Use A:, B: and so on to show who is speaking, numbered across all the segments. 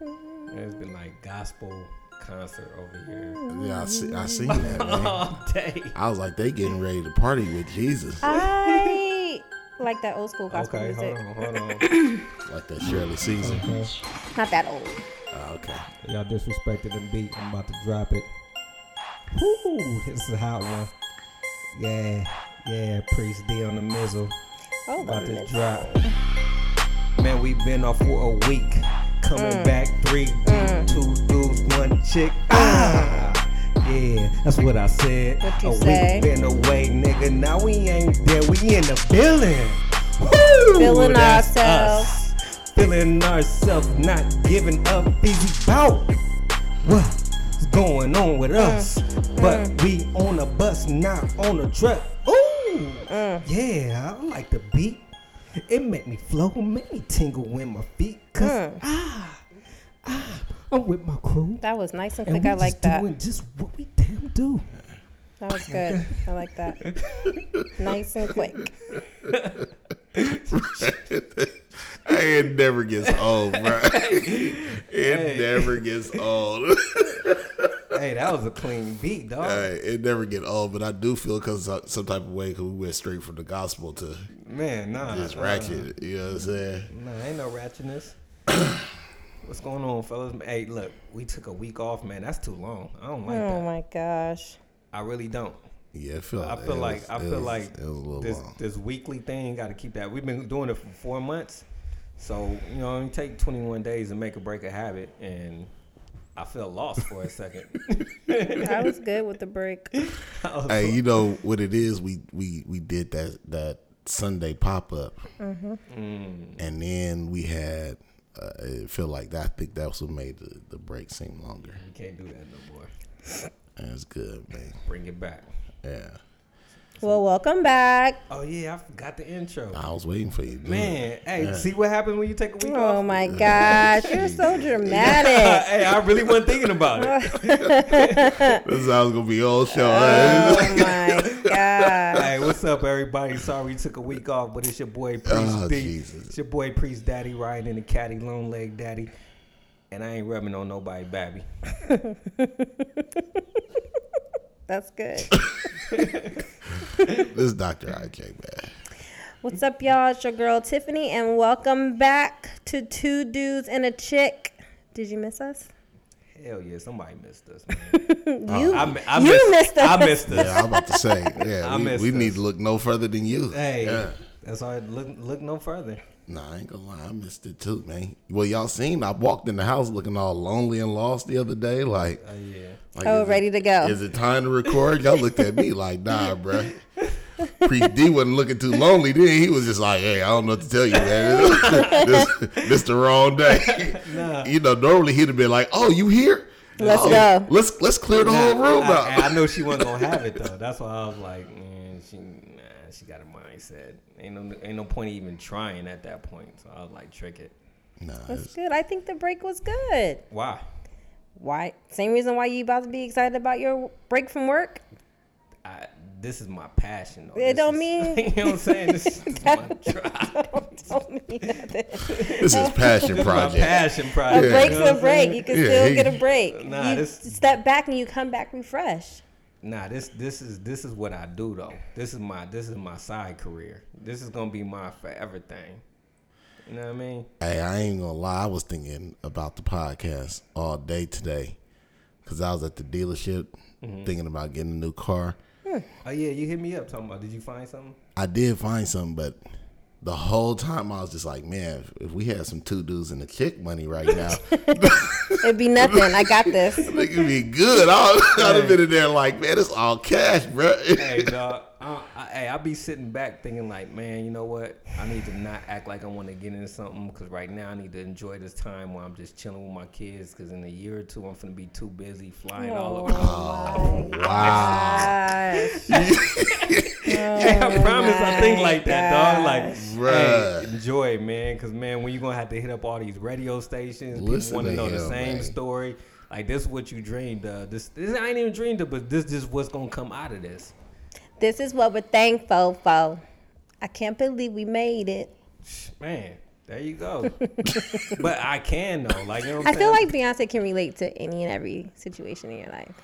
A: There's been like gospel concert over here
B: Yeah, I see. I seen that. Man.
A: all day.
B: I was like, they getting ready to party with Jesus,
C: I like that old school gospel
A: Okay, hold
C: music.
A: on, hold on.
B: like that Shirley season.
C: Not that old.
B: Ah, okay.
A: Y'all disrespected them beat. I'm about to drop it. Woo! This is a hot one. Yeah, yeah. Priest D on the mizzle.
C: Oh,
A: About
C: the
A: to
C: middle.
A: drop. Man, we been off for a week. Coming
C: Mm.
A: back three, deep, two dudes, one chick. Ah! Yeah, that's what I said.
C: What you
A: a
C: say?
A: week been away, nigga. Now we ain't there. We in the building. Woo!
C: Feeling
A: That's
C: ourselves.
A: us. Feeling ourselves, not giving up. Easy bout. What's going on
C: Mm.
A: with us? But we on a bus, not on a truck. Ooh,
C: Mm.
A: yeah, I like the beat. It make me flow, make me tingle in my feet. Cause ah, ah, I'm with my crew.
C: That was nice and
A: And
C: quick.
A: we
C: Mm. I
A: just
C: like that.
A: doing just what we damn do.
C: That was good. I like that. nice and quick.
B: Hey, it never gets old, bro. it never gets old.
A: Hey, that was a clean beat, dog.
B: Hey, it never get old, but I do feel because some type of way because we went straight from the gospel to
A: Man, nah.
B: this
A: uh,
B: ratchet. You know what I'm saying?
A: Nah, ain't no ratchetness. What's going on, fellas? Hey, look, we took a week off, man. That's too long. I don't like
C: Oh
A: that.
C: my gosh.
A: I really don't.
B: Yeah, it felt.
A: I feel
B: it
A: like
B: was-
A: I
B: it
A: feel
B: was-
A: like
B: it was a little
A: this
B: long.
A: this weekly thing got to keep that. We've been doing it for four months, so you know, you take 21 days and make or break a habit, and I felt lost for a second.
C: I was good with the break.
A: I was
B: Hey,
A: like,
B: you know what it is? We we we did that that Sunday pop up,
A: Mm-hmm.
B: and then we had. Uh, it felt like that. I think that was what made the, the break seem longer.
A: you can't do that no more.
B: And it's good, man.
A: Bring it back.
B: Yeah,
C: Well, welcome back.
A: Oh yeah, I forgot the intro.
B: I was waiting for you, to do it.
A: Man, hey, see what happens when you take a week
C: Oh
A: off.
C: my gosh. You're so dramatic.
A: hey, I really wasn't thinking about it.
B: This is how it's gonna be all show.
A: Uh.
C: Oh my gosh.
A: hey, what's up, everybody? Sorry we took a week off, but it's your boy Priest
B: Oh,
A: D.
B: Jesus.
A: It's your boy Priest Daddy riding in the caddy, long leg daddy, and I ain't rubbing on nobody, baby.
C: That's good.
B: this is Doctor IJ, man.
C: What's up, y'all? It's your girl Tiffany, and welcome back to Two Dudes and a Chick. Did you miss us?
A: Hell yeah, somebody missed us. Man.
C: you
A: I, mi- I
C: you
A: missed,
C: missed us.
A: I missed us.
B: Yeah, I'm about to say. Yeah,
A: I
B: we,
A: missed
B: we
A: this.
B: need to look no further than you.
A: Hey,
B: Yeah.
A: that's all. Look, look no further.
B: Nah, I ain't gonna lie, I missed it too, man. Well, y'all seen I walked in the house looking all lonely and lost the other day, like,
A: Oh yeah.
B: like,
C: oh,
B: is it-
C: ready to go.
B: Is it time to record? Y'all looked at me like, nah, bruh. Pre D wasn't looking too lonely then. He was just like, hey, I don't know what to tell you, man. this, this the wrong day. You know, normally he'd have been like, oh, you here?
C: Let's
B: Oh,
C: go."
B: Let's let's clear the whole
A: Nah,
B: room
A: I,
B: out.
A: I, I know she wasn't gonna have it though. That's why I was like, man, she nah, she got a mindset. Ain't no ain't no point even trying at that point. So I was like, trick it.
B: Nah,
C: That's good. I think the break was good.
A: Why?
C: Why? Same reason why you about to be excited about your break from work?
A: I, this is my passion. Though.
C: It
A: This
C: don't
A: is-
C: mean-
A: you know what I'm saying. This is my drive.
C: Don't tell me nothing.
B: this is passion
A: My
B: project.
A: passion
C: A
A: project.
C: break's
A: you know what
C: a
A: I'm
C: break.
A: saying?
C: You can
B: Yeah,
C: still
B: he-
C: get a break.
A: Nah,
C: you
A: this-
C: step back and you come back refreshed.
A: Nah, this this is this is what I do though. This is my this is my side career. This is gonna be my forever thing. You know what I mean?
B: Hey, I ain't gonna lie. I was thinking about the podcast all day today because I was at the dealership
A: Mm-hmm.
B: thinking about getting a new car.
A: Oh yeah, you hit me up talking about. Did you find something?
B: I did find something, but the whole time I was just like, man, if, if we had some two dudes and a chick money right now,
C: It'd be nothing. I got this.
B: it could be good. I would have been in there like, man, it's all cash, bro.
A: hey, dog. I, I, hey, I be sitting back thinking like, man, you know what? I need to not act like I want to get into something because right now I need to enjoy this time where I'm just chilling with my kids. Because in a year or two, I'm gonna be too busy flying all over.
C: Oh, my
B: wow.
C: gosh.
A: yeah,
C: Oh,
A: I promise. I think like that, dog. Like, hey,
B: Bruh.
A: enjoy, man. Because man, when you gonna have to hit up all these radio stations,
B: Listen
A: people want
B: to
A: to know the
B: him,
A: same
B: man.
A: story. Like this, is what you dreamed of. This, this I ain't even dreamed of, but this, this is what's gonna come out of this.
C: This is what we're thankful for. I can't believe we made it.
A: Man, There you go. but I can though. Like you know what
C: I
A: I'm
C: feel
A: saying?
C: like Beyonce can relate to any and every situation in your life.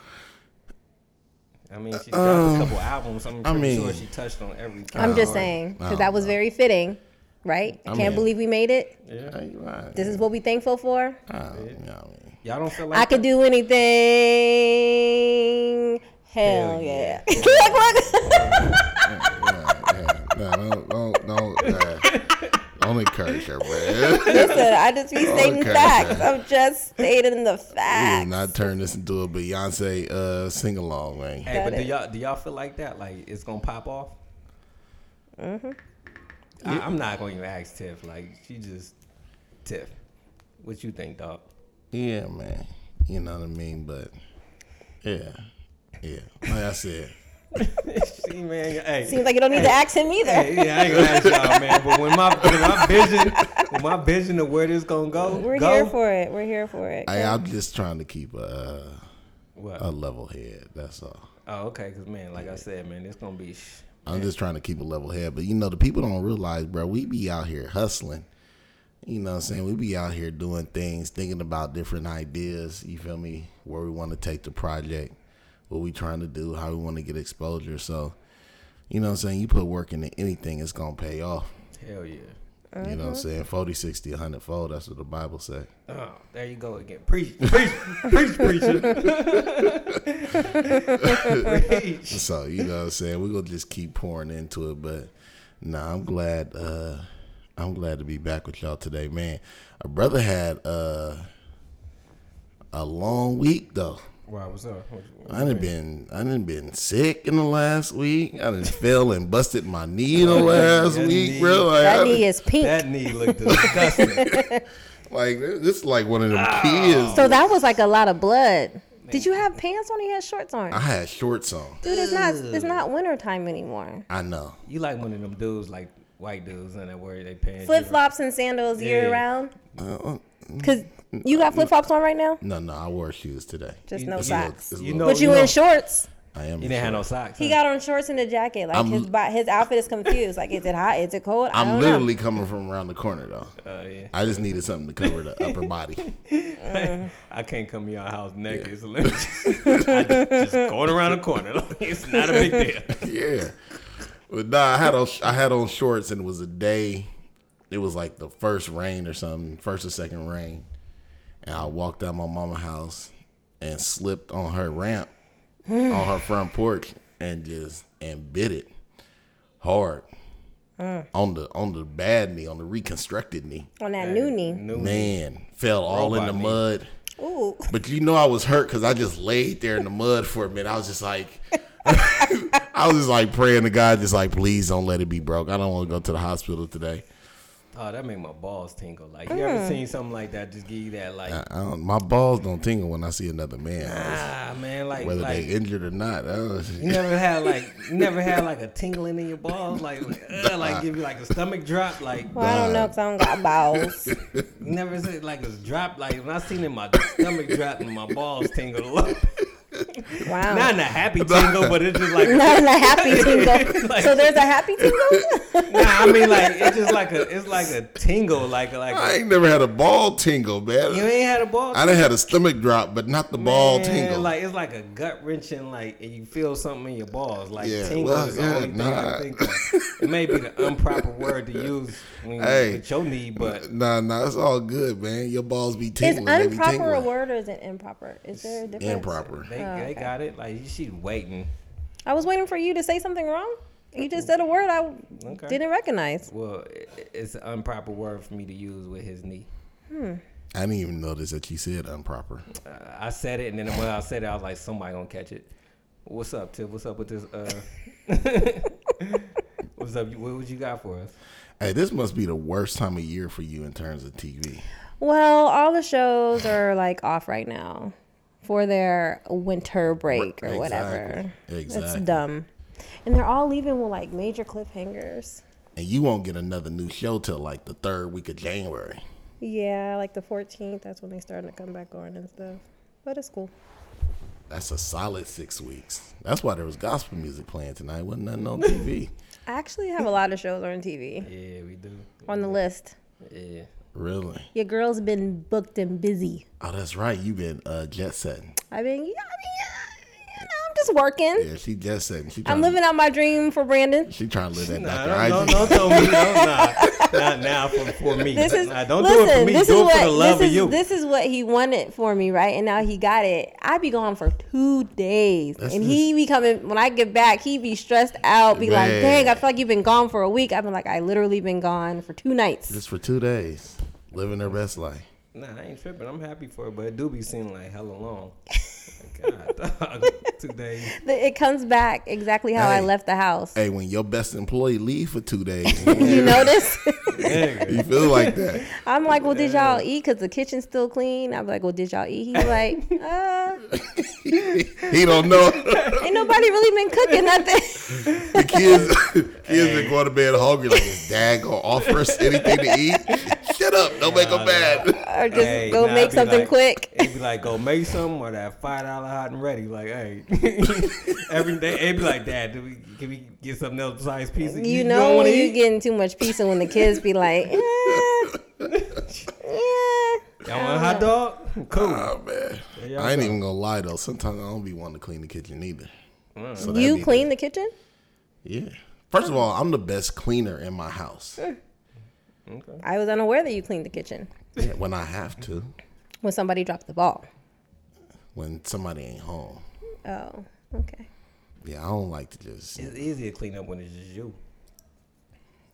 A: I mean, she dropped a couple albums. I'm pretty
B: Um, mean-
A: sure she touched on every.
C: I'm just
A: category.
C: saying because
B: Oh,
C: that was very fitting, right? I, can't
B: mean-
C: believe we made it.
A: Yeah.
B: I ain't lying.
C: This is what we thankful for.
B: I don't- you know what I mean?
A: Y'all don't feel like
C: I could do anything. Hell,
A: Hell
C: yeah.
A: yeah.
C: Look, look.
B: Nah, don't, don't, don't, nah. don't encourage her, man.
C: Listen, I just be stating
B: Okay,
C: facts.
B: okay.
C: I'm just stating the
B: We
C: facts.
B: did not turn this into a Beyonce uh, sing along, man.
A: Hey,
C: Got
A: but do
C: it.
A: y'all do y'all feel like that? Like it's gonna pop off? Mm-hmm. I, I'm not gonna even ask Tiff. Like she just Tiff. What you think, dog?
B: Yeah, man. You know what I mean? But yeah, yeah. Like I said,
A: See, man. Hey.
C: Seems like you don't need to ask him either.
A: hey, yeah, I ain't gonna ask y'all, man. But when my when my vision, when my vision of where this gonna go,
C: We're
A: go,
C: here for it. We're here for it.
B: I, I'm just trying to keep a,
A: what?
B: a level head. That's all.
A: Oh, okay. Cause man, like I said, man, it's gonna be. Sh-
B: I'm just trying to keep a level head. But you know, the people don't realize, bro, we be out here hustling. You know what I'm saying? We be out here doing things, thinking about different ideas, you feel me? Where we want to take the project, what we trying to do, how we want to get exposure. So, you know what I'm saying? You put work into anything, it's going to pay off.
A: hell yeah.
B: You know what I'm saying? 40, 60, 100 fold. That's what the Bible say.
A: Oh, there you go again. Preach, preach, preach, preacher. preach.
B: So, you know what I'm saying? We're going to just keep pouring into it. But, nah, I'm glad, uh, I'm glad to be back with y'all today, man. A brother had, uh, a long week though.
A: Wow, what's up? What-
B: I done been I done been sick in the last week. I done fell and busted my knee in the last
A: That
B: week,
A: knee.
B: bro. Like, I
C: that
B: done-
C: knee is pink.
A: That knee looked disgusting.
B: like this is like one of them kids.
C: so that was like a lot of blood. Did you have pants on or you had shorts on?
B: I had shorts on.
C: Dude, it's not it's not wintertime anymore.
B: I know.
A: you like one of them dudes, like white dudes, and that where they paying you.
C: Flip flops and sandals year
A: Yeah.
C: round.
B: Uh,
A: mm.
C: Cause you got flip flops on right now.
B: no, no, I wore shoes today.
C: Just
A: You-
C: no
A: you
B: It's a little-
C: socks.
B: it's a
A: You
B: little-
A: know-
C: But you in shorts.
B: I am.
A: You didn't have no socks.
C: He
A: huh?
C: got on shorts and a jacket. Like
B: I'm-
C: his bo- his outfit is confused. Like is it hot? Is it cold? I
B: I'm
C: don't
B: literally coming from around the corner though.
A: Oh, yeah.
B: I just needed something to cover the upper body.
A: I can't come to your house naked. So let me just, I just going around the corner. Like, it's not a big deal.
B: yeah. But nah, I had on I had on shorts and it was a day. It was like the first rain or something, first or second rain, and I walked out my mama's house and slipped on her ramp, on her front porch, and just and bit it hard
A: Mm.
B: on the on the bad knee, on the reconstructed knee.
C: know. On that new knee.
A: No.
B: Man, fell all in the
A: Robot knee.
B: mud.
C: Ooh.
B: But you know, I was hurt because I just laid there in the mud for a minute. I was just like, I was just like praying to God, just like, please don't let it be broke. I don't want to go to the hospital today.
A: Oh, that make my balls tingle. Like you
B: Mm.
A: ever seen something like that? Just give you that like
B: I don't, my balls don't tingle when I see another man,
A: ah man, like
B: whether
A: like
B: they injured or not. I don't-
A: you never had like you never had like a tingling in your balls, like uh, like give you like a stomach drop, like
C: Well, I don't know because I don't got balls.
A: You Never said like it's drop. Like when I seen it, my stomach drop and my balls tingle. up.
C: Wow.
A: Not in a happy tingle, but it's just like nah.
C: Oh. Not in a happy tingle.
A: Like-
C: so there's a happy tingle.
A: I mean, like it's just like a it's like a tingle. Like like
B: I ain't never had a ball tingle,
A: you
B: man.
A: ain't had a ball.
B: I done had a stomach drop, but not the ball
A: Man,
B: tingle.
A: Like it's like a gut wrenching. Like and you feel something in your balls. Like
B: Yeah,
A: tingle
B: well,
A: is the
B: yeah,
A: only thing I
B: nah.
A: can think of. It may be the improper word to use when
B: Hey.
A: you with your knee,
C: Oh,
A: but
B: nah, nah, it's all good, man. Your balls be
C: Is
B: tingling. they be
C: improper a
B: tingling.
C: word or is it improper? Is there a difference?
B: Improper.
A: they,
C: Oh,
A: they
C: okay.
A: got it. Like she's waiting.
C: I was waiting for you to say something wrong. You just said a word I
A: Okay.
C: didn't recognize.
A: Well, it, it's an improper word for me to use with his knee.
B: I didn't even notice that you said improper.
A: Uh, I said it, and then when I said it, I was like, somebody gonna catch it. What's up, Tip? What's up with this? Uh, what's up? You- What, what you got for us?
B: Hey, this must be the worst time of year for you in terms of TV.
C: Well, all the shows are like off right now for their winter break or
B: Exactly.
C: whatever.
B: Exactly.
C: It's dumb. And they're all leaving with like major cliffhangers.
B: And you won't get another new show till like the third week of January.
C: Yeah, like the 14th, that's when they starting to come back on and stuff. But it's cool.
B: That's a solid six weeks. That's why there was gospel music playing tonight. Wasn't nothing on TV.
C: I actually have a lot of shows on TV
A: Yeah, we do.
C: on the list.
D: Yeah.
B: Really?
C: Your girl's been booked and busy.
B: Oh, that's right. You've been uh, jet setting.
C: I mean, yeah, I mean, yeah, you know, I'm just working.
B: Yeah, she jet setting. She
C: I'm
B: tryna-
C: living out my dream for Brandon.
B: She trying to live that
A: Nah,
B: back
A: don't, don't,
B: Dr. IG.
A: don't tell me. No, nah, not now for, for me.
C: This is
A: Nah, don't
C: listen,
A: do it for me.
C: This
A: do
C: is
A: it
C: what
A: for the love
C: this
A: of
C: is
A: you.
C: this is what he wanted for me, right? And now he got it. I be gone for two days, and he be coming when I get back. He be stressed out, be like,
B: Man.
C: "Dang, I feel like you've been gone for a week." I've been like, "I literally been gone for two nights."
B: Just for two days, living her best life.
A: Nah, I ain't tripping. I'm happy for it, but it do be seeming like hella long. God, dog. two days.
C: it comes back exactly how I
B: Hey.
C: left the house.
B: Hey, when your best employee leave for two days,
C: You notice?
A: Nigga.
B: you feel like that.
C: I'm like, well, did y'all eat? Cause the kitchen's still clean. I'm like, well, did y'all eat? He's like, uh,
B: he don't know. the
C: ain't nobody really been cooking nothing.
B: kids, kids been going to bed hungry. Like his dad gonna offer us anything to eat. Shut up! Don't make him mad.
C: or just
A: Hey,
C: go
A: nah,
C: make
A: be
C: something
A: like-
C: quick.
A: It'd be like, go make something or that five dollar hot and ready. Like, hey, every day it'd be like, Dad, do we, can we get something else besides pizza?
C: You
A: don't
C: know
A: wanna
C: when you
A: eat?
C: getting too much pizza when the kids be like, eh, yeah.
A: Y'all want a hot dog? Cool.
B: Oh man,
A: Yeah,
B: I ain't even gonna lie though. Sometimes I don't be wanting to clean the kitchen either. So that'd
C: You
B: be
C: clean the kitchen?
B: Yeah. First of all, I'm the best cleaner in my house
C: I was unaware that you cleaned the kitchen
B: Yeah, when I have to.
C: when somebody dropped the ball.
B: When somebody ain't home.
C: Oh, okay.
B: Yeah, I don't like to just.
A: it's easy to clean up when it's just you.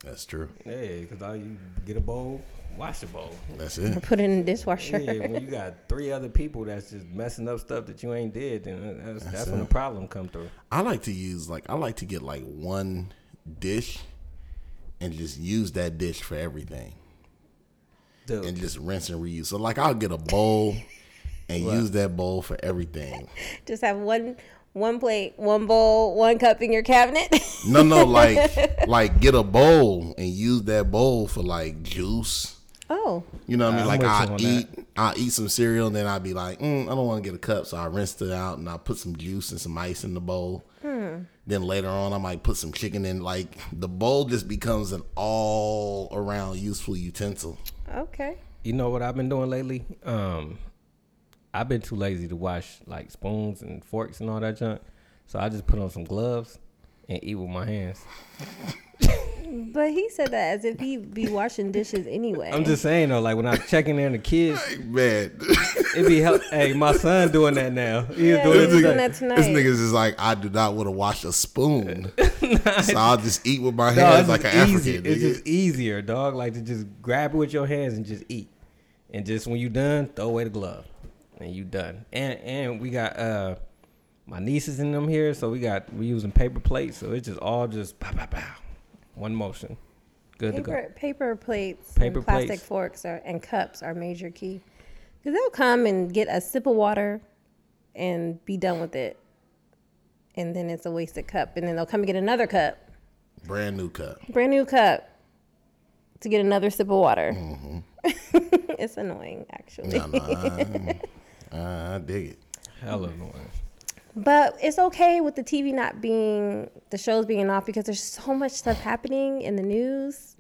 B: That's true.
A: Yeah, because all you get a bowl, wash a bowl.
B: That's it.
C: Put it in the dishwasher.
A: Yeah, when you got three other people that's just messing up stuff that you ain't did, then that's, that's, when the
B: it.
A: problem come through.
B: I like to use like I like to get like one dish, and just use that dish for everything.
A: Dude,
B: and just rinse and reuse. So like I'll get a bowl and use that bowl for everything.
C: Just have one one plate, one bowl, one cup in your cabinet.
B: No, no, like like get a bowl and use that bowl for like juice.
C: oh.
B: You know what I mean?
A: I'm
B: Like
A: with you
B: I'll
A: on
B: eat I'll eat some cereal and then I'll be like, mm, I don't want to get a cup. So I rinsed it out and I put some juice and some ice in the bowl.
A: Hmm.
B: Then later on I might put some chicken in like the bowl just becomes an all around useful utensil.
C: Okay.
A: you know what I've been doing lately? Um, I've been too lazy to wash like spoons and forks and all that junk, so I just put on some gloves and eat with my hands.
C: But he said that as if he'd be washing dishes anyway.
A: I'm just saying though, like when I'm checking in the kids,
B: Man,
A: it be hel- hey, my son doing that now. He's
C: Yeah,
A: doing
C: he's
A: it.
C: doing
A: today.
C: that tonight.
B: This nigga's just like, I do not want to wash a spoon. so I'll just eat with my
A: No, it's
B: hands like an
A: just easy.
B: African.
A: It's just
B: Nigga.
A: easier, dog. Like to just grab it with your hands and just eat, and just when you done, throw away the glove, and you done. And and we got uh my nieces in them here, so we got we using paper plates, so it's just all just pow pow pow, one motion, good to go.
C: paper, paper plates,
A: Paper
C: and plastic
A: plates.
C: forks, are, and cups are major key. Because they'll come and get a sip of water and be done with it. And then it's a wasted cup. And then they'll come and get another cup, e-
B: Brand new cup.
C: brand new cup, to get another sip of water.
A: Mm-hmm.
C: it's annoying, actually.
B: No, no, I, I- I dig it.
A: Hell of one.
C: But it's okay with the TV not being the shows being off because there's so much stuff happening in the news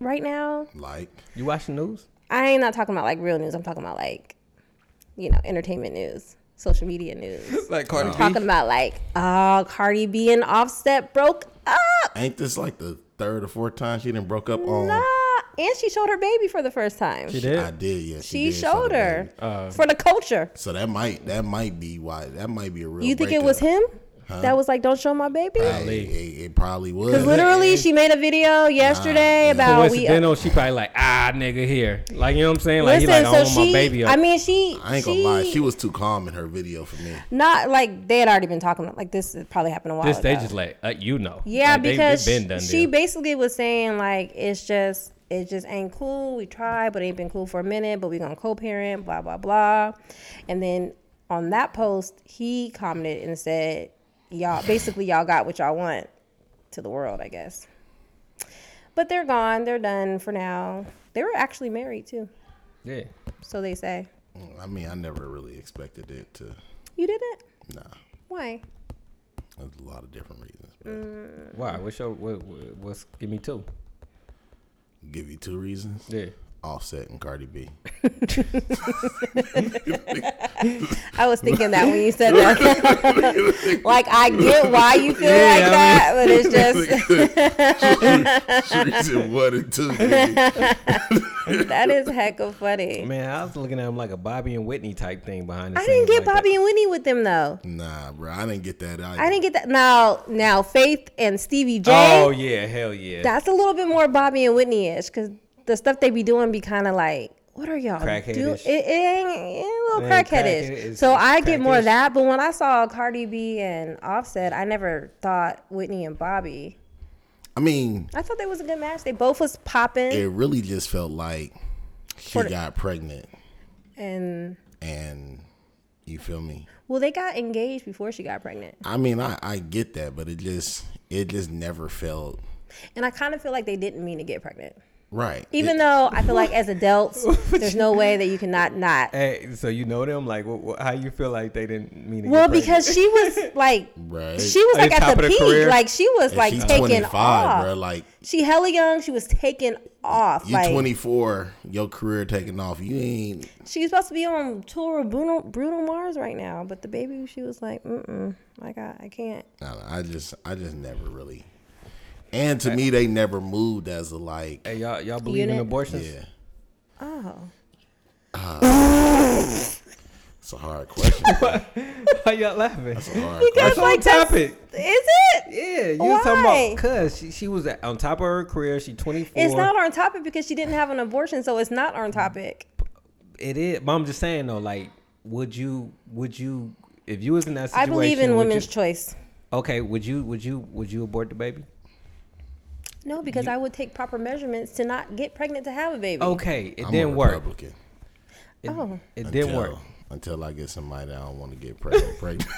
C: right now.
B: Like,
A: You watch the news?
C: I ain't not talking about like real news. I'm talking about like, you know, entertainment news, social media news.
A: Like Cardi
C: talking about like, oh, Cardi B and Offset broke up.
B: ain't this like the third or fourth time she done broke up on?
C: Nah. And she showed her baby for the first time. She,
A: did?
B: I did, yeah. did show
C: showed
B: the
C: her
B: baby.
C: for the culture.
B: So that might that might be why that might be a real.
C: You think it was
B: breakup.
C: him that was like, don't show my baby?
B: Hey, It, it probably was.
C: Because literally, she made a video yesterday about we. uh,
A: Coincidental, she probably like ah nigga here, like you know what I'm saying? Like
C: Listen,
A: he like I
C: so
A: want my
C: she.
A: baby up.
C: I mean, she.
B: I ain't gonna lie, she was too calm in her video for me.
C: not like they had already been talking. about- Like this probably happened a while
A: this
C: ago.
A: they just like uh, you know.
C: Yeah,
A: Like, they- they
C: because
A: been done
C: she
A: deal.
C: basically was saying like it's just it just ain't cool. We tried, but it ain't been cool for a minute. But we gonna co-parent, blah blah blah. And then on that post, he commented and said, "Y'all basically y'all got what y'all want to the world, I guess." But they're gone. They're done for now. They were actually married too,
A: yeah.
C: so they say.
B: I mean, I never really expected it to.
C: You didn't?
B: Nah,
C: Why?
B: there's
C: Mm.
B: a lot of different reasons. But
A: Why? What's your what, what- what's give me two?
B: Give you two reasons.
A: Yeah.
B: Offset and Cardi B.
C: I was thinking that when you said that. like I get why you feel like
A: I
C: that, but it's just
B: Reason one and two. nigga.
C: that is heck of funny.
A: Man, I was looking at him like a Bobby and Whitney type thing behind the
C: I
A: scenes
C: didn't get
A: like
C: Bobby and Whitney with them though.
B: Nah, bro, I didn't get that. Either.
C: I didn't get that. Now, now Faith and Stevie J.
A: That. Oh yeah, hell yeah.
C: That's a little bit more Bobby and Whitney ish because the stuff they be doing be kind of like, what are y'all doing?
A: Crackhead-ish.
C: It, it ain't a little
A: It ain't
C: crackhead
A: crackhead,
C: ish.
A: it's-
C: So
A: it's
C: I get more of
A: crackish.
C: that. But when I saw Cardi B and Offset, I never thought Whitney and Bobby.
B: I mean,
C: I thought they was a good match. They both was popping
B: it really just felt like she
C: Quarter-
B: got pregnant,
C: and
B: and you feel me.
C: well, they got engaged before she got pregnant.
B: I mean, I I get that, but it just it just never felt
C: And I kind of feel like they didn't mean to get pregnant.
B: right.
C: Even
B: It-
C: though I feel like as adults, there's no way that you cannot not.
A: Hey, so you know them? Like, wh- wh- how you feel like they didn't mean to
C: Well,
A: get pregnant?
C: because she was like,
B: Right.
C: she was
A: At
C: like
A: the
C: at
A: top of
C: the
A: the
C: peak.
A: career.
C: Like she was
B: and
C: like
B: she's
C: taking off.
B: bro. Like
C: She hella young. She was taking off.
B: you
C: like
B: 24, your career taking off. You ain't
C: she's supposed to be on tour with Bruno, Bruno Mars right now, but the baby, she was like, mm mm, like I, I can't.
B: I, don't know, I just I just never really. And to me, they never moved as a like.
A: hey, y'all, y'all believe in
C: Unit.
A: abortions?
B: Yeah,
C: Oh,
B: it's a hard question.
A: Why y'all laughing?
B: It's a hard question.
C: Because-
A: That's on
C: like, that's-
A: topic.
C: is it?
A: Yeah, you was talking
C: Why?
A: about cuz she, she was at- on top of her career. She 24.
C: It's not on topic because she didn't have an abortion, so it's not on topic.
A: It is. But I'm just saying though, like, would you would you if you was in that
C: I
A: situation?
C: believe in
A: would
C: women's
A: you-
C: choice.
A: okay, would you would you would you abort the baby?
C: No, because I would take proper measurements to not get pregnant to have a baby.
A: Okay, it
B: I'm a
A: didn't work.
B: Republican
A: It,
C: Oh.
A: it didn't
B: until-
A: work.
B: Until I get somebody that I don't want to get pregnant, pregnant.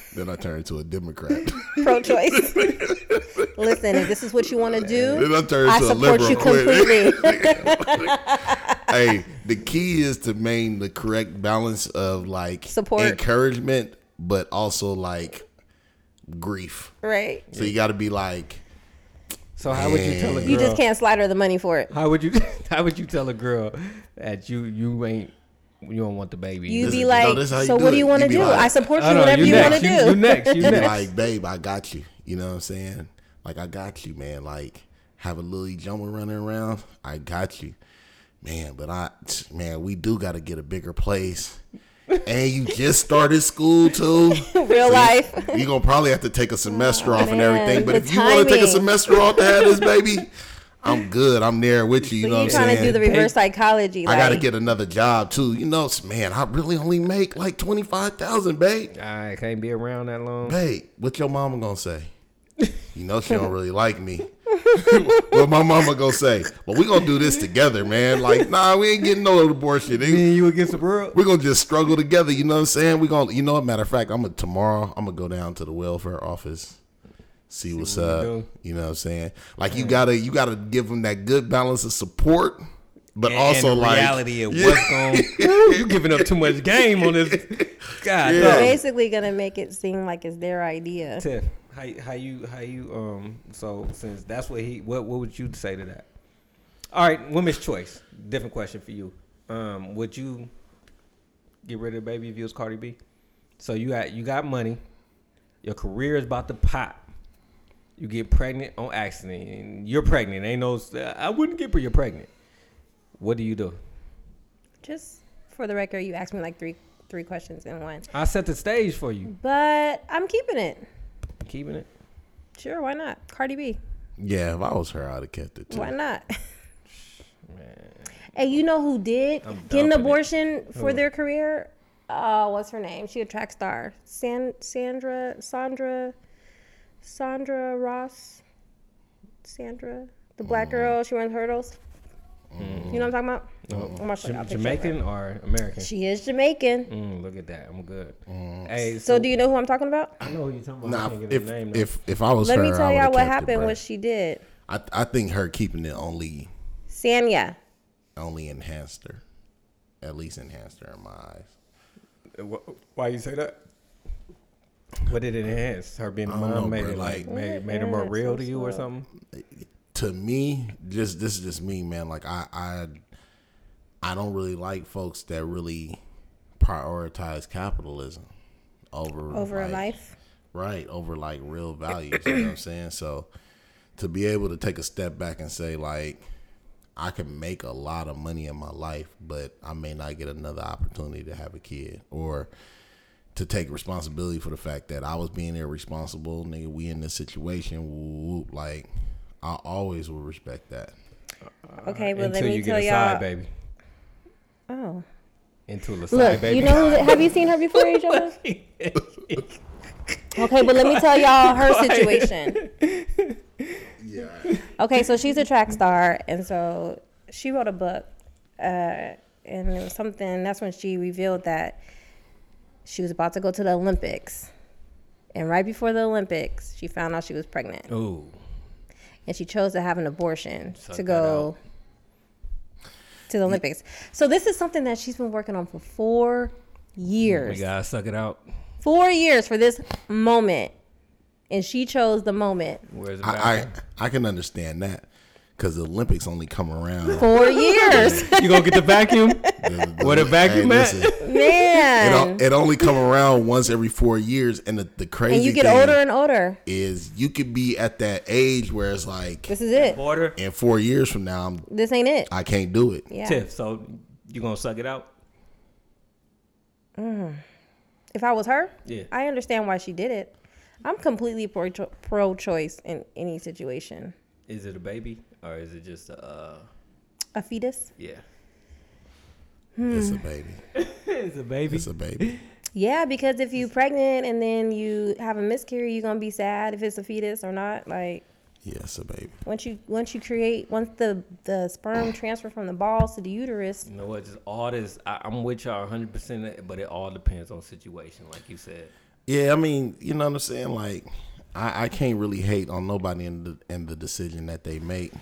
B: then I turn into a Democrat.
C: Pro-choice. Listen, if this is what you want to do,
B: then I turn
C: I
B: into a
C: support
B: liberal.
C: you
B: quick.
C: completely.
B: hey, the key is to maintain the correct balance of like
C: Support.
B: encouragement, but also like grief.
C: right?
B: So you got to be like,
A: So how would you tell a girl?
C: You just can't slide her the money for it.
A: How would you how would you tell a girl that you you ain't you don't want the baby?
C: You'd
B: This
C: be
B: is- no,
C: like,
B: this is how you
C: so
B: do
C: what
B: it.
C: do you want
B: You
C: to
B: be
C: do?
B: like,
C: I support you
A: I know,
C: whatever
A: you
C: you want to
A: next.
C: do.
A: You, you next. You
B: be
A: next.
B: like, babe, I got you. You know what I'm saying? Like, I got you, man. Like, have a little jumbo running around. I got you, man. But I, man, we do got to get a bigger place. And you just started school too.
C: Real life.
B: You're gonna probably have to take a semester off and
C: man,
B: everything. But
C: the
B: if you want to take a
C: timing.
B: semester off to have this baby, I'm good. I'm there with you. You know
C: you
B: what I'm
C: trying to
B: saying?
C: do the reverse psychology.
B: I
C: like,
B: gotta get another job too. You know, man, I really only make like twenty five thousand, babe.
A: I can't be around that long.
B: Hey, what your mama gonna say? You know she don't really like me. what my mama gonna say? Well, we gonna do this together, man. Like, nah, we ain't getting no abortion. It-
A: you against the world.
B: We're gonna just struggle together. You know what I'm saying? We're gonna, you know, matter of fact, I'm gonna tomorrow. I'm gonna go down to the welfare office, see, what's
A: what we
B: up.
A: do.
B: You know what I'm saying? Like, you gotta, you gotta give them that good balance of support, but
A: And,
B: also
A: and the
B: like
A: reality of
B: Yeah.
A: what's going. Woo, you giving up too much game on this. God,
C: You're
B: Yeah.
A: yeah.
C: basically gonna make it seem like it's their idea.
A: Tiff, how how you how you um? So since that's what he, what what would you say to that? All right, women's choice. Different question for you. Um, would you get rid of the baby if you was Cardi B? So you got you got money. Your career is about to pop. You get pregnant on accident, and you're pregnant. Ain't no, I wouldn't get, but you're pregnant. What do you do?
C: Just for the record, you asked me like three three questions in one,
A: I set the stage for you.
C: but I'm keeping it.
A: Keeping it.
C: Sure, why not? Cardi B,
B: yeah, if I was her, I'd have kept it too.
C: why not? And you know who did
A: I'm
C: get an
A: dumping it.
C: abortion for
A: Who?
C: their career? Uh, what's her name? She a track star. San Sandra Sandra Sandra Ross. Sandra, the
A: Mm.
C: black girl. She runs hurdles. You know what I'm talking about? I'm gonna show you- I'll
A: Jam-
C: picture of her.
A: Jamaican or American?
C: She is Jamaican.
A: Mm, look at that. I'm good. Hey,
C: So do you know who I'm talking about?
A: I know who you're talking about. I
B: Nah,
A: can't get
B: if
A: her name, though.
B: if if I was
C: Let
B: her,
C: me
B: I
C: tell y'all
B: would've
C: what
B: kept it,
C: happened,
B: bruh.
C: what she did.
B: I I think her keeping it only
C: Sanya.
B: only enhanced her, at least enhanced her in my eyes.
A: Wh- Why you say that? What did it enhance? Her being a
B: I don't
A: mom
B: know,
A: made
B: bro,
A: it like
B: like-
A: made, made her more
C: Yeah,
A: real
C: so
A: to you or
C: slow.
A: something?
B: to me, just this is just me, man. Like I, I, I don't really like folks that really prioritize capitalism over
C: over
B: like,
C: a life.
B: right? Over like real values. you know what I'm saying? So to be able to take a step back and say like, I can make a lot of money in my life, but I may not get another opportunity to have a kid or to take responsibility for the fact that I was being irresponsible, nigga. We in this situation, whoop, whoop, like I always will respect that.
C: Okay, well let
A: Until
C: me
A: you
C: tell
A: get a
C: y'all.
A: side baby.
C: Oh,
A: Until a side
C: look,
A: baby.
C: you know, who- have you seen her before, Adriana? okay, but let me tell y'all her situation.
B: Yeah,
C: Okay, so she's a track star, and so she wrote a book, uh, and it was something. That's when she revealed that she was about to go to the Olympics, and right before the Olympics, she found out she was pregnant,
A: Ooh.
C: and she chose to have an abortion
A: Suck
C: to
A: that
C: go to the Olympics. So this is something that she's been working on for four
A: We
C: years.
A: gotta suck it out.
C: Four years for this moment, and she chose the moment.
A: Where's the
B: I,
A: bathroom?
B: I I can understand that because the Olympics only come around.
C: Four years,
A: You gonna get the vacuum? Where the vacuum at?
B: It,
C: man.
B: o- it only come around once every four years, and the, the crazy
C: and you get
B: thing
C: older and older.
B: is you could be at that age where it's like
C: This is it.
A: Border
B: in four years from now I'm,
C: This ain't it.
B: I can't do it.
C: Yeah.
A: Tiff. So you gonna suck it out?
C: If I was her,
A: Yeah.
C: I understand why she did it. I'm completely pro pro choice in any situation.
A: Is it a baby or is it just a? Uh,
C: A fetus?
A: yeah.
C: Hmm.
B: It's a baby.
A: It's a baby.
B: It's a baby.
C: Yeah, because if you pregnant and then you have a miscarriage, you're gonna be sad if it's a fetus or not. Like
B: Yeah, it's a baby.
C: once you once you create once the the sperm transfer from the balls to the uterus,
A: You know what? Just all this. I, I'm with y'all 100, percent but it all depends on situation, like you said.
B: Yeah, I mean, you know what I'm saying? Like, I, I can't really hate on nobody in the in the decision that they make.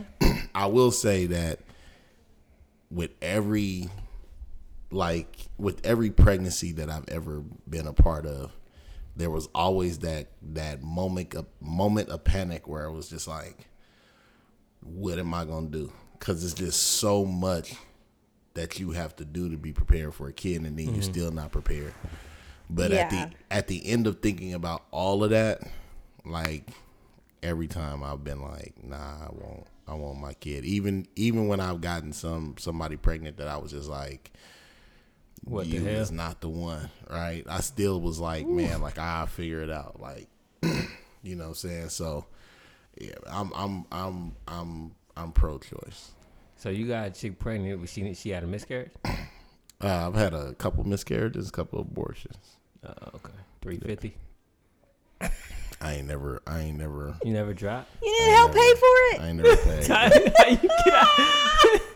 B: I will say that with every like with every pregnancy that I've ever been a part of, there was always that that moment of moment of panic where it was just like, what am I gonna do? Because it's just so much that you have to do to be prepared for a kid, and then you're still not prepared. But at
C: Yeah.
B: the at the end of thinking about all of that, like every time I've been like, nah, I won't. I want my kid. Even even when I've gotten some somebody pregnant that I was just like,
A: What
B: you
A: the hell?
B: is not the one, right? I still was like, man, like I'll figure it out. Like you know what I'm saying? So yeah, I'm I'm I'm I'm I'm pro choice.
A: So you got a chick pregnant, but she she had a miscarriage.
B: Uh, I've had a couple miscarriages, a couple abortions.
C: Oh,
A: Uh, okay, 350.
B: I ain't never I ain't never
A: You never dropped.
C: you need help pay for it.
B: I ain't never paid. I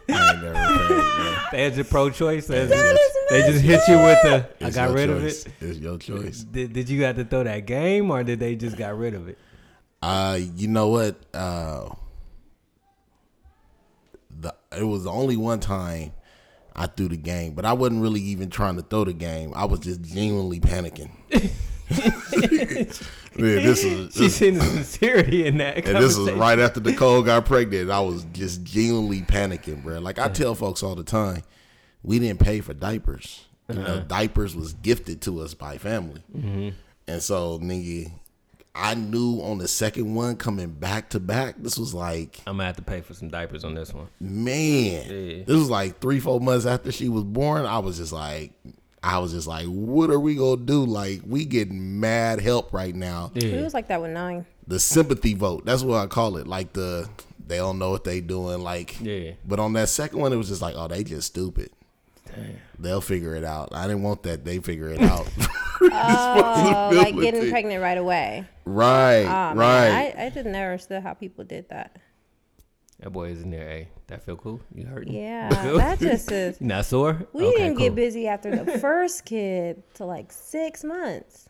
B: ain't never paid.
A: They just pro-choice. They
B: man.
A: just, they just hit you with the. I
B: It's
A: got
B: your
A: rid
B: choice.
A: of
B: It's your choice.
A: it. Did, did you have to throw that game, or did they just got rid of it?
B: Uh, you know what? Uh, the it was the only one time I threw the game, but I wasn't really even trying to throw the game. I was just genuinely panicking. Yeah, this was
A: She's
B: this,
A: seen the sincerity in that.
B: and this was
A: conversation.
B: right after Nicole got pregnant. and I was just genuinely panicking, bro. Like I tell folks all the time, we didn't pay for diapers. You
A: Uh-huh.
B: know, diapers was gifted to us by family,
A: Mm-hmm.
B: and so nigga, I knew on the second one coming back to back, this was like
A: I'm gonna have to pay for some diapers on this one.
B: man,
A: Yeah.
B: this was like three, four months after she was born. I was just like, I was just like, what are we gonna do? Like, we getting mad help right now.
C: We was like that with nine.
B: The sympathy vote, that's what I call it. Like the they don't know what they doing. Like,
A: Yeah.
B: But on that second one, it was just like, oh, they just stupid. They'll figure it out. I didn't want that. They figure it out.
C: Oh, like getting
B: Responsibility.
C: pregnant right away.
B: right,
C: Oh, man,
B: right.
C: I, I just never understood how people did that.
A: That boy is in there. Hey, that feel cool? You hurting?
C: Yeah, that just is.
A: You not sore?
C: We
A: Okay,
C: didn't get
A: cool.
C: busy after the first kid to like six months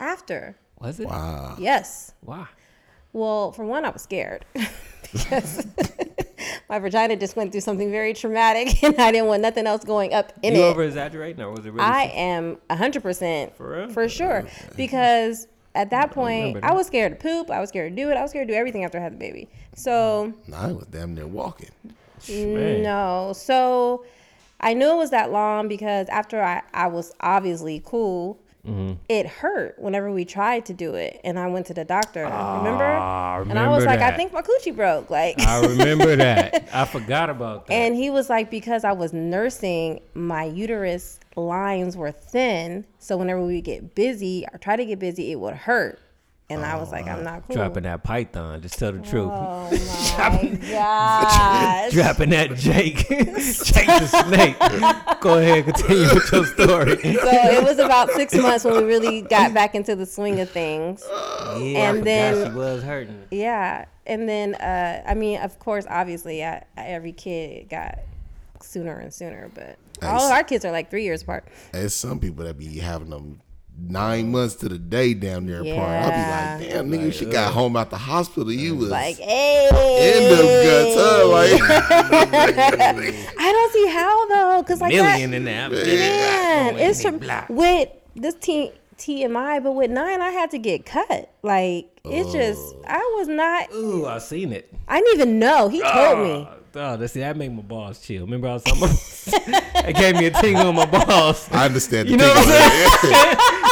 C: after.
A: Was it?
B: Ah,
C: Yes.
A: Why?
C: Well, for one, I was scared because my vagina just went through something very traumatic and I didn't want nothing else going up in
A: You
C: it.
A: over exaggerating, or was it really?
C: I am 100%
A: For real?
C: sure because at that point, I was scared to poop. I was scared to do it. I was scared to do everything after I had the baby. So
B: I was damn near walking.
A: Man.
C: no. So I knew it was that long because after I, I was obviously cool,
A: Mm-hmm.
C: it hurt whenever we tried to do it. And I went to the doctor. remember?
A: Ah,
C: and I was
A: remember
C: like, I
A: that.
C: think my coochie broke. Like
A: I remember that. I forgot about that.
C: And he was like, because I was nursing, my uterus lines were thin. So whenever we would get busy or try to get busy, it would hurt. And I was like, I'm not
A: Oh,
C: cool.
A: dropping that python. Just tell the truth.
C: Oh my gosh.
A: Dropping that Jake, Jake the Snake. Go ahead, continue with your story.
C: So it was about six months when we really got back into the swing of things.
A: Yeah,
C: And then-
A: she was hurting.
C: Yeah. And then, uh, I mean, of course, obviously, I, I, every kid got sooner and sooner, but all
B: Nice.
C: of our kids are like three years apart.
B: There's some people that be having them nine months to the day down there yeah. I'll be like, damn, nigga, you should got home out the hospital. You was
C: Like,
B: in
C: hey.
B: them guts, huh? Like,
C: I don't see how, though, because like that-
A: Million in that.
C: Man,
A: Going
C: it's
A: in
C: true.
A: black.
C: With this T TMI, but with nine, I had to get cut. Like it's just,
B: Oh.
C: I was not.
A: Ooh, I seen it.
C: I didn't even know. He told me.
B: Ah.
A: Oh, that's see, that made my balls chill. Remember, I was talking about it gave me a tingle on my balls.
B: I understand the
A: You know what I'm
B: tingle.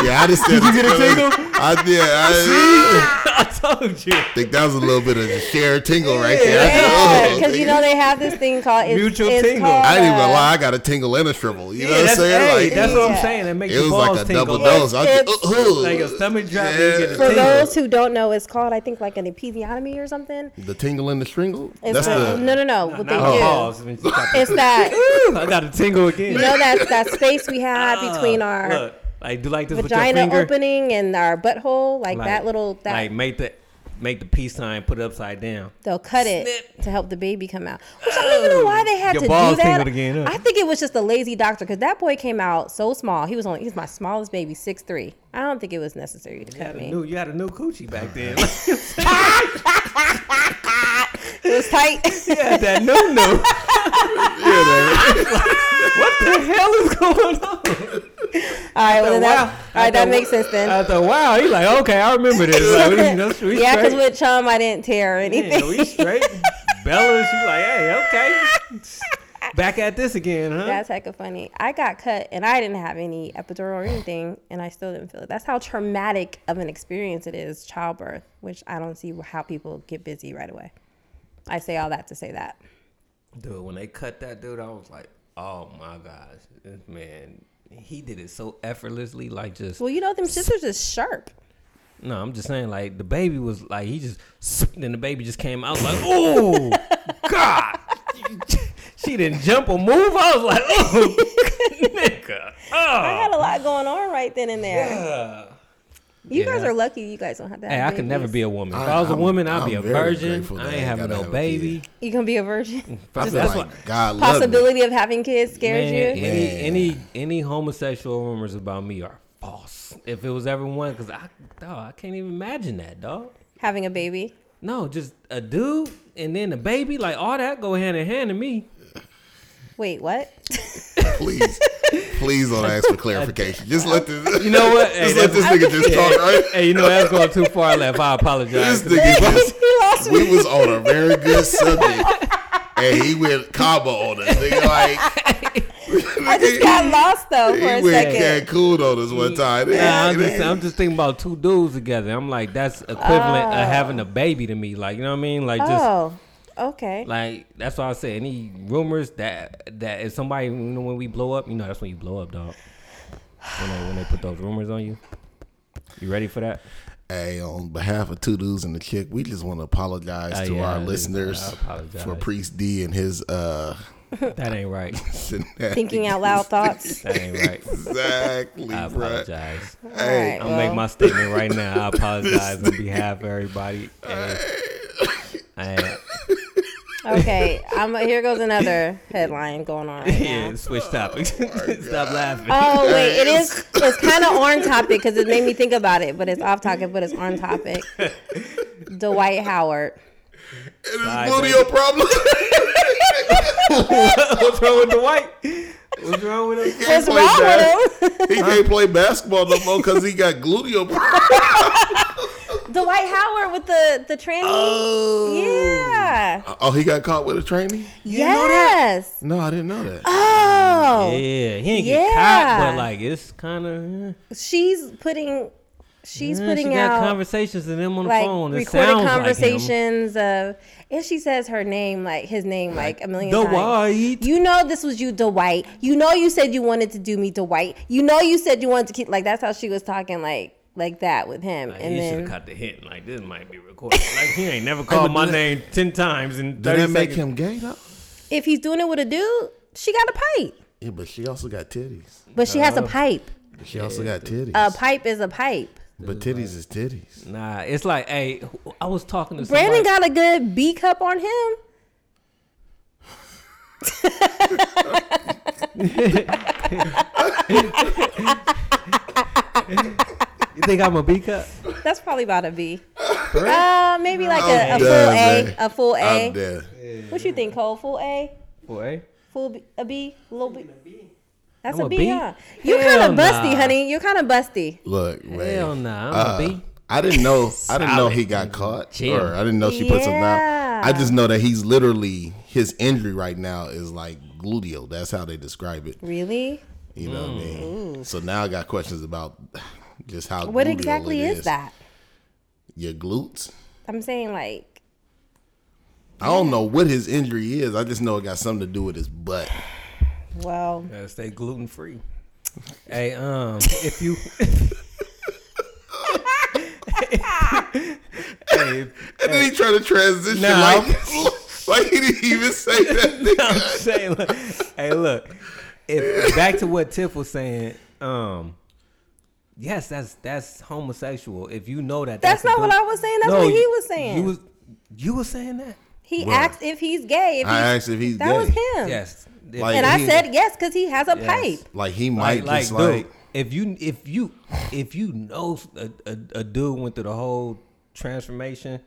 B: Yeah. yeah, I understand
A: Did you get a tingle?
B: I did. I
A: I told you.
B: think that was a little bit of a shared tingle right there.
C: Yeah,
B: Oh,
C: because you
B: nigga.
C: know they have this thing called it's,
A: Mutual
C: it's
A: tingle.
C: Called,
B: I didn't
C: uh,
B: even lie. I got a tingle and a shrivel. You
A: Yeah,
B: know what I'm
A: that's,
B: saying?
A: hey,
B: like,
A: that's what I'm
C: Yeah.
A: saying. That makes
B: it
A: your
B: was
A: balls
B: like a
A: tingle.
B: double dose. I just, uh,
C: It's-
B: ooh,
A: Like a stomach drop, you get a
C: For
A: tingle.
C: those who don't know, it's called I think like an episiotomy or something.
B: The tingle and the stringle?
C: It's
B: That's
C: like,
B: the.
C: no, no, no. What they
A: Not my
C: do?
A: balls. when she got the-
C: It's that
A: Ooh, I got a tingle again.
C: you know that that space we have between
A: Ah,
C: our
A: look, like do like this with your
C: vagina
A: finger.
C: opening and our butthole, like,
A: Like-
C: that little that
A: like make the make the peace sign, put it upside down.
C: They'll cut it to help the baby come out. Which I don't even know why they had
A: Your
C: to
A: balls
C: do that.
A: tingled again, huh?
C: I think it was just a lazy doctor because that boy came out so small. He was only he's my smallest baby, six three. I don't think it was necessary to
A: You had
C: cut
A: a
C: me.
A: new, you had a new coochie back then.
C: It was tight.
A: you had that new new. what the hell is going on?
C: all right, well, then
A: wow.
C: that, all right, that makes sense then.
A: I thought, wow. He's like, okay, I remember this. Like, we, that's, we
C: yeah, because
A: straight.
C: with chum I didn't tear or
A: Yeah,
C: anything.
A: we straight. Bella, she like, hey, okay. Back at this again, huh?
C: That's hecka funny. I got cut and I didn't have any epidural or anything, and I still didn't feel it. That's how traumatic of an experience it is, childbirth, which I don't see how people get busy right away. I say all that to say that.
A: Dude, when they cut that dude, I was like, oh my gosh, this man, he did it so effortlessly. Like, just
C: Well, you know, them sisters is sharp.
A: no, I'm just saying, like the baby was like, he just then the baby just came out like, oh god, she didn't jump or move. I was like, oh nigga,
C: I
A: oh.
C: had a lot going on right then and there. You guys
A: Yeah.
C: are lucky you guys don't have that.
A: Hey, I could never be a woman. If
B: I-
A: I was a
B: I'm-
A: woman, I'd be
B: I'm
A: a
B: very
A: virgin.
B: grateful
A: I
B: that
A: ain't
B: I
A: having
B: gotta
A: no
B: have a
A: baby.
C: You can be a virgin.
B: I feel
A: That's
B: like
A: what-
B: God loves me.
C: Possibility of having kids scares
A: Man,
C: you.
A: any
B: Man.
A: any any homosexual rumors about me are false. If it was ever one, because I dog, I can't even imagine that, dog.
C: Having a baby.
A: No, just a dude and then a baby, like all that go hand in hand to me.
C: Wait, what?
B: Please, please don't ask for clarification. Just let this.
A: You know what? Hey,
B: Just let
A: that's,
B: this nigga just talk, right?
A: hey, you know that's going too far left. I apologize.
B: This nigga just.
C: he lost me.
B: We was on a very good subject, and he went Cabo on us. Nigga, like
C: I just got lost though for
B: he
C: a
B: went
C: second.
B: Cancun on us one time.
A: Nah, I'm,
B: Nigga,
A: just, I'm just thinking about two dudes together. I'm like, that's equivalent of having a baby to me. Like, you know what I mean? Like, just
C: Oh, okay.
A: Like that's why I say any rumors that that if somebody you know when we blow up, you know that's when you blow up, dog. When they, when they put those rumors on you, you ready for that?
B: Hey, on behalf of two dudes and the chick, we just want to apologize
A: Uh,
B: to
A: yeah,
B: our
A: I- I
B: listeners
A: apologize.
B: for Priest D and his uh.
A: That ain't right.
C: Thinking out loud thoughts.
A: That ain't right.
B: exactly,
A: I
B: bruh.
A: apologize.
B: Hey,
C: All
A: I'll
C: right,
A: make
C: well,
A: my statement right now. I apologize on behalf of everybody. And, and-
C: okay. I'm here goes another headline going on right now.
A: yeah, Oh, switch topics. Stop laughing.
C: Oh wait, it is. It's kind of on topic because it made me think about it, but it's off topic, but it's on topic. Dwight Howard.
B: it is
A: Bye,
B: gluteo problem.
A: What's wrong with Dwight? What's wrong with him?
B: can't
C: What's wrong with
B: bas- He can't play basketball no more because he got gluteo problems.
C: Dwight Howard with the the tranny. yeah.
B: Oh, he got caught with a trainee?
C: Yes.
B: No, I didn't know that.
C: Oh,
A: Yeah, he ain't get
C: Yeah.
A: caught, but like it's kind of.
C: she's putting. She's
A: Yeah,
C: putting
A: she got
C: out
A: conversations and them on the
C: like
A: phone. It sounds
C: recorded
A: like him.
C: conversations of, and she says her name like his name like a million times.
A: Dwight.
C: You know this was you, Dwight. You know you said you wanted to do me, Dwight. You know you said you wanted to keep like that's how she was talking like like that with him,
A: Like,
C: and
A: he should have
C: then
A: cut the hint. Like this might be recorded. Like he ain't never called
B: but
A: my
B: do that-
A: name ten times in
B: Did
A: thirty
B: that make
A: seconds.
B: him gay though?
C: if he's doing it with a dude, she got a pipe,
B: Yeah, but she also got titties.
C: but she has a pipe.
B: She also got titties.
C: A pipe is a pipe.
B: but titties is titties.
A: Nah, it's like, hey, wh- I was talking to
C: Brandon
A: somebody.
C: got a good B cup on him.
A: you think I'm a B cup?
C: That's probably about a B. Uh, maybe like a, a
B: I'm
C: full
B: done,
C: A.
B: man.
C: A full
B: I'm
C: A.
B: dead.
C: What you think, Cole? Full A?
A: Boy,
C: Full B? A B? Little B? That's
A: I'm
C: a
A: a
C: B,
A: B?
C: huh? You're
A: Hell
C: kind of busty,
A: nah.
C: honey. You're kind of busty.
B: Look, man.
A: hell nah, I'm a
B: Uh,
A: B.
B: I didn't know. I didn't know he got caught,
A: Jim.
B: or I didn't know she put something
C: Yeah.
B: out. I just know that he's literally his injury right now is like gluteo. That's how they describe it.
C: Really?
B: You know what I mean? So now I got questions about just how.
C: Mm. What
B: gluteal
C: exactly
B: it
C: is that?
B: Your glutes.
C: I'm saying like
B: I don't know what his injury is. I just know it got something to do with his butt.
C: well,
A: Gotta Uh, stay gluten free. hey, um, if you. hey,
B: And then he tried to transition
A: Nah.
B: like, like he didn't even say that.
A: I'm saying, look, hey, look. If back to what Tiff was saying, um, yes, that's that's homosexual. If you know that,
C: That's not
A: a
C: what
A: good-
C: I was saying. That's what he was saying.
A: You was you was saying that.
C: he
B: Well,
C: asked if he's gay. If
B: I
C: he's-
B: asked if he's
C: that
B: gay.
C: was him.
A: Yes, If-
B: Like-
C: And I
B: He-
C: said yes because he has a
A: Yes.
C: pipe.
B: Like he
A: like,
B: might
A: like,
B: just
A: dude,
B: like
A: if you if you if you know a, a, a dude went through the whole transformation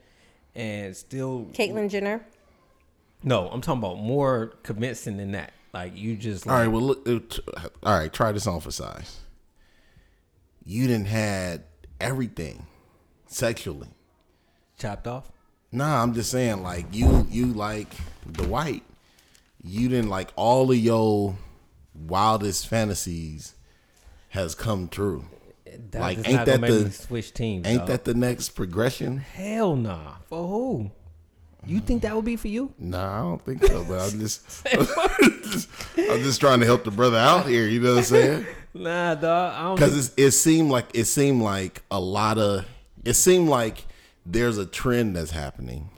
A: and still
C: Caitlyn Jenner.
A: no, I'm talking about more convincing than that. Like you just
B: All
A: like
B: right, well, look. uh, t- All right, try this on for size. You didn't had everything sexually.
A: chopped off.
B: Nah, I'm just saying, like you, you like Dwight. You didn't like all of your wildest fantasies has come true.
A: That,
B: Like,
A: that's
B: ain't
A: not
B: that
A: gonna make
B: the-
A: me switch teams?
B: Ain't
A: dog.
B: that the next progression?
A: Hell nah. For who? You think that would be for you?
B: Nah, I don't think so. But I'm just, I'm just trying to help the brother out here. You know what I'm saying?
A: Nah, dog. I don't. think-
B: because it seemed like it seemed like a lot of it seemed like there's a trend that's happening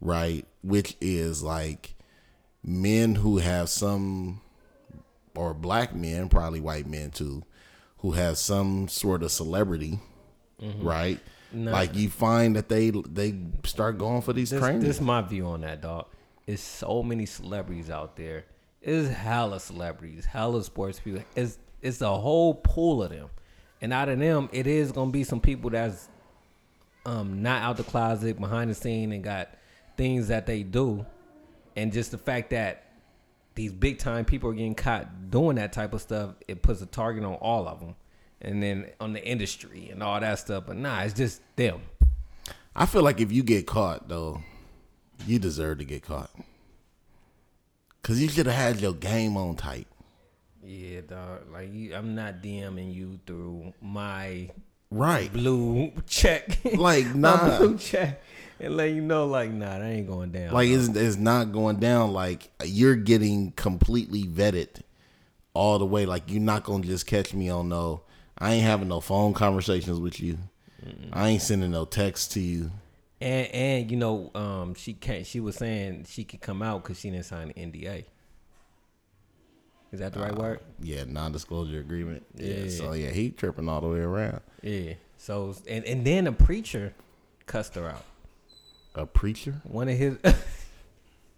B: right which is like men who have some or black men probably white men too who have some sort of celebrity
A: Mm-hmm.
B: right like you find that they they start going for these
A: This,
B: trainers
A: this my view on that, dog. It's so many celebrities out there. It's hella celebrities, hella sports people. It's it's a whole pool of them, and out of them, it is gonna be some people that's um not out the closet, behind the scene, and got things that they do, and just the fact that these big time people are getting caught doing that type of stuff, it puts a target on all of them, and then on the industry and all that stuff. But nah, it's just them.
B: i feel like if you get caught though you deserve to get caught because you should have had your game on tight
A: Yeah, dog. Like you, I'm not DMing you through my
B: right
A: blue check,
B: Like,
A: my
B: nah.
A: blue check, and let you know, like, nah, that ain't going down.
B: Like it's, it's not going down. Like you're getting completely vetted all the way. Like you're not gonna just catch me on no. I ain't having no phone conversations with you. I ain't sending no text to you.
A: and and you know, um, she can't. She was saying she could come out because she didn't sign an NDA. Is that the right word?
B: Yeah, non-disclosure agreement. Yeah.
A: Yeah.
B: So yeah, he tripping all the way around.
A: Yeah. So and and then a preacher cussed her out.
B: A preacher?
A: One of his.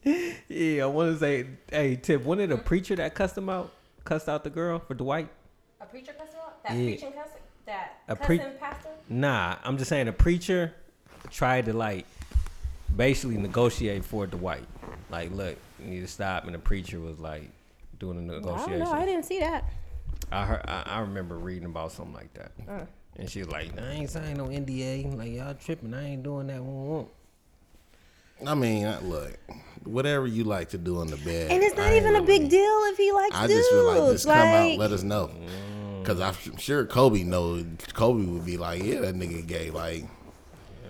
A: yeah, I want to say, hey, Tip. One of the preacher that cussed him out, cussed out the girl for Dwight.
C: A preacher cussing out? That
A: Yeah. preaching
C: cussing? That
A: A pre- cussing
C: pastor?
A: Nah, I'm just saying a preacher tried to like basically negotiate for Dwight. Like, look, you need to stop. And the preacher was like, during the
B: Oh,
C: I
A: negotiation.
C: don't know. I didn't see that.
A: I heard, I, I remember reading about something like that,
C: Uh.
A: and she was like, "I ain't signed no NDA. Like y'all tripping. I ain't doing that. One,
B: I mean, I- look, whatever you like to do in the bed,
C: And it's not
B: I ain't
C: even a
B: really-
C: big deal if he likes
B: I
C: dudes.
B: just feel like just come out,
C: Like,
B: let us know, because I'm sure Kobe knows. Kobe would be like, yeah, that nigga gay. Like,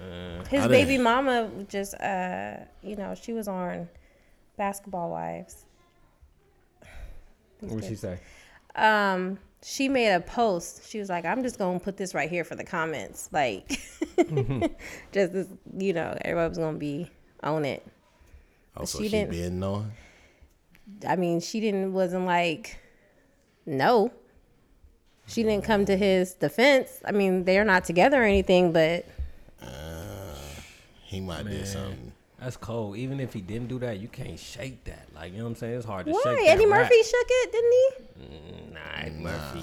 B: oh,
C: his
B: I
C: baby
B: didn't-
C: mama just, uh, you know, she was on Basketball Wives.
A: What would she say?
C: Um, she made a post. She was like, "I'm just gonna put this right here for the comments, like,
A: Mm-hmm.
C: just this, you know, everybody's gonna be on it."
B: also
C: she
B: she,
C: didn't-
B: been knowing.
C: I mean, she didn't wasn't like no. She didn't come to his defense. I mean, they're not together or anything, but
B: He might do something.
A: That's cold. Even if he didn't do that, you can't shake that. Like you know what I'm saying? It's hard to shake.
C: why?
A: that
C: Eddie
A: rap.
C: Murphy shook it, didn't he?
A: Nah, Eddie Murphy.
C: Uh.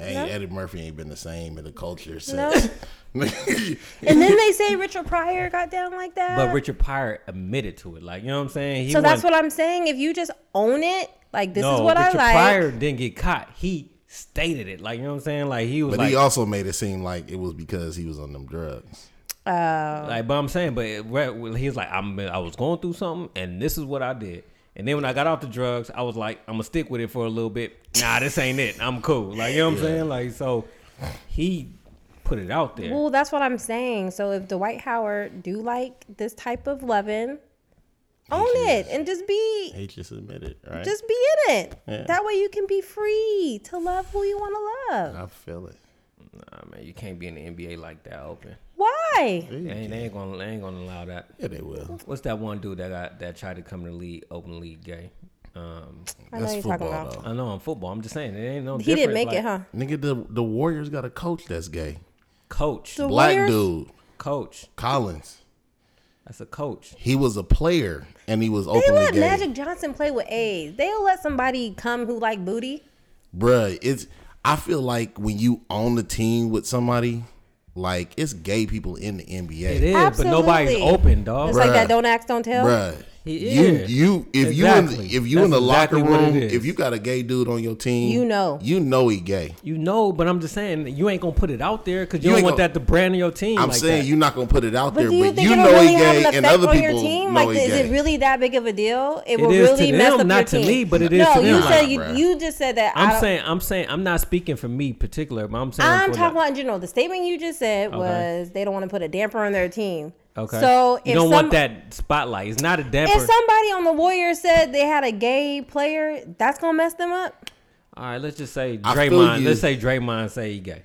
B: Hey, Eddie Murphy ain't been the same in the culture
C: No.
B: since.
C: And then they say Richard Pryor got down like that.
A: But Richard Pryor admitted to it. Like you know what I'm saying? He
C: so that's
A: wasn't-
C: what I'm saying. If you just own it, like this
A: no,
C: is what I
A: Richard
C: like.
A: Pryor didn't get caught. He stated it. Like you know what I'm saying? Like he was
B: but
A: like,
B: he also made it seem like it was because he was on them drugs. uh,
A: like, but I'm saying, but it, right, well, he was like, I'm, I was going through something, and this is what I did. And then when I got off the drugs, I was like, I'm gonna stick with it for a little bit. Nah, this ain't it. I'm cool. Like you know what I'm saying? Like so, he put it out there.
C: Well, that's what I'm saying. So if Dwight Howard do like this type of loving, own it and just be
B: He just admitted, right?
C: just be in it.
B: Yeah.
C: That way you can be free to love who you want to love.
B: I feel it.
A: Nah, man, you can't be in the NBA like that open.
C: Why?
A: They ain't, they ain't gonna, they ain't gonna allow that.
B: Yeah, they will.
A: What's that one dude that got, that tried to come to the league openly gay? Um,
C: I know
B: That's
C: you're talking
B: football,
C: about.
B: though.
A: I know in football. I'm just saying it ain't no.
C: He didn't
A: difference,
C: make
A: like,
C: it, huh?
B: Nigga, the the Warriors got a coach that's gay.
A: Coach,
C: The
B: Black
C: Warriors-
B: dude,
A: coach.
B: Collins.
A: That's a coach.
B: He was a player and he was
C: They
B: openly
C: let
B: gay.
C: Magic Johnson play with AIDS. They'll let somebody come who like booty.
B: Bruh, it's I feel like when you own the team with somebody, like it's gay people in the NBA.
A: It is, but nobody's
C: Absolutely.
A: open, dog.
C: It's like
B: Oh, Bruh.
C: that don't ask, don't tell.
B: Bruh,
A: He
B: you
A: is.
B: you if you
A: Exactly.
B: in, if you
A: That's
B: in the
A: exactly
B: locker
A: what it
B: room,
A: is.
B: if you got a gay dude on your team,
C: You know.
B: you know he gay.
A: You know, but I'm just saying that you ain't gonna put it out there because you,
B: You
A: don't
B: ain't
A: want
B: gonna-
A: that to brand your team.
B: I'm
A: like
B: saying
A: that.
B: you're not gonna put it out
C: But
B: there,
C: do you
B: but
C: think
B: you
C: it'll
B: know
C: really
B: he
C: have an
B: gay
C: effect
B: and other
C: on your
B: people
C: team?
B: know
C: Like,
B: he
C: is
B: gay.
C: it really that big of a deal? It, will
A: is to
C: really mess
A: them,
C: up
A: not
C: your
A: to
C: team.
A: me, but it is
C: no,
A: to
C: you
A: them.
C: said
B: Nah,
C: you,
B: bruh.
C: you just said that. I
A: I'm
C: don't-
A: saying, I'm saying, I'm not speaking for me particular, but I'm saying
C: I'm
A: for
C: talking
A: the,
C: about in general. The statement you just said
A: Okay.
C: was they don't want to put a damper on their team.
A: Okay.
C: So
A: you
C: if
A: don't
C: some,
A: want that spotlight. It's not a damper.
C: If somebody on the Warriors said they had a gay player, that's gonna mess them up.
A: All right, let's just say
B: I feel
A: Draymond.
B: you.
A: Let's say Draymond say he gay.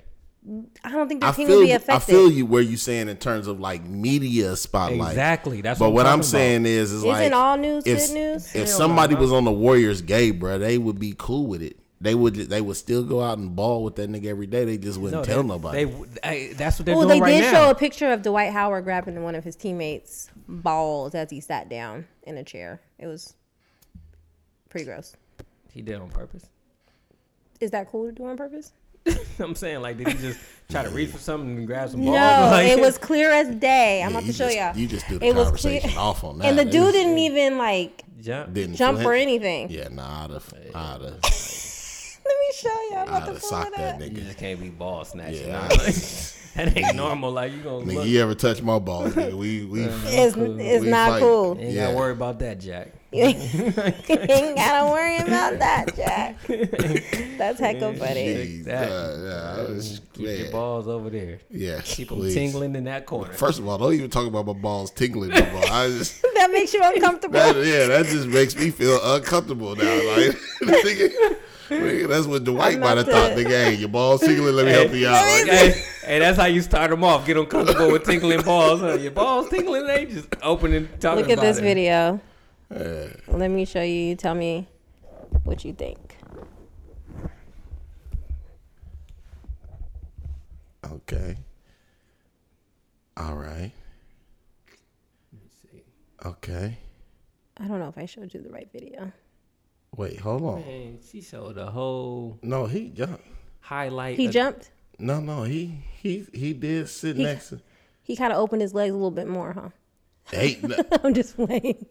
C: I don't think
B: I
C: their team
B: feel
C: would be
B: you- I
C: affected.
B: feel you where you saying in terms of like media spotlight.
A: Exactly. That's
B: But what I'm,
A: talking
B: saying is, is
C: Isn't
B: like
C: all news
B: if,
C: good news?
B: If
A: Hell
B: somebody
A: no.
B: was on the Warriors gay, bruh, they would be cool with it. They would they would still go out and ball with that nigga every day. They just
A: about.
B: wouldn't
A: No,
B: tell
A: they-
B: nobody.
A: They, I- that's what they're
C: Well,
A: doing
C: they
A: right now.
C: did show a picture of Dwight Howard grabbing one of his teammates' balls as he sat down in a chair. It was pretty gross.
A: he did on purpose.
C: Is that cool to do on purpose?
A: I'm saying, like, did he just try to reach for something and grab some
C: No,
A: balls? Oh, Like,
C: it was clear as day.
B: Yeah,
C: I'm about
B: you
C: to show
B: just-
C: y'all.
B: you just threw the
C: It was
B: conversation off on that.
C: And the
B: It
C: dude
B: was-
C: didn't even like
A: jump.
B: Didn't
C: jump
B: flinch.
C: or anything.
B: Yeah, nah, I'd have, I'd have,
C: Let me show y'all. I'm
B: I'd
C: about to
B: have
C: pull it
B: socked that
C: up.
A: You
B: nigga.
A: just can't be ball snatching.
B: Yeah.
A: nah. that ain't normal. Like you gonna
B: Nigga,
A: look.
B: you ever touch my balls? Nigga? We we
A: Uh,
C: It's, it's
B: we
C: not
B: fight.
C: cool.
A: ain't
B: Yeah.
A: gotta worry about that, Jack.
C: ain't gotta worry about that, Jack. That's heck of funny.
B: Jeez,
A: Exactly.
B: uh, yeah, I was-
A: Keep your
B: man.
A: balls over there.
B: Yeah,
A: Keep them
B: please.
A: tingling in that corner.
B: First of all, don't even talk about my balls tingling no more. I just
C: That makes you
B: That,
C: uncomfortable.
B: yeah, that just makes me feel uncomfortable now. Like, nigga, nigga, that's what Dwight
C: I'm
B: might have
C: about
B: thought.
C: to-
B: Nigga, hey, your balls tingling. Let me help you out. Like,
A: hey, hey, that's how you start them off. Get them comfortable with tingling balls. Huh? Your balls tingling, they just opening. Talking
C: Look at
A: about
C: this
A: it.
C: video. Let me show you. You tell me what you think.
B: okay. All right. Okay.
C: I don't know if I showed you the right video.
B: Wait, hold on.
A: Man, she showed the whole
B: No, he jumped.
A: highlight.
C: He
A: of-
C: jumped.
B: No, no, he he he did sit next to.
C: He kind of opened his legs a little bit more, huh?
B: Hey, no,
C: I'm just playing.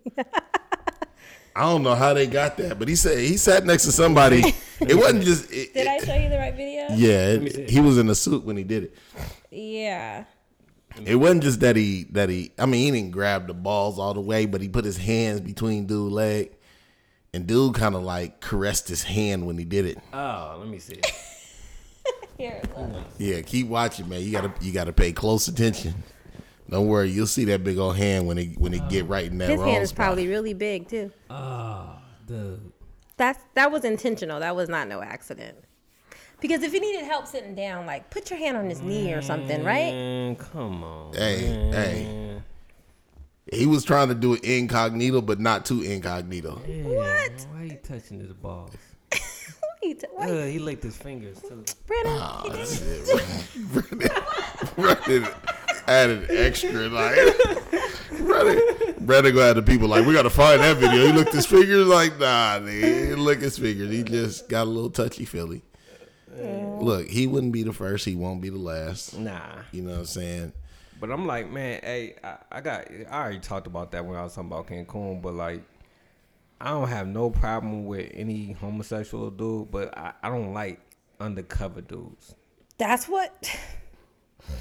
B: I don't know how they got that, but he said he sat next to somebody. It wasn't just. It,
C: Did
B: it-
C: I show you the right video?
B: yeah,
A: me
B: it-
A: see.
B: he was in a suit when he did it.
C: Yeah.
B: It wasn't just that he that he. I mean, he didn't grab the balls all the way, but he put his hands between dude leg, and dude kind of like caressed his hand when he did it.
A: Oh, let me see.
C: Here. Look.
B: Yeah, keep watching, man. You gotta you gotta pay close attention. Don't worry, you'll see that big old hand when it when it get right in that
C: His
B: wrong
C: hand is
B: spot.
C: probably really big too.
A: Oh, dude.
C: That's that was intentional. That was not no accident. Because if he needed help sitting down, like put your hand on his knee or something, right?
A: Man, come on.
B: Hey, hey. He was trying to do it incognito, but not too incognito.
C: What?
A: Why are you touching his balls?
C: What are you do- what are you-
A: Uh, he licked his fingers too.
C: Brandon, he did
B: That's
C: it.
B: it. Running, running, added extra like running. Brandon gonna have the people like we gotta find that video. He looked his fingers like nah, nigga, he didn't look his fingers. He just got a little touchy feely. Look, he wouldn't be the first. He won't be the last.
A: Nah.
B: You know what I'm saying?
A: But I'm like, man, hey, I, I got, I already talked about that when I was talking about Cancun, but like, I don't have no problem with any homosexual dude, but I, I don't like undercover dudes.
C: That's what.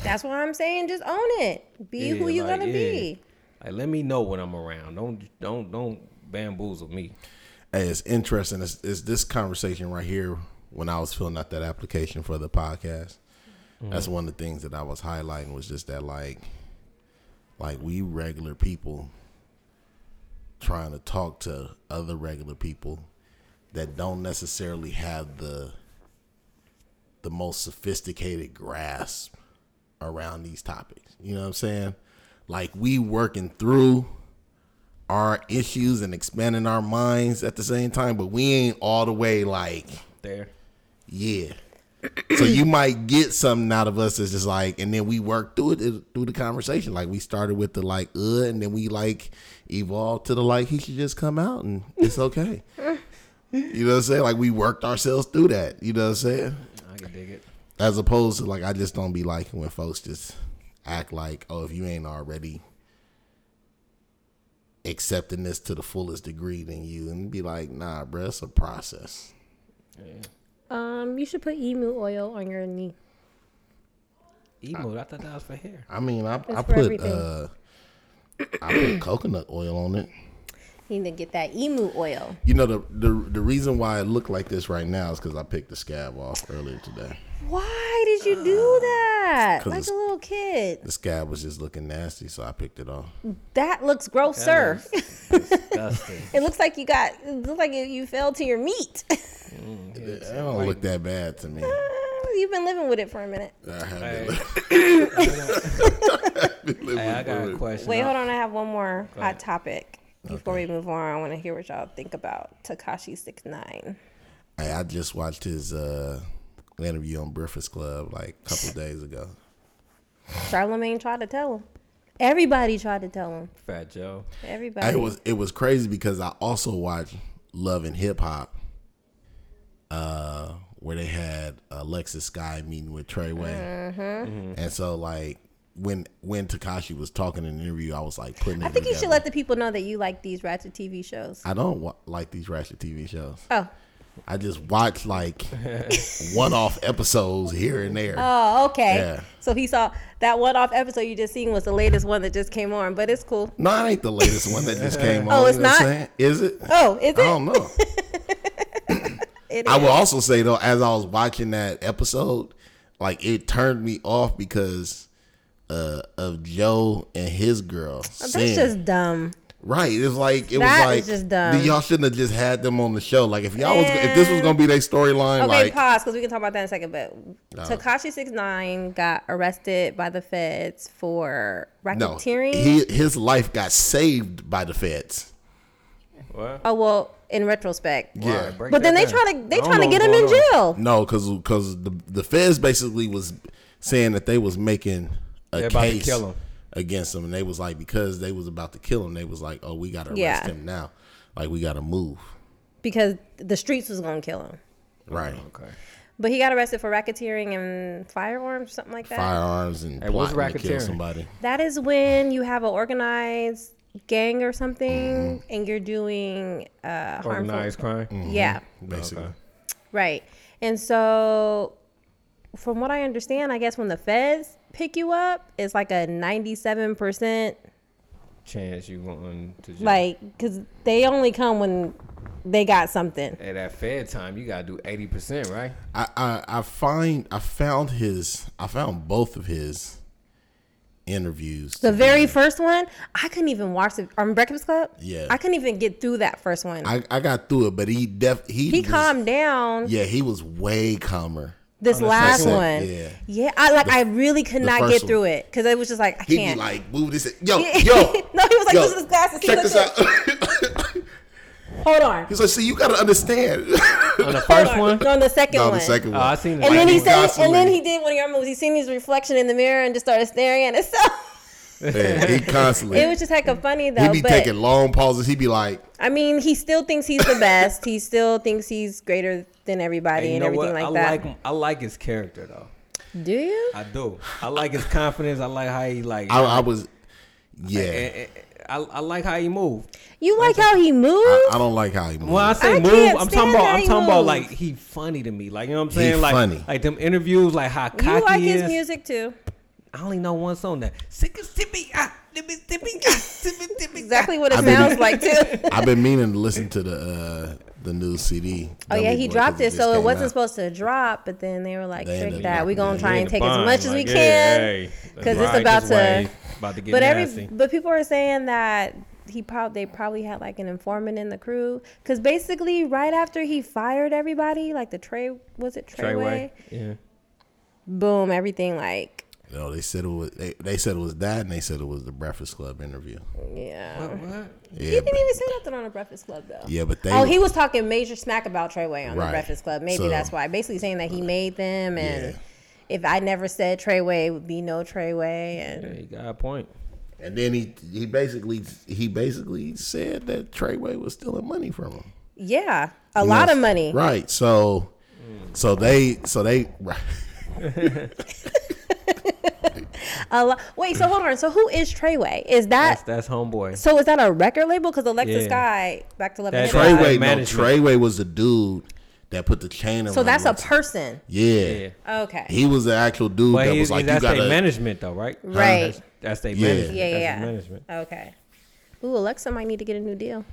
C: That's why I'm saying just own it. Be
A: Yeah,
C: who you
A: like,
C: gonna
A: yeah.
C: be.
A: Like, let me know when I'm around. Don't, don't, don't bamboozle me.
B: Hey, it's interesting. It's, it's this conversation right here when I was filling out that application for the podcast. That's one of the things that I was highlighting was just that like like we regular people trying to talk to other regular people that don't necessarily have the the most sophisticated grasp around these topics. You know what I'm saying? Like we working through our issues and expanding our minds at the same time, but we ain't all the way like,
A: There.
B: yeah. so you might get something out of us that's just like, and then we work through it through the conversation. Like we started with the like, uh, and then we like evolved to the like, he should just come out and it's okay. you know what I'm saying? Like we worked ourselves through that. You know what I'm saying?
A: I can dig it.
B: As opposed to like, I just don't be liking when folks just act like, oh, if you ain't already accepting this to the fullest degree, then you and be like, nah, bruh, it's a process.
C: Um, you should put emu oil on your knee.
A: Emo, I thought that was for hair.
B: I mean, I, I
C: for
B: put
C: everything.
B: uh, I put coconut oil on it.
C: You need to get that emu oil.
B: You know the the the reason why it looked like this right now is because I picked the scab off earlier today.
C: Why did you
A: Ah.
C: do that?
B: 'cause
C: Like
B: it's-
C: a little kid.
B: The scab was just looking nasty, so I picked it off.
C: That looks gross, sir.
A: Disgusting.
C: It looks like you got. It looks like you, you fell to your meat.
B: It don't look that bad to me.
C: You've been living with it for a minute.
B: I have
A: hey,
B: it.
A: hey, I got a question.
C: Wait,
A: I-
C: hold on. I have one more hot topic before we move on. I want to hear what y'all think about Takashi Six Nine.
B: Hey, I just watched his uh, interview on Breakfast Club like a couple days ago.
C: Charlemagne tried to tell him. Everybody tried to tell him.
A: Fat Joe.
C: Everybody.
B: It was it was crazy because I also watched Love and Hip Hop, uh, where they had Alexis Sky meeting with Trey Way,
C: Mm-hmm.
B: and so like when when Takashi was talking in the interview, I was like putting. It
C: I think you should
B: together.
C: let the people know that you like these ratchet TV shows.
B: I don't wa- like these ratchet TV shows.
C: Oh.
B: I just watch like one off episodes here and there.
C: Oh, okay.
B: Yeah.
C: So he saw that one off episode you just seen was the latest one that just came on, but it's cool.
B: No, it ain't the latest one that just came on.
C: Oh, it's
B: you know what I'm
C: not?
B: saying? Is it?
C: Oh, is it?
B: I don't know.
C: It
B: I
C: is.
B: will also say though, as I was watching that episode, like it turned me off because uh, of Joe and his girl.
C: That's
B: Sin.
C: just dumb.
B: right. It's like it
C: That is
B: was like
C: just dumb.
B: y'all shouldn't have just had them on the show. Like if y'all was if this was gonna be their storyline,
C: Okay,
B: like
C: pause because we can talk about that in a second. But Takashi Six Nine got arrested by the feds for
B: no,
C: racketeering.
B: he, his life got saved by the feds.
A: What?
C: oh well, in retrospect.
B: Yeah.
A: Alright, break
C: But then
A: that
C: they
A: down.
C: try to they
A: I don't
C: trying to
A: know
C: get
A: what's
C: him in
A: going on.
C: jail.
B: No, because the the feds basically was saying that they was making a
A: They're about to
B: case
A: kill him.
B: against him, and they was like because they was about to kill him, they was like, oh, we gotta arrest
C: Yeah.
B: him now, like we gotta move,
C: because the streets was gonna kill him.
B: right?
A: Okay.
C: But he got arrested for racketeering and firearms, something like that.
B: Firearms and
A: what's
B: plotting to kill
A: racketeering?
B: somebody.
C: That is when you have an organized gang or something and you're doing uh, harmful.
A: Mm-hmm. Organized crime. Mm-hmm.
C: Yeah,
B: basically.
C: right. And so, from what I understand, I guess when the feds pick you up, it's like a 97%,
A: Chance you going to jail.
C: like, because they only come when they got something.
A: at that fed time, you gotta do eighty percent, right?
B: I, I I find I found his I found both of his interviews.
C: The
B: to be-
C: very first one, I couldn't even watch the on Breakfast Club.
B: Yeah.
C: I couldn't even get through that first one.
B: I, I got through it, but he def he
C: he
B: was-
C: calmed down.
B: Yeah, he was way calmer.
C: This last
B: second-
C: one,
B: yeah.
C: yeah, I like. I really could not
B: first
C: get through it because it was just like I
B: He'd
C: can't.
B: be like, "Move this, yo,
C: Yeah.
B: yo."
C: No, he was like,
B: yo,
C: "This is glasses. He
B: Check
C: looked
B: this out.
C: Hold on.
B: He's like, "See, you gotta understand."
A: On the
C: Hold
A: first
C: on.
A: one,
C: No, on the second
B: no,
C: one.
B: the second
A: Oh,
B: one.
A: I seen it.
C: And then
B: Lightning
C: he said, and then
B: Gosling.
C: he did one of your moves. He seen his reflection in the mirror and just started staring at itself.
B: Yeah, he constantly.
C: It was just heck of funny though.
B: he'd be
C: but
B: taking long pauses. He'd be like,
C: I mean, he still thinks he's the best. he still thinks he's greater than everybody
A: you
C: and
A: know what?
C: everything like
A: I
C: that.
A: like him. I like his character though.
C: Do you?
A: I do. I like his confidence. I like how he like.
B: "I,
A: I,
B: I was, yeah."
A: I, I like how he move.
C: You like how he moves?
B: I, I don't like how he moves.
A: When I say
C: I
A: move,
C: can't
A: I'm
C: stand
A: talking about.
C: how
A: I'm
C: he
A: talking about
C: move.
A: like he funny to me. Like you know what I'm saying? like
B: funny.
A: Like them interviews, like how cocky
C: you like
A: he
C: his
A: is.
C: music too.
A: I only know one song that sick as tippy, ah, tippy, tippy, ah, tippy, tippy.
C: Exactly what it
B: I mean-
C: sounds like too.
B: I've been meaning to listen to the uh, the new CD.
C: Oh yeah, he dropped it, so it wasn't
B: supposed.
C: supposed to drop. But then they were like,
B: They
C: "Trick
B: ended
C: that.
B: up
C: We gonna
B: dropping
C: try
B: it.
C: and take as much as we can." because it's about to.
A: about to get
C: but
A: nasty.
C: every but people are saying that he probably they probably had like an informant in the crew because basically right after he fired everybody, like the Trey was it Treyway?
A: yeah.
C: Boom, everything like
B: No, they said it was. They, they said it was that, and they said it was the Breakfast Club interview.
C: yeah.
A: What?
B: Yeah,
C: He
B: but,
C: didn't even say nothing on the Breakfast Club though.
B: yeah, but they.
C: oh, he was talking major smack about Treyway on
B: Right.
C: the Breakfast Club. Maybe
B: So-
C: that's why. Basically saying that he made them and
B: Yeah.
C: if I never said Treyway, it would be no Treyway and
A: Yeah, you got a point.
C: Uh,
B: and then he he basically he basically said that Treyway was stealing money from him.
C: yeah, a lot of money.
B: Right. So, so they so they right.
C: A lot. Wait, so hold on. So who is Treyway? Is that
A: That's that's homeboy.
C: So is that a record label? Because Alexis
A: Yeah.
C: Guy, back to Love and
A: That's
C: Hip
A: right.
C: Hop.
B: Treyway. No,
A: management.
B: Treyway was the dude that put the chain around.
C: So that's a
B: Russell.
C: person.
B: yeah.
A: Yeah.
C: Okay.
B: He was the actual dude
A: But
B: that
A: he's,
B: was like,
A: that's
B: you
A: their
B: gotta.
A: management though, right?
C: Right.
A: That's, that's their
B: Yeah.
A: management.
C: yeah, yeah,
A: That's
C: yeah.
A: their management.
C: Okay. Ooh, Alexa might need to get a new deal.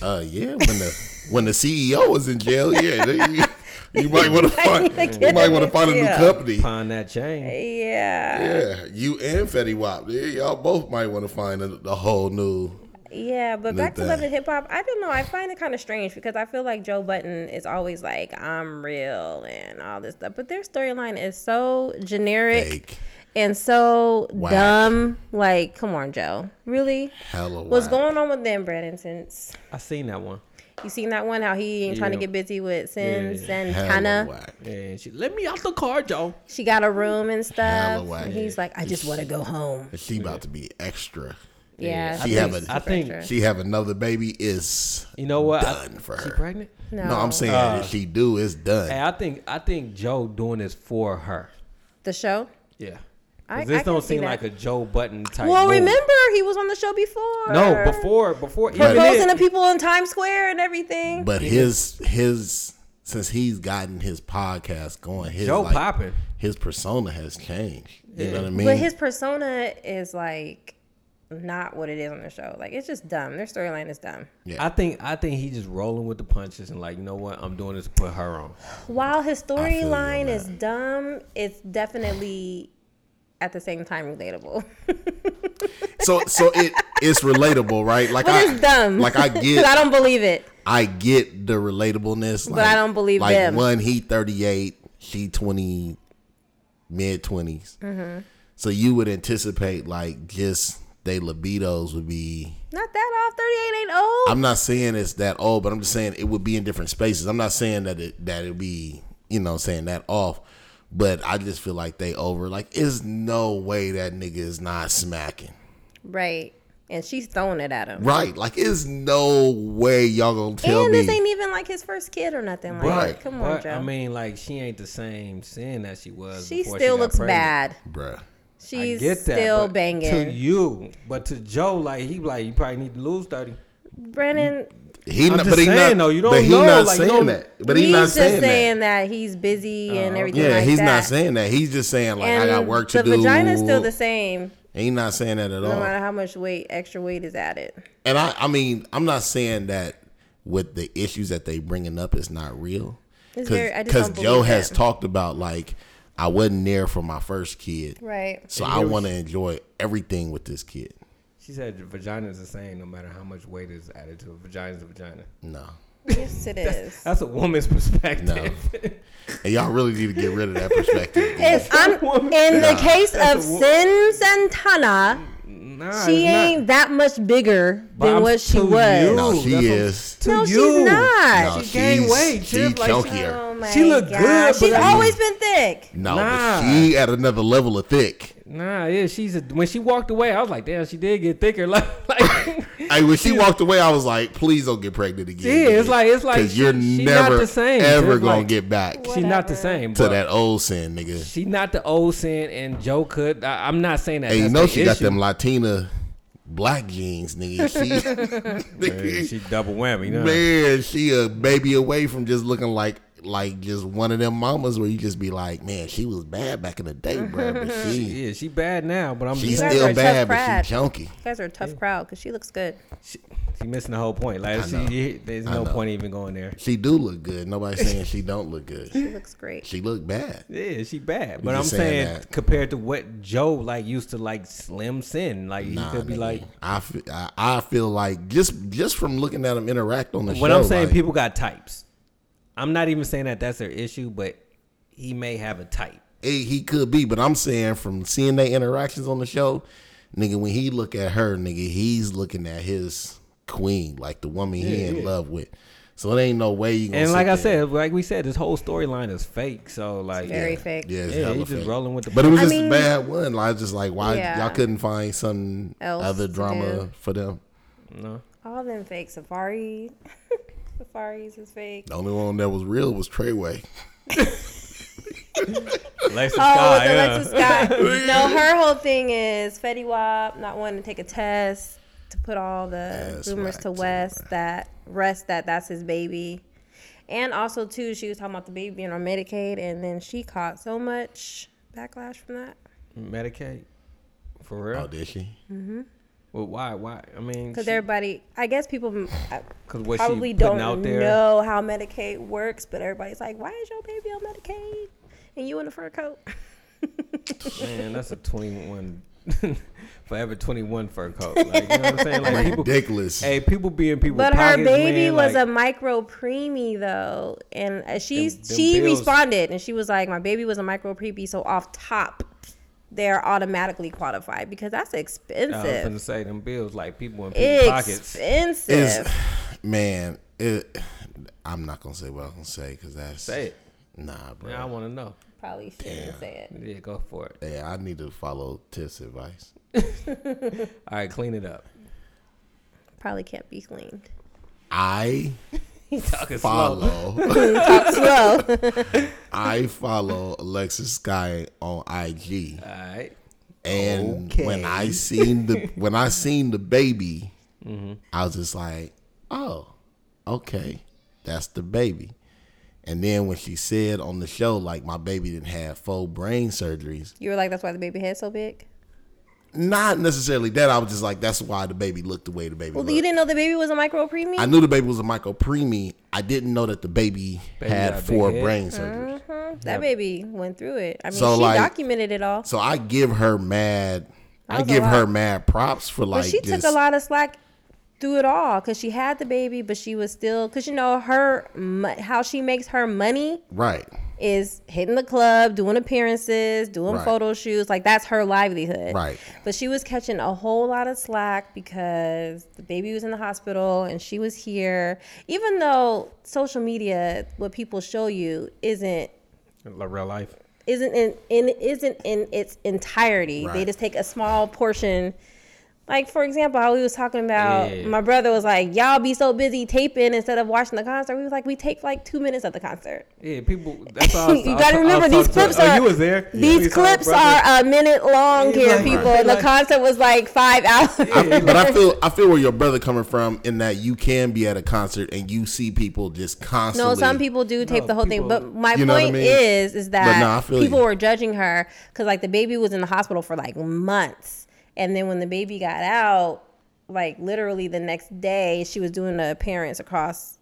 B: Uh, yeah, when the when the CEO was in jail, yeah, they, you, you might want to find you might want to find a new
C: Yeah.
B: company.
A: Find that chain.
C: Yeah.
B: Yeah, you and Fetty Wap, yeah, y'all both might want to find a, a whole new.
C: Yeah, but back to
B: thing.
C: Love and Hip Hop, I don't know. I find it kind of strange because I feel like Joe Button is always like, I'm real and all this stuff. But their storyline is so generic
B: Fake.
C: and so
B: Whack.
C: dumb. Like, come on, Joe. Really?
B: Hella
C: What's
B: whack.
C: going on with them, Brandon? Since
A: I seen that one.
C: you seen that one, how he ain't trying to
A: Yeah.
C: get busy with Sins
A: Yeah.
C: and
B: Hella
C: Hannah.
B: whack.
A: Yeah, she let me out the car, Joe.
C: She got a room and stuff.
B: Halloween.
C: And he's like, I just want to go home.
B: And She about to be extra.
C: Yeah.
B: She have a-
A: I think-
C: Sure.
B: She have another baby is
A: You know what? I-
B: done for
A: she
B: her.
A: pregnant?
C: no,
B: No, I'm saying if she do, it's done.
A: Hey, I think I think Joe doing this for her.
C: the show.
A: Yeah.
C: I-
A: 'Cause this
C: I can
A: don't
C: see
A: seem
C: that.
A: like a Joe Button type.
C: Well,
A: move.
C: remember he was on the show before.
A: No, before before even
C: proposing to
A: it,
C: people in Times Square and everything.
B: But his his since he's gotten his podcast going, his
A: Joe
B: like,
A: popping.
B: his persona has changed. You know what I mean?
C: But his persona is like not what it is on the show. Like it's just dumb. Their storyline is dumb.
A: I think I think he just rolling with the punches and like, you know what? I'm doing this to put her on.
C: While his
B: you on
C: storyline
B: that.
C: is dumb, it's definitely at the same time relatable.
B: so so it it's relatable, right? Like
C: but
B: I
C: it's dumb.
B: like I
C: 'Cause I
B: get
C: don't believe it.
B: I get the relatableness,
C: But I don't believe
B: like
C: them.
B: one he thirty eight, she twenty, mid 20s
C: Mm-hmm.
B: So you would anticipate like just they libidos would be
C: Not that off. Thirty-eight ain't old.
B: I'm not saying it's that old, but I'm just saying it would be in different spaces. I'm not saying that it that it be, you know, saying that off. But I just feel like they over. Like, there's no way that nigga is not smacking.
C: Right. And she's throwing it at him.
B: Right. Like, it's no way y'all gonna tell
C: And
B: me.
C: this ain't even like his first kid or nothing. Like,
B: Right.
C: come on,
A: But
C: Joe.
A: I mean, like she ain't the same sin that she was.
C: she
A: before
C: still
A: got
C: looks
A: pregnant.
C: bad.
B: Bruh.
C: She's
A: get that,
C: still
A: but To
C: banging.
A: you, but to Joe, like he like you probably need to lose thirty.
C: Brennan,
B: He,
A: I'm
B: not,
A: just
B: but he
A: saying,
B: not,
A: though, you
B: but
A: don't
B: he
A: know,
B: not
A: like, you don't-
B: saying that. But
C: he's
B: he not
C: just
B: saying, that. Oh,
C: saying that. he's busy and everything
B: Yeah,
C: like
B: he's
C: that.
B: not saying that. He's just saying like I got work to
C: the
B: do. Oh.
C: vagina's still the same,
B: He's not saying that at
C: no
B: all.
C: matter how much weight, extra weight is added.
B: and I, I mean, I'm not saying that with the issues that they bringing up is not real.
C: It's very- I just don't
B: Joe
C: believe
B: has
C: that.
B: talked about like I wasn't there for my first kid,
C: Right.
B: so I want to enjoy everything with this kid.
A: She said vagina's the same no matter how much weight is added to a vagina's a vagina.
B: No,
C: Yes, it is.
A: That's a woman's perspective.
B: and y'all really need to get rid of that perspective.
C: If I'm, in the case of Sin Santana,
A: nah,
C: she
A: it's not.
C: ain't that much bigger
A: But
C: than
A: I'm
C: what she
A: to
C: was.
A: you.
B: no, she
A: that's what-
B: is.
A: To
C: No, she's
A: you.
C: not.
B: No,
A: she gained
B: she's-
A: weight,
B: She
A: Chip, like,
B: chunkier.
C: Oh my
A: She look
C: God.
A: good, but
C: She's
A: I-
C: always been thick.
B: No,
A: Nah.
B: but she at another level of thick.
A: Nah, yeah, she's a, when she walked away, I was like, damn, she did get thicker. Like, like
B: Hey, when she walked away, I was like, "Please don't get pregnant again."
A: Yeah, it's like- it's like
B: 'Cause
A: she-
B: you're
A: she not
B: never
A: the same.
B: ever
A: It's
B: gonna
A: like-
B: get back
A: she's not the
C: Whatever.
A: same.
B: to
A: but
B: that old sin, nigga.
A: She's not the old sin, and Joe could. I, I'm not saying that.
B: And you
A: that's
B: know
A: the
B: she got
A: issue.
B: them Latina black jeans, nigga. She,
A: Yeah, She double whammy. nah.
B: man, she a baby away from just looking like like just one of them mamas where you just be like, man, she was bad back in the day, bro, but she
A: Yeah, she bad now, but I'm
B: she's
A: just
C: She's
B: still
C: a tough
B: bad,
C: crowd.
B: but she chunky.
C: You guys are a tough crowd because she looks good.
A: she, she missing the whole point. Like,
B: know.
A: she, there's
B: I
A: no
B: know.
A: point even going there.
B: She do look good. Nobody's saying she don't look good.
C: She looks great.
B: She look bad.
A: Yeah, she bad, but I'm
B: just
A: saying,
B: saying that.
A: compared to what Joe like used to like slim sin, like
B: Nah,
A: he could be
B: nigga.
A: like.
B: I, feel, I I feel like just just from looking at him interact on the show.
A: What I'm saying,
B: like,
A: people got types. I'm not even saying that that's their issue, but he may have a type.
B: it, he could be, but I'm saying from seeing their interactions on the show, nigga, when he look at her, nigga, he's looking at his queen, like the woman he in love with. So it ain't no way you. Gonna
A: And
B: sit
A: like I
B: there-
A: said, like we said, this whole storyline is fake. So like,
C: Very fake.
B: yeah, it's
A: yeah,
B: hella
A: he just
B: fake.
A: rolling with the.
B: But it was
C: I
B: just a
C: mean-
B: bad one. Like, I was just like, why
C: Yeah.
B: y'all couldn't find some
C: Else
B: other
C: to
B: drama
C: do.
B: for them?
A: no.
C: All them fake safari. Safaris is fake.
B: The only one that was real was Treyway.
A: Alexis
C: Oh,
A: Scott,
C: with
A: yeah.
C: Alexis Scott. no, her whole thing is Fetty Wap not wanting to take a test to put all the
B: That's
C: rumors
B: whack,
C: to
B: too,
C: West that rest that that's his baby. And also too, she was talking about the baby being on Medicaid, and then she caught so much backlash from that
A: Medicaid. For real?
B: Oh, did she?
A: well, why? Why? I mean,
C: because
A: she-
C: everybody, I guess people uh,
A: 'Cause what she
C: probably
A: putting
C: don't
A: out there-
C: know how Medicaid works, but everybody's like, "Why is your baby on Medicaid and you in a fur coat?"
A: man, that's a twenty-one, forever twenty-one fur coat. Like, you know what I'm saying? Like people,
B: Ridiculous.
A: hey, people being people.
C: But her
A: pockets,
C: baby
A: man,
C: was
A: like,
C: a micro preemie though, and uh, she
A: Them- them
C: she
A: bills-
C: responded and she was like, "My baby was a micro preemie, so off top, they're automatically qualified because that's
A: I was gonna
C: expensive,
A: say them bills, like people in people's pockets.
C: expensive."
B: It's, man, it, I'm not gonna say what I'm gonna say because that's
A: Say it.
B: Nah, bro.
A: Man, I want to know.
C: Probably shouldn't say it.
A: Yeah, go for it.
B: Yeah, I need to follow Tiff's advice.
A: All right, clean it up.
C: Probably can't be cleaned.
B: I
A: He's talking slow.
B: follow.
C: Slow.
B: I follow Alexis Sky on IG,
A: All right.
B: and when I seen the when I seen the baby,
A: Mm-hmm.
B: I was just like, "Oh, okay, that's the baby." And then when she said on the show, like my baby didn't have full brain surgeries,
C: you were like, "That's why the baby head's so big."
B: not necessarily that. I was just like, that's why the baby looked the way the baby
C: Well,
B: looked.
C: you didn't know the baby was a micro preemie.
B: I knew the baby was a Michael preemie. I didn't know that the baby,
A: Baby got a
B: had
A: big
B: four
A: head.
B: brain surgeries.
C: Mhm. That baby went through it. I mean,
B: So,
C: she
B: like-
C: documented it all.
B: So I give her mad. I
C: was a
B: give her
C: lot.
B: mad props for like
C: But she
B: just
C: took a lot of slack through it all because she had the baby, but she was still because you know her mo- how she makes her money
B: right.
C: is hitting the club, doing appearances, doing
B: Right.
C: photo shoots. Like that's her livelihood.
B: Right.
C: But she was catching a whole lot of slack because the baby was in the hospital and she was here. Even though social media, what people show you isn't
A: Like real life.
C: isn't in, in isn't in its entirety. They
B: Right.
C: just take a small portion Like for example, how we was talking about
A: Yeah.
C: my brother was like, "Y'all be so busy taping instead of watching the concert." We was like, "We take like two minutes of the concert.
A: Yeah, people. That's all. I was-
C: You
A: I was
C: gotta
A: ta- I
C: remember
A: was
C: these
A: talking
C: clips
A: to,
C: are-
A: Oh, you was there.
C: These clips are a minute long
E: He's
C: here,
E: like-
C: people.
E: Right.
C: And the
E: Like-
C: concert was like five hours.
B: I, but I feel I feel where your brother coming from in that you can be at a concert and you see people just constantly.
C: No, some people do tape
A: No,
C: the whole
A: people-
C: thing. But my
B: You know what I
C: point
B: mean?
C: is, is that
B: nah, I feel
C: people
B: you.
C: were judging her because like the baby was in the hospital for like months, and then when the baby got out, like literally the next day, she was doing an appearance across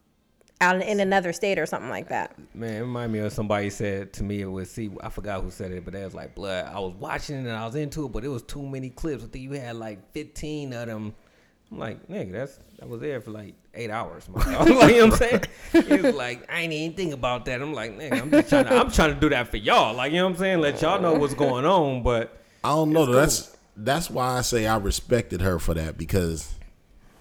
C: out in another state or something like that.
A: Man, it remind me of somebody said to me it was see I forgot who said it, but they was like, "Blood." I was watching it and I was into it, but it was too many clips. I think you had like fifteen of them. I'm like, nigga, that's I was there for like eight hours. My dog. like, you know what I'm saying? He was like, I ain't even think about that. I'm like, nigga, I'm just trying to, I'm trying to do that for y'all. Like, you know what I'm saying? Let y'all know what's going on. But
B: I don't know. though. That's that's why I say I respected her for that because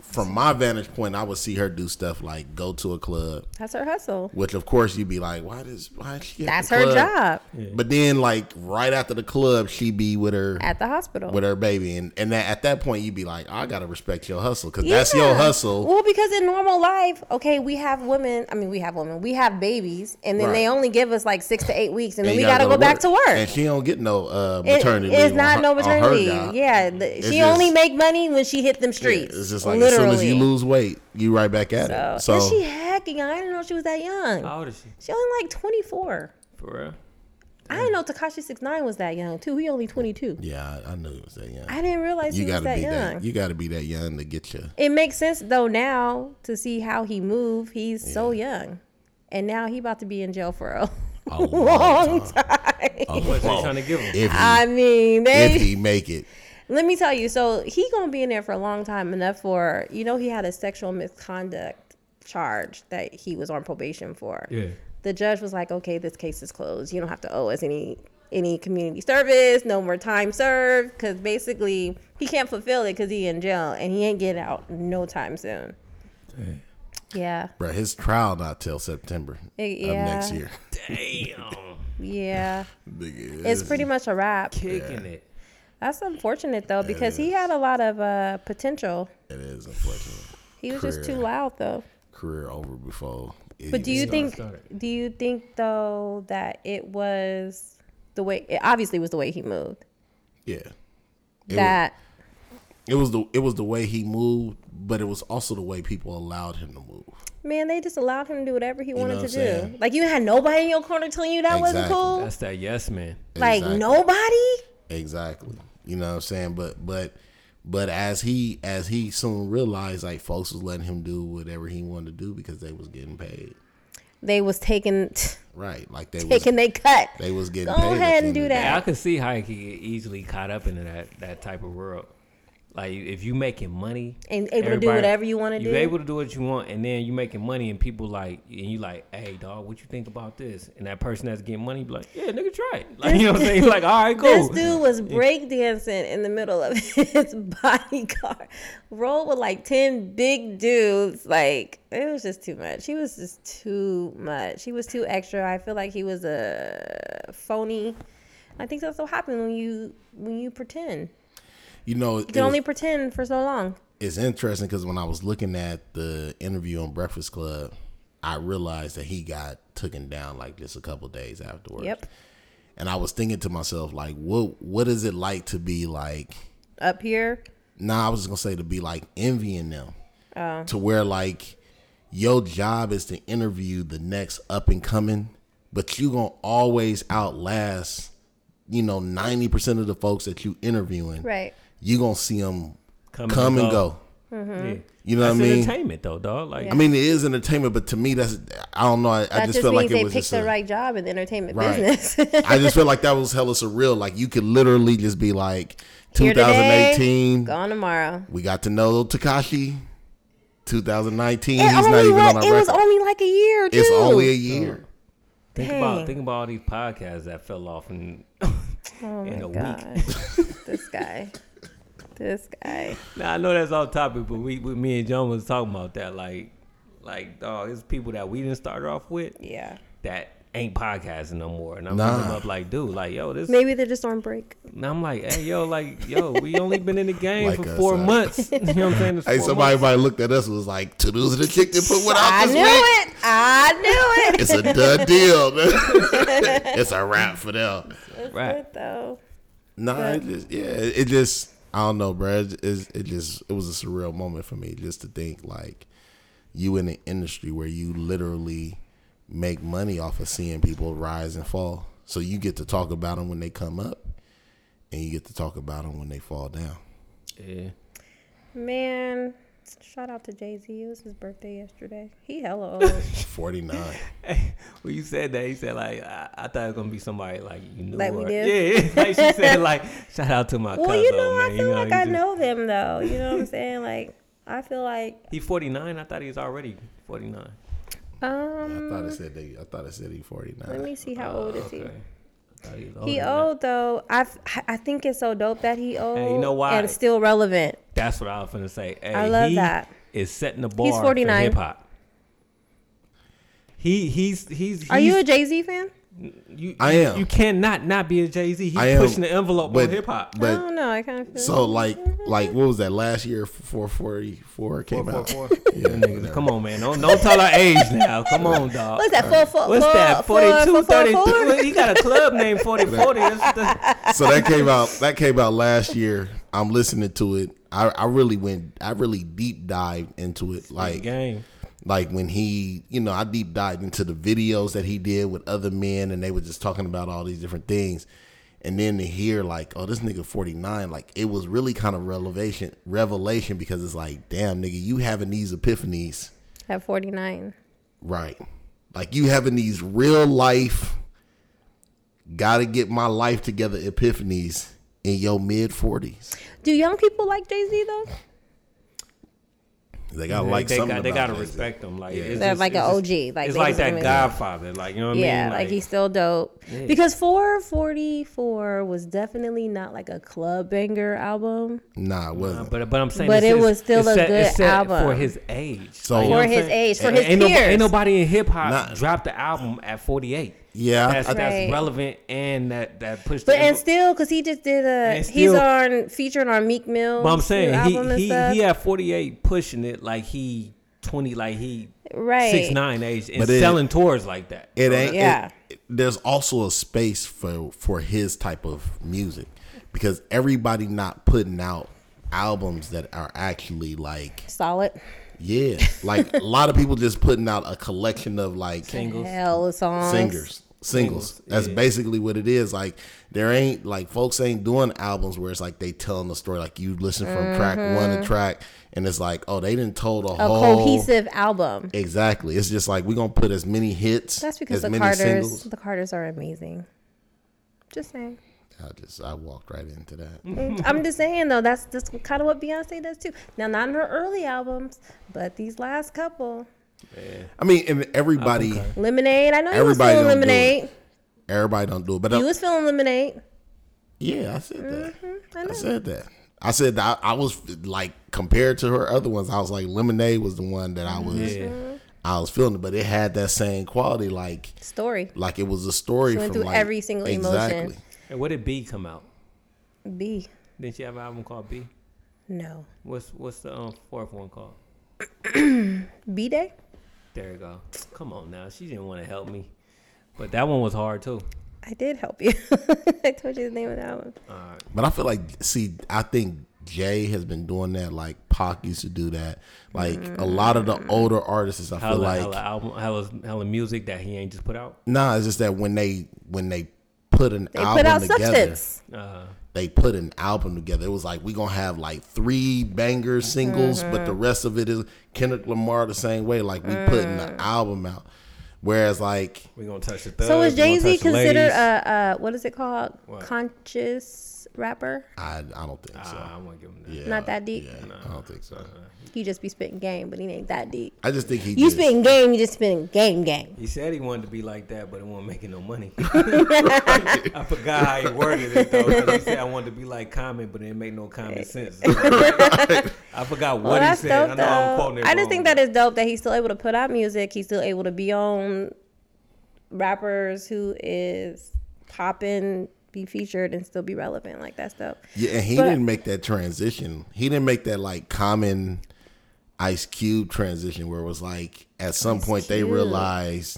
B: from my vantage point, I would see her do stuff like go to a club,
C: That's her hustle.
B: which of course you'd be like, why does why is she? At
C: That's
B: the
C: her
B: club?
C: job
B: But then like right after the club, she be with her
C: at the hospital.
B: with her baby, and and that, at that point you'd be like, I gotta respect your hustle because that's your
C: Yeah.
B: hustle.
C: Well, because in normal life, okay, we have women. I mean, we have women. We have babies, and then
B: Right.
C: they only give us like six to eight weeks, and then
B: And
C: we
B: you
C: gotta, go, back to work.
B: And she don't get no uh,
C: It-
B: maternity. leave
C: It's
B: on
C: not
B: her-
C: no
B: on her
C: maternity.
B: job.
C: Yeah, the- she
B: just-
C: only make money when she hit them
B: Yeah,
C: streets.
B: It's just like as soon as you lose weight, you right back at
C: So,
B: it. So
C: and she hacking. I didn't know she was that young.
A: how old is she?
C: She only like twenty four.
A: For real?
C: I didn't know Takashi six nine was that young too. He only twenty two.
B: yeah, I, I knew it was that young.
C: I didn't realize
B: you
C: he was
B: gotta
C: that
B: be
C: young.
B: that. You gotta be that young to get you.
C: it makes sense though now to see how he moved. He's so young, and now he about to be in jail for a
B: A long
C: long time.
A: What they trying to give him?
B: If he,
C: I mean, they.
B: if he make it,
C: Let me tell you. So he gonna be in there for a long time, enough for you know he had a sexual misconduct charge that he was on probation for.
A: Yeah.
C: The judge was like, "Okay, this case is closed. You don't have to owe us any any community service, no more time served, because basically he can't fulfill it because he in jail and he ain't get out no time soon." Yeah,
B: bro, his trial not till September
C: Eh,
B: of
C: yeah.
B: next year.
A: Damn,
C: yeah.
B: Nigga,
C: It's pretty much a wrap.
A: kicking it.
C: That's unfortunate though because he had a lot of uh, potential.
B: It is unfortunate.
C: He was just too
B: Career.
C: loud though.
B: Career over before. it
C: But do
B: even
C: you
B: started.
C: think?
A: started.
C: Do you think though that it was the way? It obviously was the way he moved.
B: Yeah. It was-
C: That
B: It was the it was the way he moved, but it was also the way people allowed him to move.
C: man, they just allowed him to do whatever he wanted
B: what
C: to
B: I'm
C: do.
B: saying?
C: Like you had nobody in your corner telling you that wasn't
B: Exactly.
C: cool.
A: That's that yes man.
C: like
B: Exactly.
C: nobody.
B: Exactly. You know what I'm saying? But but but as he as he soon realized like folks was letting him do whatever he wanted to do because they was getting paid.
C: They was taking
B: Right. Like they was
C: taking they cut.
B: they was getting
C: Go
B: paid. at the
C: ahead and
B: end
C: do
B: of the day.
A: Yeah, I could see how you could get easily caught up into that that type of world. Like if you making money
C: And able to do
A: everybody-
C: whatever you wanna
A: you
C: do.
A: able to do what you want, and then you making money, and people like, and you like, hey, dog, what you think about this? And that person that's getting money, be like, yeah, nigga, try it. Like you know what I'm saying? Like, all right,
C: This
A: cool.
C: dude was breakdancing in the middle of his bodyguard. Rolled with like 10 big dudes. Like, it was just too much. He was just too much. He was too extra. I feel like he was a phony. I think that's what happens when you when you pretend.
B: You know,
C: You
B: it
C: can
B: was-
C: only pretend for so long.
B: it's interesting because when I was looking at the interview on Breakfast Club, I realized that he got taken down like just a couple days afterwards.
C: Yep.
B: And I was thinking to myself, like, what what is it like to be like
C: Up here.
B: Nah, I was just gonna say to be like envying them, to where like your job is to interview the next up and coming, but you gonna always outlast, you know, ninety percent of the folks that you interviewing.
C: Right.
B: You gonna see them
A: Come
B: come,
A: and
B: and
A: go.
B: go.
A: Yeah.
C: Mm-hmm.
B: You know
A: That's
B: what I mean?
A: entertainment though, dog. Like,
B: I mean, it is entertainment, but to me, that's I don't know. I, I
C: That
B: just
C: just,
B: felt
C: means
B: like
C: they
B: it was
C: picked
B: just
C: the
B: a-
C: right job in the entertainment
B: Right.
C: business.
B: I just feel like that was hella surreal. Like you could literally just be like,
C: Here today,
B: 2018.
C: Gone tomorrow.
B: We got to know Takashi. 2019.
C: It,
B: he's not
C: only
B: even
C: was,
B: on our
C: it was
B: record.
C: only like a year, dude.
B: it's only a
A: Oh,
B: year.
A: think
C: dang.
A: about think about all these podcasts that fell off in in a week.
C: Oh God. this guy. This guy.
A: Now I know that's off topic, but we, we me and John was talking about that. Like, like dog, it's people that we didn't start off with.
C: Yeah.
A: that ain't podcasting no more. And I'm
B: Nah.
A: hitting him up like, dude, like, yo, this.
C: Maybe they're just on break.
A: And I'm like, hey, yo, like, yo, we only been in the game
B: Like
A: for
B: us,
A: four
B: huh?
A: months. You know what I'm saying? It's
B: Hey,
A: four
B: somebody
A: months.
B: might looked at us and was like, Toodles and the chick that put one
C: I
B: out this
C: knew
B: week. It's a
C: it. I knew it.
B: done deal. it's a wrap for them.
A: Right.
C: Though.
B: Nah, it just, yeah, it just I don't know, bro. It, it, it just it was a surreal moment for me just to think like you in an industry where you literally make money off of seeing people rise and fall. So you get to talk about them when they come up, and you get to talk about them when they fall down.
A: Yeah.
C: Man, shout out to Jay Z. It was his birthday yesterday. He hella old.
B: Forty nine.
A: Hey, when you said that, he said like I, I thought it was gonna be somebody like you knew.
C: Like we
A: or-
C: did?
A: Yeah, yeah. Like she said, like shout out to my
C: well,
A: cousin.
C: you know,
A: man.
C: I
A: You
C: feel like
A: he
C: I
A: just-
C: know them though. You know what I'm saying? Like, I feel like
A: He 49. I thought he was already 49.
C: um.
B: I thought it said they. I thought it said he forty
C: Let
B: nine.
C: me see how old is he.
A: Oh, I thought he was older
C: He
A: than that.
C: old though. I I think it's so dope that he old.
A: know why?
C: And still relevant.
A: That's what I was gonna say. Hey,
C: I love
A: he
C: that.
A: Is setting the bar.
C: 49.
A: for hip hop. He he's he's.
C: Are you a Jay Z fan?
A: you,
B: I am.
A: You cannot not be a Jay Z. He's
B: I am
A: pushing the envelope
B: but,
A: on hip hop.
C: I
B: But
C: don't know. I kind of feel.
B: so like like what was that last year? Four forty four came out. Yeah, whatever.
A: Come on, man. Don't don't tell our age now. Come on, dog.
C: What's that? Four, four,
A: What's
C: four,
A: that?
C: four,
A: 42,
C: four, four,
A: 32.
C: four?
A: He got a club named 4040. That's the-
B: so that came out that came out last year. I'm listening to it. I, I really went I really deep dived into it. Like
A: game.
B: like when he you know, I deep dived into the videos that he did with other men and they were just talking about all these different things. And then to hear like, oh, this nigga 49, like it was really kind of revelation revelation because it's like, damn nigga, you having these epiphanies.
C: At 49.
B: Right. Like you having these real life, gotta get my life together epiphanies in your mid 40s.
C: Do young people like Jay Z though?
B: They gotta like
A: they,
B: something.
A: got, they
B: about
A: gotta
B: Jay-Z.
A: respect him. Like
B: Yeah.
A: it's
C: They're
A: just-
C: like
A: it's
C: an
A: just-
C: OG, like,
A: it's
C: they
A: like
C: just
A: that
C: really-
A: Godfather. Like you know what I
C: Yeah,
A: mean?
C: like, he's still dope. Because 444 was definitely not like a club banger album.
B: Nah, it wasn't.
A: But but I'm saying,
C: But
A: it's-
C: it
A: it's-
C: was still
A: it's
C: a
A: set- it's
C: good
A: set
C: album.
A: for his age.
B: So-
A: Like, you know
C: For
A: what I'm
C: his
A: saying?
C: age, for
A: Ain't-
C: his
A: ain't no-
C: peers.
A: ain't nobody in hip hop
B: Not-
A: dropped the album at 48.
B: Yeah, I-
A: that's,
B: I-
A: that's
C: Right.
A: relevant and that that pushed.
C: But
A: the
C: and still, because he just did a,
A: And
C: he's
A: still-
C: on featured on Meek Mill.
A: But I'm saying
C: album
A: he
C: and
A: he
C: stuff.
A: he had 48 pushing it like he 20 like he
C: right.
A: six nine age and
B: But it-
A: selling tours like that.
B: it ain't.
C: Yeah.
B: it- there's also a space for for his type of music because everybody not putting out albums that are actually like
C: Solid.
B: yeah like a lot of people just putting out a collection of like
A: Singles.
C: Hell of songs.
B: singers singles that's basically what it is like there ain't like folks ain't doing albums where it's like they telling the story like you listen from track one to track and it's like oh they didn't told a,
C: Mm-hmm. A
B: whole
C: cohesive album.
B: exactly it's just like we're gonna put as many hits
C: That's because
B: as
C: the
B: many
C: Carters
B: singles
C: the Carters are amazing. Just saying.
B: i just i walked right into that
C: I'm just saying though, that's that's kind of what Beyonce does too. Now, not in her early albums, but these last couple,
B: i mean and everybody
C: Lemonade. I know you
B: Everybody don't do
C: was feeling Lemonade.
B: everybody don't do it but I-
C: You was feeling Lemonade.
B: yeah i said that
C: Mm-hmm. I
B: i
C: know.
B: said that I said that I, I was like compared to her other ones. I was like Lemonade was the one that I
C: Mm-hmm.
B: was, I was feeling, but it had that same quality. Like
C: Story.
B: like it was a story
C: She went
B: from
C: through
B: like-
C: every single emotion.
B: exactly.
A: And what did B come out?
C: B.
A: Didn't she have an album called B?
C: No.
A: What's what's the um, fourth one called?
C: B Day.
A: There you go. Come on now, she didn't want to help me, but that one was hard too.
C: I did help you. I told you the name of the album.
A: Uh,
B: But I feel like see, I think Jay has been doing that. Like Pac used to do that. Like a lot of
C: Mm.
B: the older artists, I feel
A: Hella,
B: like
A: hella album, hella, hella music that he ain't just put out.
B: nah. It's just that when they when they put an
C: They
B: album
C: put out
B: together,
C: Substance.
A: Uh,
B: they put an album together. It was like we gonna have like three banger singles, but
C: Mm-hmm.
B: the rest of it is Kendrick Lamar the same way. Like we putting
C: Mm.
B: the album out. Whereas like
A: we gonna touch the thugs.
C: So is
A: we gonna
C: Jay Z
A: Uh, touch the
C: considered uh,
A: ladies.
C: a, a what is it called?
A: What?
C: Conscious rapper?
B: I I don't think so.
A: Nah, I won't give him that. uh,
B: Yeah,
C: Not that deep.
B: Yeah, I don't think so.
C: He just be spitting game, but he ain't that deep.
B: I just think he
C: You
B: just,
C: spitting game, you just spitting game game.
A: He said he wanted to be like that, but it wasn't making no money. I forgot how he worded it though. 'cause He said I wanted to be like common, but it didn't make no common sense. I forgot what
C: Well,
A: he
C: that's
A: said. I
C: dope
A: know I'm
C: though.
A: quoting it
C: I just
A: wrong,
C: think that is dope that he's still able to put out music. He's still able to be on rappers who is popping be featured and still be relevant. Like that's dope.
B: Yeah, and he
C: But-
B: didn't make that transition. He didn't make that like common Ice Cube transition where it was like at some point they
C: Cube.
B: realized,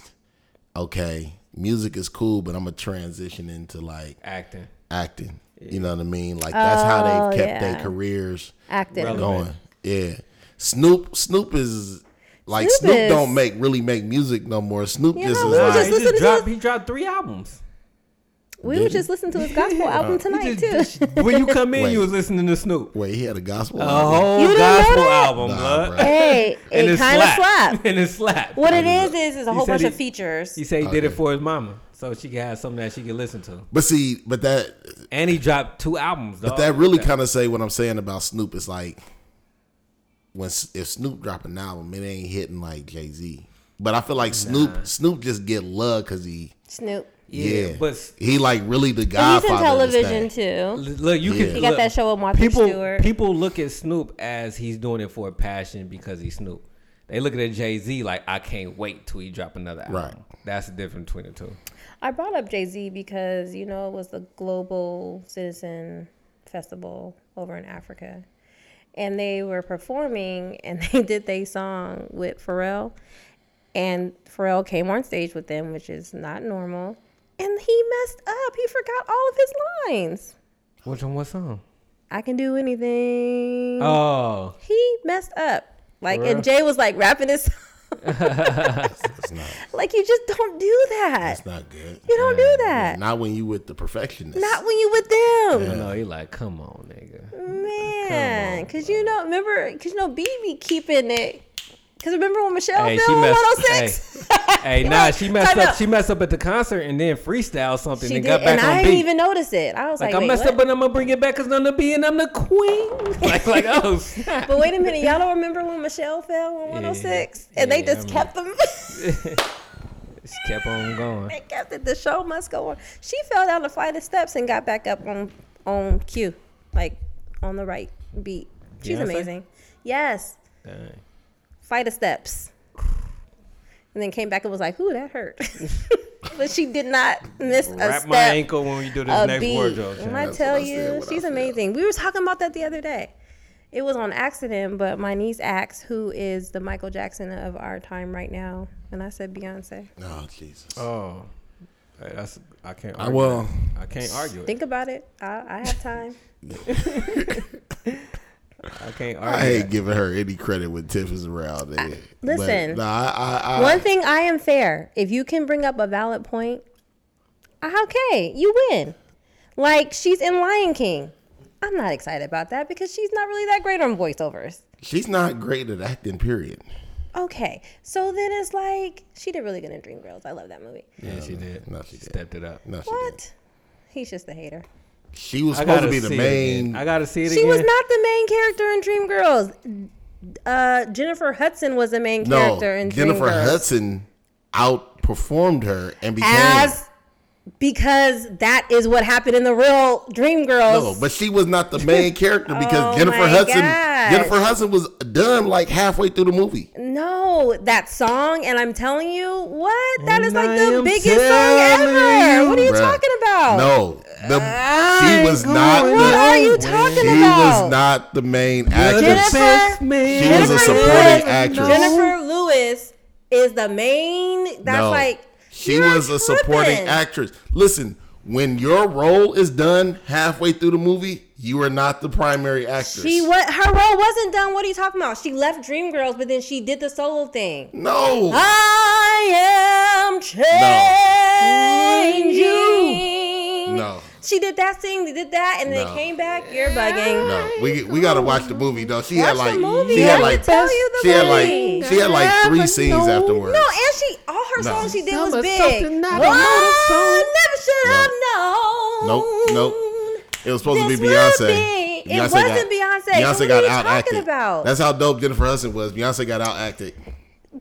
B: okay, music is cool, but I'm gonna transition into like
A: acting.
B: acting. You know what I mean? Like that's how
C: Oh,
B: they've kept
C: yeah.
B: their careers
C: Acting.
A: Relevant.
B: going. Yeah. Snoop Snoop is like
C: Snoop
B: Snoop,
C: is-
B: don't make really make music no more. Snoop
C: Yeah,
B: just is
C: we
B: like
C: just
A: he
C: listen to
A: just dropped. He dropped three albums.
C: We were just listening to his gospel album tonight
A: Uh, He just-
C: too.
A: when you come in,
B: Wait.
A: you was listening to Snoop.
B: wait, he had a gospel
A: A
B: album?
A: whole
C: You didn't know
A: gospel
C: that?
A: album,
B: Nah,
A: blood.
B: bruh.
C: hey,
A: And
C: it kind of slapped.
A: And it slapped.
C: What it is is is a whole
A: said
C: bunch
A: he-
C: of features.
A: He said he did it
B: Okay.
A: for his mama, so she could have something that she could listen to.
B: But see, but that
A: And he dropped two albums. Dog.
B: But that really kind of say what I'm saying about Snoop. It's like when S- if Snoop drop an album, it ain't hitting like Jay Z. But I feel like Snoop Snoop just get love because he
C: Snoop.
B: yeah,
A: yeah. But
B: he like really the
C: And he's
B: godfather.
C: in television
B: Of this thing.
C: too.
A: look, you
B: Yeah.
A: can
C: He got
A: look,
C: that show with Martha
A: people
C: Stewart.
A: people look at Snoop as he's doing it for a passion because he's Snoop. They look at Jay Z like I can't wait till he drop another album.
B: Right.
A: That's the difference between the two.
C: I brought up Jay Z because you know it was the Global Citizen Festival over in Africa, and they were performing and they did their song with Pharrell, and Pharrell came on stage with them, which is not normal, and he messed up. He forgot all of his lines.
A: Which one? What song?
C: I can do anything.
A: Oh,
C: He messed up. Like
A: For real?
C: and Jay was like rapping his song.
B: It's not
C: like you just don't do that.
B: it's not good.
C: You don't do that.
B: Not when you with the perfectionist.
C: Not when you with them.
A: no, he like come on,
C: Mm.
A: nigga.
C: Man, because you know, remember, because you know, B be keeping it. Because remember when Michelle
A: Hey,
C: fell
A: she
C: on
A: messed-
C: 106?
A: Hey, nah, she messed
C: Time
A: up.
C: out.
A: She messed up at the concert and then freestyle something
C: she
A: and
C: did,
A: got back
C: and
A: on
C: I
A: beat.
C: didn't even notice it. I was like,
A: like I
C: wait,
A: messed
C: what?
A: up, but I'm gonna bring it back because I'm the B and I'm the queen. Like, like oh, snap.
C: But wait a minute, y'all don't remember when Michelle fell on 106? And they
A: Yeah, I
C: just kept them.
A: Just kept on going.
C: they kept it. The show must go on. She fell down the flight of steps and got back up on on cue, like on the right beat. She's
A: Beyonce?
C: amazing. Yes,
A: Dang.
C: flight of steps. And then came back and was like, "Ooh, that hurt," but she did not miss a
A: Wrap
C: step.
A: my ankle when we do this
C: a
A: next
C: beat.
A: wardrobe.
C: When
A: change.
C: I
B: That's
C: tell
B: what I said,
C: you,
B: what I
C: she's
B: said.
C: amazing. We were talking about that the other day. It was on accident, but my niece asked, "Who is the Michael Jackson of our time right now?" And I said, "Beyonce."
B: Oh Jesus.
A: Oh, Hey, that's I can't.
B: I
A: Argue
B: will-
A: that. I can't argue it.
C: Think about it. I, I have time.
A: I can't
B: I
A: argue.
B: hate
A: that.
B: giving her any credit when Tiff is around. there. But,
C: listen.
B: nah, I, I, I,
C: One thing I am fair. If you can bring up a valid point, I- okay, you win. Like she's in Lion King. I'm not excited about that because she's not really that great on voiceovers.
B: she's not great at acting. Period.
C: Okay, so then it's like she did really good in Dreamgirls. I love that movie.
A: Yeah, she did.
B: No, she did.
A: Stepped it up.
B: No, she didn't.
C: What? He's just a hater.
B: She was
A: I
B: supposed
A: gotta
B: to be the
A: see It
B: main.
A: again. I gotta see it
C: She
A: again.
C: was not the main character in Dreamgirls. Uh, Jennifer Hudson was the main
B: No,
C: character in
B: Jennifer
C: Dreamgirls.
B: Hudson outperformed her and became.
C: As because that is what happened in the real Dreamgirls.
B: no, but she was not the main character because
C: Oh
B: Jennifer
C: my
B: Hudson.
C: gosh.
B: Jennifer Hudson was done like halfway through the movie.
C: No, that song, and I'm telling you, what? That is
A: And
C: like
A: I
C: the
A: am
C: biggest song ever.
A: telling
C: what are you
B: Bruh.
C: talking about?
B: No, the,
A: I
B: she was
A: ain't
B: not.
A: going
C: What
B: The,
C: are you
A: When
C: talking
B: she
C: about?
B: was not the main
C: Jennifer-
B: actress. She was a
C: Jennifer
B: supporting
C: Lewis-
B: actress.
C: Jennifer Lewis is the main. That's
B: no,
C: like
B: she
C: you're
B: was a supporting
C: tripping.
B: actress. Listen, when your role is done halfway through the movie, you are not the primary actress.
C: She what? Her role wasn't done. What are you talking about? She left Dreamgirls, but then she did the solo thing.
B: no.
C: I am changing.
B: No.
C: She did that thing. They did that, and then
B: No.
C: it came back. You're bugging.
B: No, we we gotta watch the movie though. She had
C: Watch
B: like
C: the movie.
B: she
C: I
B: had
C: can
B: like
C: tell you
B: she
C: the
B: had like
C: movie.
B: she had like three scenes afterwards.
C: No, and she all her
B: No.
C: songs she did was
A: Summer
C: big.
A: something I don't know
C: Oh,
A: the song.
C: never should have known.
B: Nope, nope. It was supposed to
C: This
B: be
C: will
B: Beyonce.
C: be- it wasn't Beyonce.
B: Beyonce
C: So what
B: got
C: are you
B: out
C: talking
B: acted.
C: about?
B: That's how dope Jennifer Hudson was. Beyonce got out acted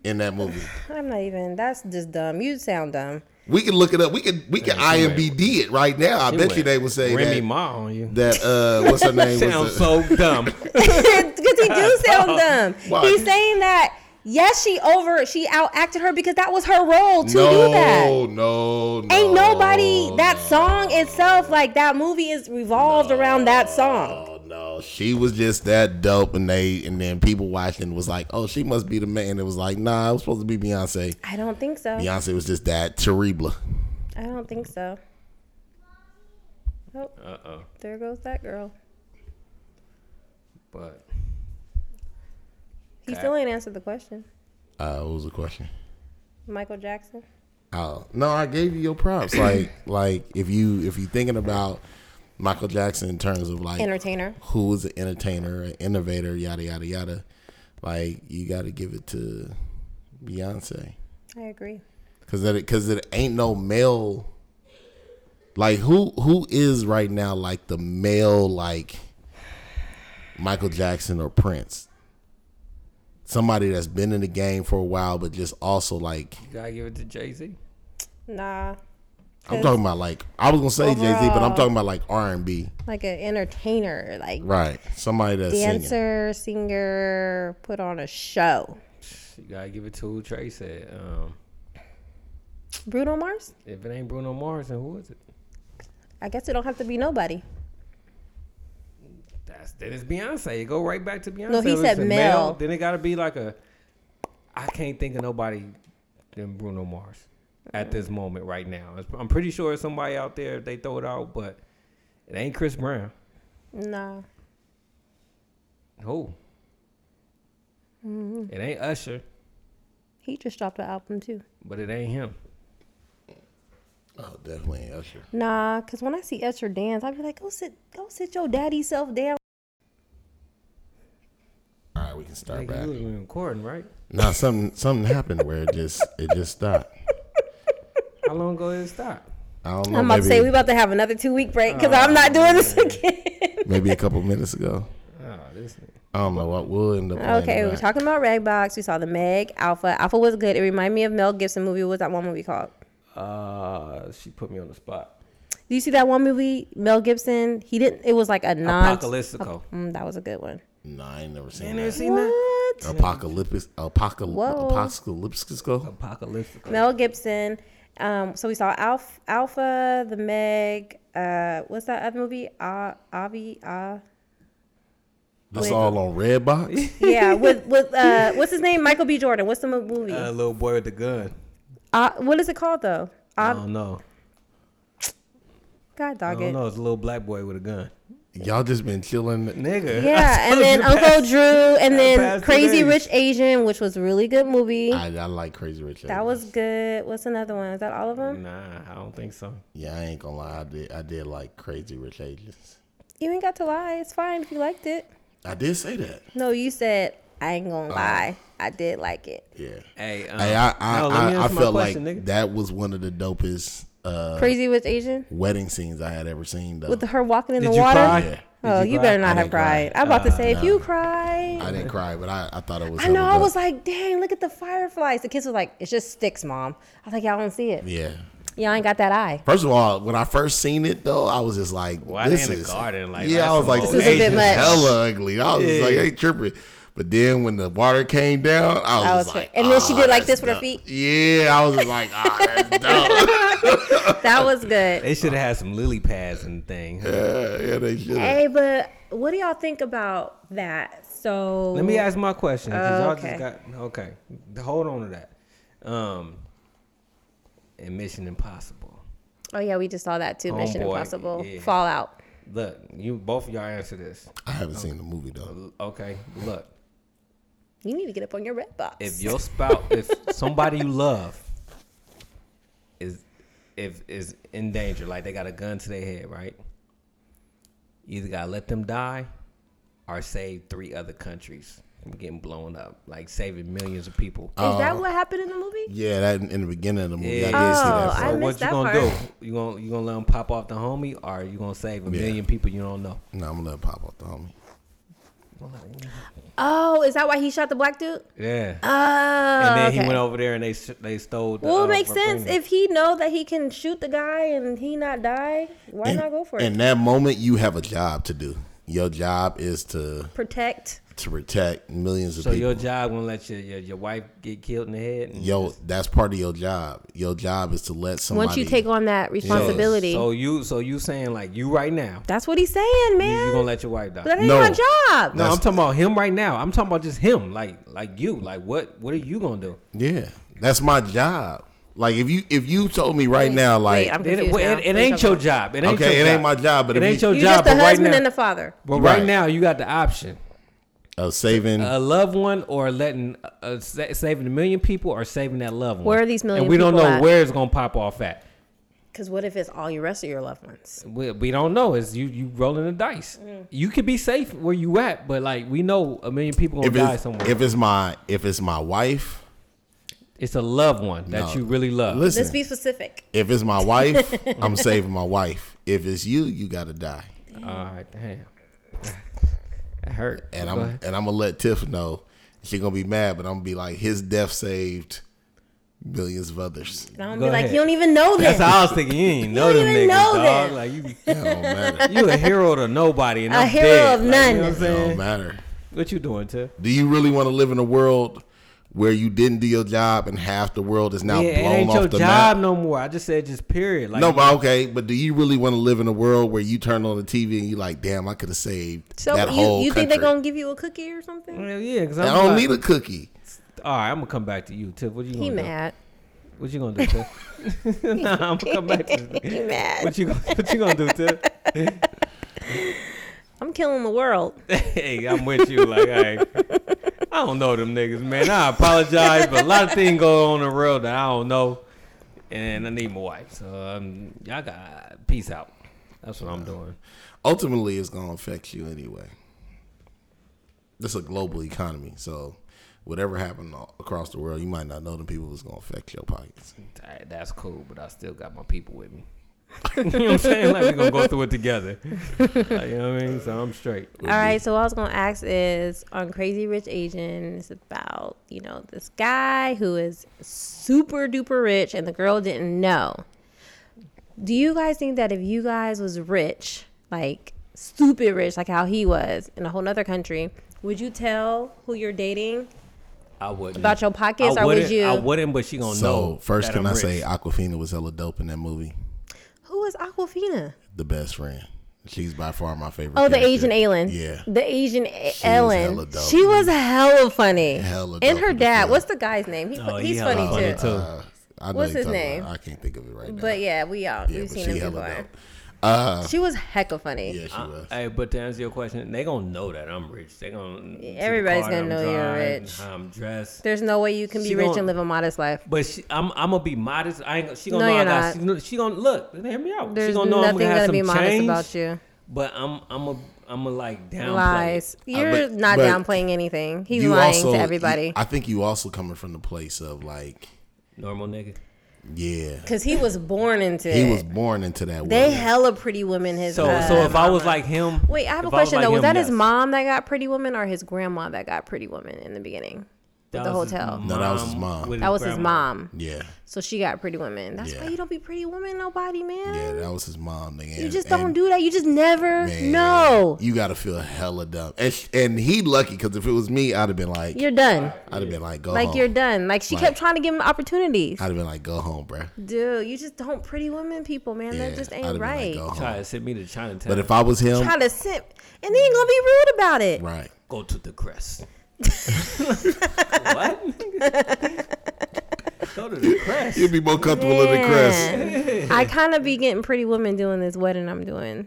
B: in that movie.
C: I'm not even. That's just dumb. You sound dumb.
B: We can look it up. We can we can
A: she went-
B: IMBD it right now. I bet
A: went
B: you they would say
A: Remy
B: that,
A: Ma on you.
B: that uh what's her name was
A: Sounds
B: the-
A: so dumb.
C: Because he do sound dumb.
B: Why?
C: He's saying that Yes, she over she out acted her because that was her role to
B: no,
C: do that.
B: no, no.
C: Ain't nobody that song itself like that movie is revolved around that song.
B: Oh, no, she was just that dope, and they and then people watching was like, "Oh, she must be the man." It was like, "Nah, it was supposed to be Beyonce."
C: I don't think so.
B: Beyonce was just that terrible.
C: I don't think so. Oh,
A: Uh oh.
C: there goes that girl.
A: But
C: He still ain't answered the question.
B: Uh, what was the question?
C: Michael Jackson.
B: Oh no, I gave you your props. like, like if you if you thinking about Michael Jackson in terms of like
C: Entertainer.
B: who was an entertainer, an innovator, yada yada yada, like you got to give it to Beyonce.
C: I agree.
B: Cause that, it- cause it ain't no male. Like who who is right now like the male like Michael Jackson or Prince? Somebody that's been in the game for a while, but just also like
A: you gotta give it to Jay Z.
C: Nah.
B: I'm
C: 'Cause
B: talking about like I was gonna say Jay Z, but I'm
C: overall-
B: talking about like R and B,
C: Like an entertainer, like
B: right? Somebody that's singing.
C: dancer, singer, put on a show.
A: You gotta give it to who Trey said. Um,
C: Bruno Mars?
A: if it ain't Bruno Mars, then who is it?
C: I guess it don't have to be nobody.
A: That's then it's Beyonce. You go right back to Beyonce.
C: he
A: If it's
C: said
A: a
C: male.
A: Then it gotta be like a. I can't think of nobody than Bruno Mars at this moment right now. It's- I'm pretty sure it's somebody out there if they throw it out, but it ain't Chris Brown.
C: Nah.
A: Who?
C: Mm-hmm.
A: It ain't Usher,
C: He just dropped an album too.
A: but it ain't him.
B: Oh, definitely ain't Usher.
C: Nah, cause when I see Usher dance, I be like, go sit, go sit your daddy self down.
B: All right, we can start
A: Like
B: back.
A: you was recording, right?
B: Now something something happened where it just it just stopped.
A: How long ago did it stop?
B: I don't know.
C: I'm about
B: Oh, maybe, Oh,
C: to say we about to have another two week break because I'm not doing this again.
B: maybe a couple minutes ago.
A: Oh, this. nigga.
B: I don't know what we'll end up. playing
C: okay, we were
B: back.
C: talking about Ragbox. We saw the Meg Alpha. Alpha was good. It reminded me of Mel Gibson movie. What was that one movie called?
A: Uh, she put me on the spot.
C: Do you see that one movie? Mel Gibson. He didn't. It was like a non.
A: Apocalyptico.
C: Mm, that was a good one.
B: No, I ain't never seen
A: never
B: that.
A: seen that.
C: What?
B: Apocalypse, apocalypse,
C: Whoa.
B: apocalyptico.
A: Apocalyptico.
C: Mel Gibson. Um, so we saw Alf, Alpha, the Meg. Uh, what's that other movie? Uh, Avi. Uh,
B: That's all on Redbox.
C: yeah, with with uh, what's his name? Michael B. Jordan. What's the mo- movie?
A: Uh,
C: Uh,
A: little boy with the gun.
C: what is it called though?
A: I
C: Uh,
A: don't know.
C: God
A: I
C: dog
A: don't
C: it.
A: know. It's a little black boy with a gun.
B: Y'all just been chilling.
A: Nigga.
C: Yeah, and then
A: Uncle
C: Uncle Drew, and then
A: past the
C: Crazy
A: days.
C: Rich Asian, which was really good movie.
B: I, I like Crazy Rich.
C: that
B: Asians.
C: was good. What's another one? Is that all of them?
A: Nah, I don't think so.
B: Yeah, I ain't gonna lie. I did. I did like Crazy Rich Asians.
C: You ain't got to lie. It's fine if you liked it.
B: I did say that.
C: No, you said I ain't gonna lie. I did like it.
B: Yeah.
A: Hey, um,
B: Hey, I I,
A: no, let me
B: I, I
A: answer my
B: felt
A: question,
B: like
A: nigga.
B: that was one of the dopest uh,
C: Crazy Rich Asian
B: wedding scenes I had ever seen. Though
C: with her walking in
A: Did
C: the
A: you
C: water.
A: cry?
B: Yeah.
C: Oh,
A: Did you
C: you
A: cry?
C: better
B: I
C: not have
B: didn't cry.
C: cried. I'm about to
A: Uh,
C: say, if
B: no.
C: you cried,
B: I didn't cry, but I, I thought it was.
C: I know.
B: hella
C: I was
B: dope.
C: like, dang, look at the fireflies. The kids were like, it's just sticks, mom. I was like, y'all don't see it.
B: Yeah.
C: Y'all ain't got that eye.
B: First of all, when I first seen it though, I was just like,
A: Why
B: "This
A: they in the
B: is
A: garden? Like,
B: yeah."
A: that's
B: I was
A: some
B: like,
A: old
B: "This
C: This is a
B: is
C: bit much.
B: hella ugly." I was just like,
A: Yeah.
B: "Hey, tripping." But then when the water came down, I was,
C: I
B: just
C: was
B: like,
C: and then she
B: "Ah,
C: did like
B: that's
C: this with her
B: dope."
C: feet.
B: Yeah, I was just like, "Ah, that's dope."
C: That was good.
A: they should have had some lily pads and things.
B: yeah, yeah, they should.
C: hey, but what do y'all think about that? So
A: Let me ask my question. 'cause y'all
C: Okay.
A: just got okay. Hold on to that. Um, and Mission Impossible.
C: Oh yeah, we just saw that too. Mission
A: Homeboy,
C: Impossible,
A: yeah.
C: Fallout.
A: Look, you both of y'all answer this.
B: I haven't seen the movie though.
A: Okay, look.
C: You need to get up on your red box.
A: if your spouse, if somebody you love is if is in danger, like they got a gun to their head, right? You either gotta let them die or save three other countries from getting blown up, like saving millions of people.
C: Is that what happened in the movie?
B: Yeah, that in, in the beginning of the movie, Oh, I did
A: Yeah.
B: see
C: Oh,
B: that.
C: I
B: part.
A: so what
C: missed
A: you
C: that
A: gonna
C: part.
A: do? You gonna you gonna let them pop off the homie, or you gonna save a
B: Yeah.
A: million people you don't know?
B: no, I'm gonna let it pop off the homie.
C: Oh, is that why he shot the black dude?
A: Yeah.
C: Oh,
A: and then he
C: okay.
A: went over there and they s- they stole. The,
C: Well,
A: uh,
C: it makes sense
A: vibranium.
C: if he know that he can shoot the guy and he not die. Why
B: and,
C: not go for
B: in
C: it?
B: that moment, you have a job to do. Your job is to
C: Protect.
B: to protect millions of
A: So
B: people.
A: your job won't let your, your your wife get killed in the head. and-
B: Yo, that's part of your job. Your job is to let somebody.
C: Once you take on that responsibility,
A: So you so you saying like you right now
C: that's what he's saying,
A: you, you
C: man.
A: gonna let your wife die?
C: that ain't
B: No.
C: my job.
A: No, I'm talking about him right now. I'm talking about just him, like like you, like what what are you gonna do?
B: Yeah, that's my job. Like if you if you told me right now, like
C: Wait, I'm
A: It,
C: confused.
A: it-
C: now.
A: it ain't your job. It ain't
B: Okay,
A: your
B: it
A: job.
B: ain't my job, but
A: it
B: if
A: ain't
B: you-
A: your
C: You're
A: job.
C: just the
A: but right
C: husband
A: now,
C: and the father.
A: but right.
B: Right.
A: now you got the option:
B: uh, saving
A: a loved one or letting uh, uh, sa- saving a million people or saving that loved one.
C: Where are these million
A: And we don't
C: people
A: know
C: at?
A: where it's gonna pop off at.
C: Because what if it's all your rest of your loved ones?
A: We, we don't know. It's you you rolling the dice.
C: Mm.
A: You could be safe where you at, but like we know a million people gonna
B: if
A: die
B: it's,
A: somewhere.
B: if it's my if it's my wife.
A: it's a loved one that
B: No.
A: you really love.
B: Listen,
C: Let's be specific.
B: if it's my wife, I'm saving my wife. If it's you, you gotta die.
A: All right, damn. That hurt.
B: And
A: Go
B: I'm
A: ahead.
B: and I'm gonna let Tiff know. She gonna be mad, but I'm gonna be like, his death saved millions of others.
C: And I'm
A: Go
C: be like,
A: ahead.
C: you don't even know
A: That's
C: this.
A: all I was thinking. You ain't know
C: don't
A: them niggas,
C: even know
A: dog.
C: them.
A: Like you,
B: It don't matter.
A: you a hero to nobody, and
C: A
A: I'm
C: hero
A: dead.
C: of
A: Like,
C: none.
A: you know what I'm
B: It don't
A: saying?
B: matter.
A: What you doing, Tiff?
B: Do you really want to live in a world where you didn't do your job and half the world is now
A: Yeah, it
B: blown
A: ain't
B: off
A: your
B: the
A: job
B: map?
A: no more. I just said just period. Like
B: No, but okay, but do you really want to live in a world where you turn on the TV and you like, damn, I could have saved
C: so
B: that
C: you,
B: whole
C: you
B: country?
C: think they're going to give you a cookie or something?
A: Hell yeah, because
B: I
A: I'm
B: don't
A: like,
B: need a cookie.
A: All right, I'm gonna come back to you, Tiff. What you gonna
C: He
A: do?
C: mad.
A: What you gonna do, Tiff? nah, I'm gonna come back to you.
C: He mad.
A: What you gonna What you gonna do, Tiff?
C: I'm killing the world.
A: hey, I'm with you. Like, hey, I don't know them niggas, man. I apologize, but a lot of things go on in the world that I don't know, and I need my wife. So, um, y'all got peace out. That's what I'm doing.
B: Ultimately, it's gonna affect you anyway. This is a global economy, so whatever happened all- across the world, you might not know the people it's gonna affect your pockets.
A: Alright, that's cool, but I still got my people with me. you know what I'm saying? Like we're gonna go through it together. Like, you know what I mean? So I'm straight.
C: All right, so what I was gonna ask is on Crazy Rich Asian. It's about you know this guy who is super duper rich, and the girl didn't know. Do you guys think that if you guys was rich, like stupid rich, like how he was in a whole nother country, would you tell who you're dating
A: I wouldn't
C: about your pockets, or would
A: wouldn't-
C: you?
A: I wouldn't, but she gonna
B: So
A: know.
B: first,
A: that
B: can
A: I'm
B: I
A: Oh, rich.
B: say Aquafina was hella dope in that movie?
C: Who is Aquafina?
B: The best friend. She's by far my favorite.
C: Oh, the
B: character.
C: Asian Ellen.
B: Yeah.
C: the Asian A-
B: She was
C: Ellen.
B: hella dope.
C: she was hella funny.
B: Hella dope
C: and her
B: in the
C: dad.
B: film.
C: What's the guy's name? He,
A: Oh, he
C: he's
A: hella
C: funny
A: funny
C: too.
A: too.
B: Uh, I know
C: What's
B: you're
C: his
B: talking
C: name?
B: About, I can't think of it right now.
C: But yeah, we all
B: Yeah,
C: we've
B: but
C: seen
B: she
C: him
B: hella
C: before.
B: dope. Uh,
C: She was hecka funny.
B: yeah, she was.
A: Hey, but to answer your question, they gonna know that I'm rich. They gonna see the
C: everybody's
A: car
C: gonna
A: I'm
C: know you're
A: driving,
C: rich.
A: How I'm dressed.
C: There's no way you can be
A: She
C: rich
A: gon-
C: and live a modest life.
A: But she, I'm, I'm gonna be modest. I ain't, she gonna
C: No,
A: know I
C: you're
A: got. She, kn- she gonna look. Hear me out.
C: There's
A: she gonna know I'm
C: nothing
A: gonna have
C: gonna
A: some
C: be modest
A: change,
C: about you.
A: But I'm, I'm a, I'm a like downplay.
C: Lies. You're
B: Uh, but-
C: not
B: but
C: downplaying anything. He's
B: You
C: lying
B: also-
C: to everybody.
B: you- I think you also coming from the place of like,
A: Normal nigga.
B: yeah,
C: Cause he was born into
B: he
C: it.
B: was born into that.
C: they
B: world.
C: hella pretty women. His
A: So,
C: uh,
A: so if I was like him,
C: wait, I have a
A: if was
C: question
A: like
C: though. Was
A: him,
C: that
A: yes.
C: his mom that got pretty woman or his grandma that got pretty woman in the beginning?
A: That
C: the
A: was his
C: hotel.
B: No, that was his mom.
A: with
C: That was his
A: grandma.
C: mom.
B: yeah,
C: So she got pretty women. That's
B: Yeah.
C: why you don't be pretty woman, nobody, man.
B: yeah, that was his mom. Nigga.
C: you
B: and-
C: just
B: and-
C: don't do that. You just never
B: man,
C: know.
B: You gotta feel hella dumb, and, sh- and he lucky because if it was me, I'd have been like,
C: You're done.
B: I'd have been like, go
C: Like
B: home.
C: you're done. Like she kept trying to give him opportunities.
B: I'd have been like, go home, bruh.
C: Dude, you just don't pretty women people, man.
B: Yeah,
C: that just
B: I'd have
C: ain't
B: been
C: right.
B: Like, go
A: Try
B: home.
A: to send me to Chinatown.
B: But if I was him,
C: Try to simp, and they ain't gonna be rude about it.
B: right.
A: go to the crest. what? go to the crest.
B: You'd be more comfortable in the crest.
C: Man, I kind of be getting pretty women doing this wedding I'm doing.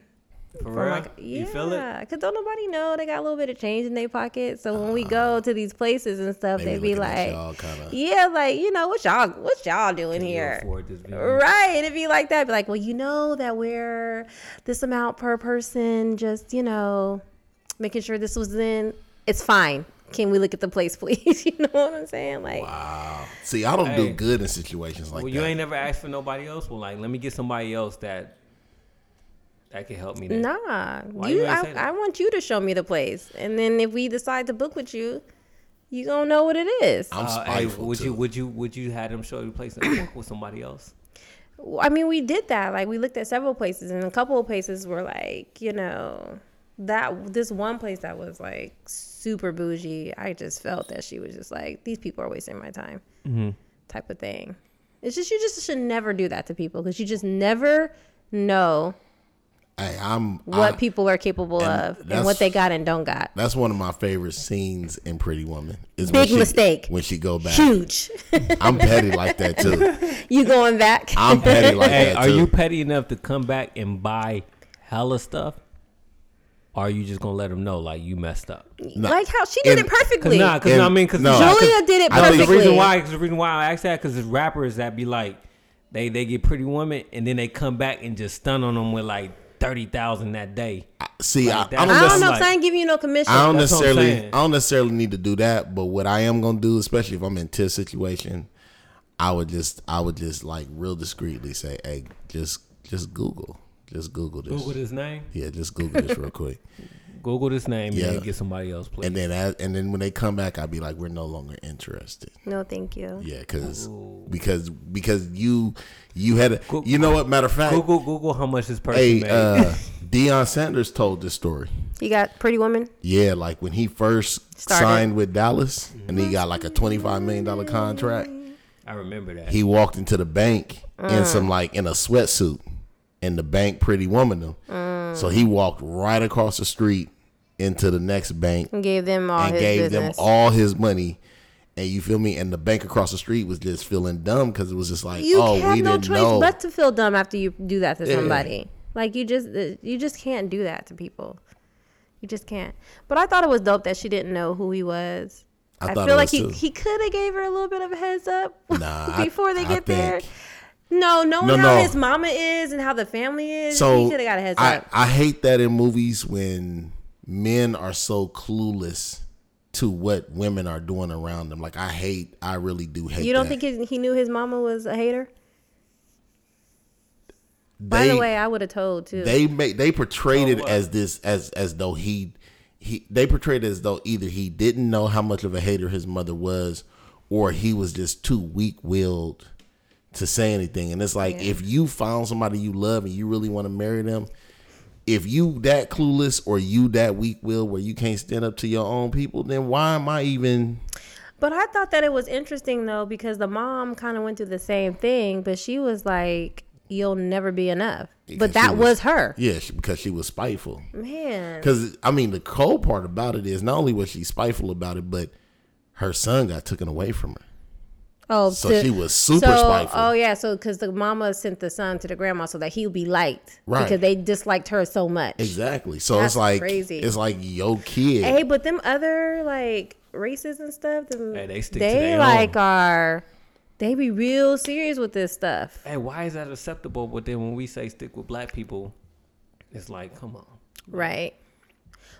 A: For
C: I'm
A: real?
C: like, yeah,
A: You feel it?
C: cause don't nobody know they got a little bit of change in their pocket. So when we go to these places and stuff,
B: Ah. They
C: they
B: be
C: be
B: looking at
C: like,
B: y'all kinda-
C: yeah, like you know what y'all what y'all doing
A: You
C: here?
A: afford this video?
C: Right. It'd be like that. Be like, well, you know that we're this amount per person, just, you know, making sure this was in. It's fine. Can we look at the place, please? you know what I'm saying? Like,
B: See, I don't
A: Hey.
B: do good in situations like
A: Well,
B: that.
A: you ain't never asked for nobody else. Well, like, let me get somebody else that that can help me. Then.
C: nah.
A: Why
C: You,
A: you ain't
C: I,
A: say that?
C: I want you to show me the place. And then if we decide to book with you, you going to know what it is.
B: I'm
A: Uh, hey,
B: spiteful
A: would
B: too.
A: you would you would you have them show you places and work with somebody else?
C: Well, I mean, we did that. Like, we looked at several places, and a couple of places were like, you know, that this one place that was like super bougie, I just felt that she was just like, these people are wasting my time,
B: Mm-hmm.
C: type of thing. It's just you just should never do that to people because you just never know
B: Hey, I'm.
C: what
B: I-
C: people are capable of and
B: Ah. that's-
C: what they got and don't got.
B: that's one of my favorite scenes in Pretty Woman. Is
C: Big mistake.
B: when she go back.
C: Huge.
B: I'm petty like that too.
C: you going back?
B: I'm petty like
A: Hey,
B: that
A: are
B: too.
A: you petty enough to come back and buy hella stuff? Or are you just gonna let them know like you messed up?
C: Like how she did
B: And-
C: it
A: 'Cause
C: perfectly.
A: nah, 'cause
B: And-
A: I mean, 'cause- nah,
B: no.
A: 'cause-
C: Julia did it
B: I
A: That's
B: think-
A: the
C: perfectly.
A: reason why. Cause the reason why I ask that because it's rappers that be like, they they get pretty woman and then they come back and just stun on them with like thirty thousand that day.
B: See, I, I
A: Like that.
B: don't,
C: I don't
B: necessarily,
A: That's
C: know
A: like-
C: because I ain't giving you no commission.
B: I don't
A: That's what I'm
B: necessarily,
A: saying.
B: I don't necessarily need to do that. But what I am gonna do, especially if I'm in this situation, I would just, I would just like real discreetly say, "Hey, just, just Google, just Google this,
A: Google this name.
B: yeah, just Google this real quick."
A: Google this name
B: Yeah.
A: and then get somebody else. Please.
B: And then, as, and then when they come back, I'd be like, "We're no longer interested."
C: no, thank you.
B: Yeah, because because because you you had a, you know what? Matter of fact,
A: Google Google how much this person
B: hey,
A: made.
B: uh, Deion Sanders told this story.
C: You got Pretty Woman?
B: Yeah, like when he first
C: Started.
B: signed with Dallas, and he got like a twenty five million dollar contract.
A: I remember that.
B: He walked into the bank in some like in a sweatsuit, and the bank pretty woman him. So he walked right across the street into the next bank
C: And gave them all
B: and
C: his
B: gave
C: business.
B: them all his money. And you feel me? And the bank across the street was just feeling dumb because it was just like,
C: you
B: oh,
C: have
B: we
C: no
B: didn't
C: choice
B: know.
C: but to feel dumb after you do that to somebody. Like you just uh, you just can't do that to people. You just can't. But I thought it was dope that she didn't know who he was.
B: I
C: I,
B: thought
C: feel
B: it
C: like
B: was
C: he,
B: too.
C: he could have gave her a little bit of a heads up
B: Nah, I-
C: before they
B: I
C: get there.
B: think-
C: No, knowing
B: No,
C: how
B: no.
C: his mama is and how the family is, he
B: so
C: could have got a heads
B: I,
C: up.
B: I hate that in movies when men are so clueless to what women are doing around them. Like I hate, I really do hate.
C: You don't
B: that.
C: think he, he knew his mama was a hater?
B: they,
C: By the way, I would have told too.
B: they made they
C: Oh,
B: portrayed it as this as as though he he they portrayed it as though either he didn't know how much of a hater his mother was, or he was just too weak willed to say anything. And it's like if you found somebody you love and you really want to marry them, if you that clueless or you that weak willed where you can't stand up to your own people, then why am I even?
C: But I thought that it was interesting though because the mom kind of went through the same thing, but she was like, "You'll never be enough."
B: Because
C: but that
B: she
C: was, her,
B: Yeah, she, because she was spiteful.
C: man.
B: Because I mean, the cold part about it is not only was she spiteful about it, but her son got taken away from her.
C: Oh,
B: So she was super spiteful.
C: Oh yeah, so because the mama sent the son to the grandma so that he'd be liked,
B: Right.
C: Because they disliked her so much.
B: Exactly. So
C: That's
B: it's like
C: crazy.
B: it's like yo kid.
C: Hey, but them other like races and stuff, them,
A: Hey, they stick to
C: they
A: they
C: like
A: own.
C: are they be real serious with this stuff.
A: hey, why is that acceptable? But then when we say stick with black people, it's like, come on.
C: Right.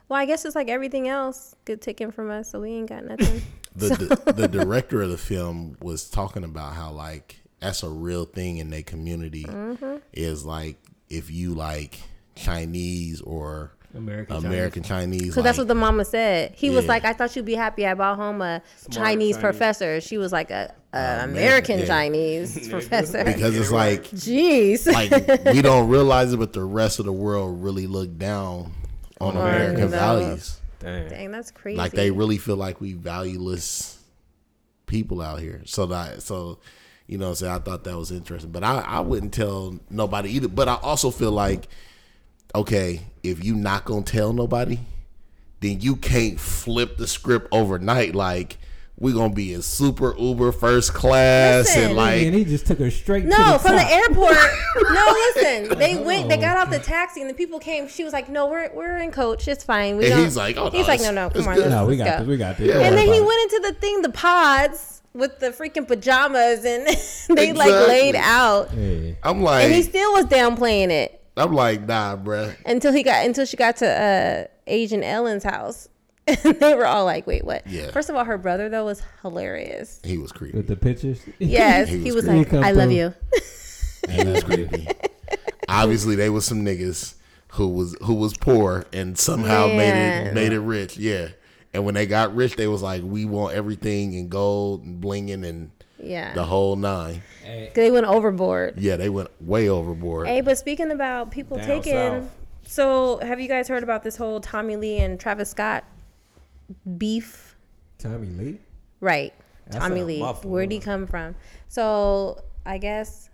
C: Well, I guess it's like everything else get taken from us, so we ain't got nothing.
B: The, the the director of the film was talking about how like that's a real thing in their community
C: Mm-hmm.
B: is like if you like Chinese or
A: American
B: American Chinese.
C: So that's
B: like-
C: what the mama said. He was
B: Yeah.
C: like, "I thought you'd be happy I brought home a Chinese,
A: Chinese.
C: professor." She was like a, a American
B: yeah.
C: Chinese professor.
B: because it's like
C: Jeez,
B: like we don't realize it, but the rest of the world really look down on American
C: those.
B: values.
A: Damn.
C: dang, that's crazy.
B: Like they really feel like we valueless people out here. So that so you know, so I thought that was interesting. But I, I wouldn't tell nobody either. But I also feel like, okay, if you not gonna tell nobody, then you can't flip the script overnight. Like we gonna be in super Uber first class
C: Listen.
B: and like
A: he just took her straight.
C: no, from the airport. no, listen. They went.
B: Oh,
C: They got off the taxi, and the people came. She was like, "No, we're we're in coach. It's fine." We
B: And
C: don't.
B: he's like, "Oh, no,
C: he's like,
B: it's-
C: no, no,
B: it's
C: come on,
B: good."
C: let's,
B: No,
C: let's go.
A: got this.
C: And then he went into the thing, the pods with the freaking pajamas, and they like
B: Exactly.
C: laid out,
B: I'm
C: and he
B: like
C: still was downplaying it.
B: I'm like, nah, bruh.
C: until he got until she got to uh Asian Ellen's house. And they were all like, "Wait, what?"
B: Yeah.
C: First of all, her brother though was hilarious.
B: He was creepy.
A: the pictures.
C: Yes,
B: He
C: he
B: was
C: was,
B: great.
C: like,
A: Here
C: "I
A: come
C: love
A: through.
C: you."
B: He was creepy. Obviously, they was some niggas who was who was poor and somehow made
C: Yeah.
B: it made it rich. Yeah. And when they got rich, they was like, "We want everything in gold and blinging and
C: Yeah,
B: the whole nine.
C: they went overboard.
B: Yeah, they went way overboard.
C: Hey, but speaking about people
A: Down
C: taking
A: south.
C: So, have you guys heard about this whole Tommy Lee and Travis Scott beef?
E: Tommy Lee.
C: Right.
A: That
C: Tommy
A: sound
C: Lee.
A: awful,
C: Where'd he
A: huh?
C: come from? So I guess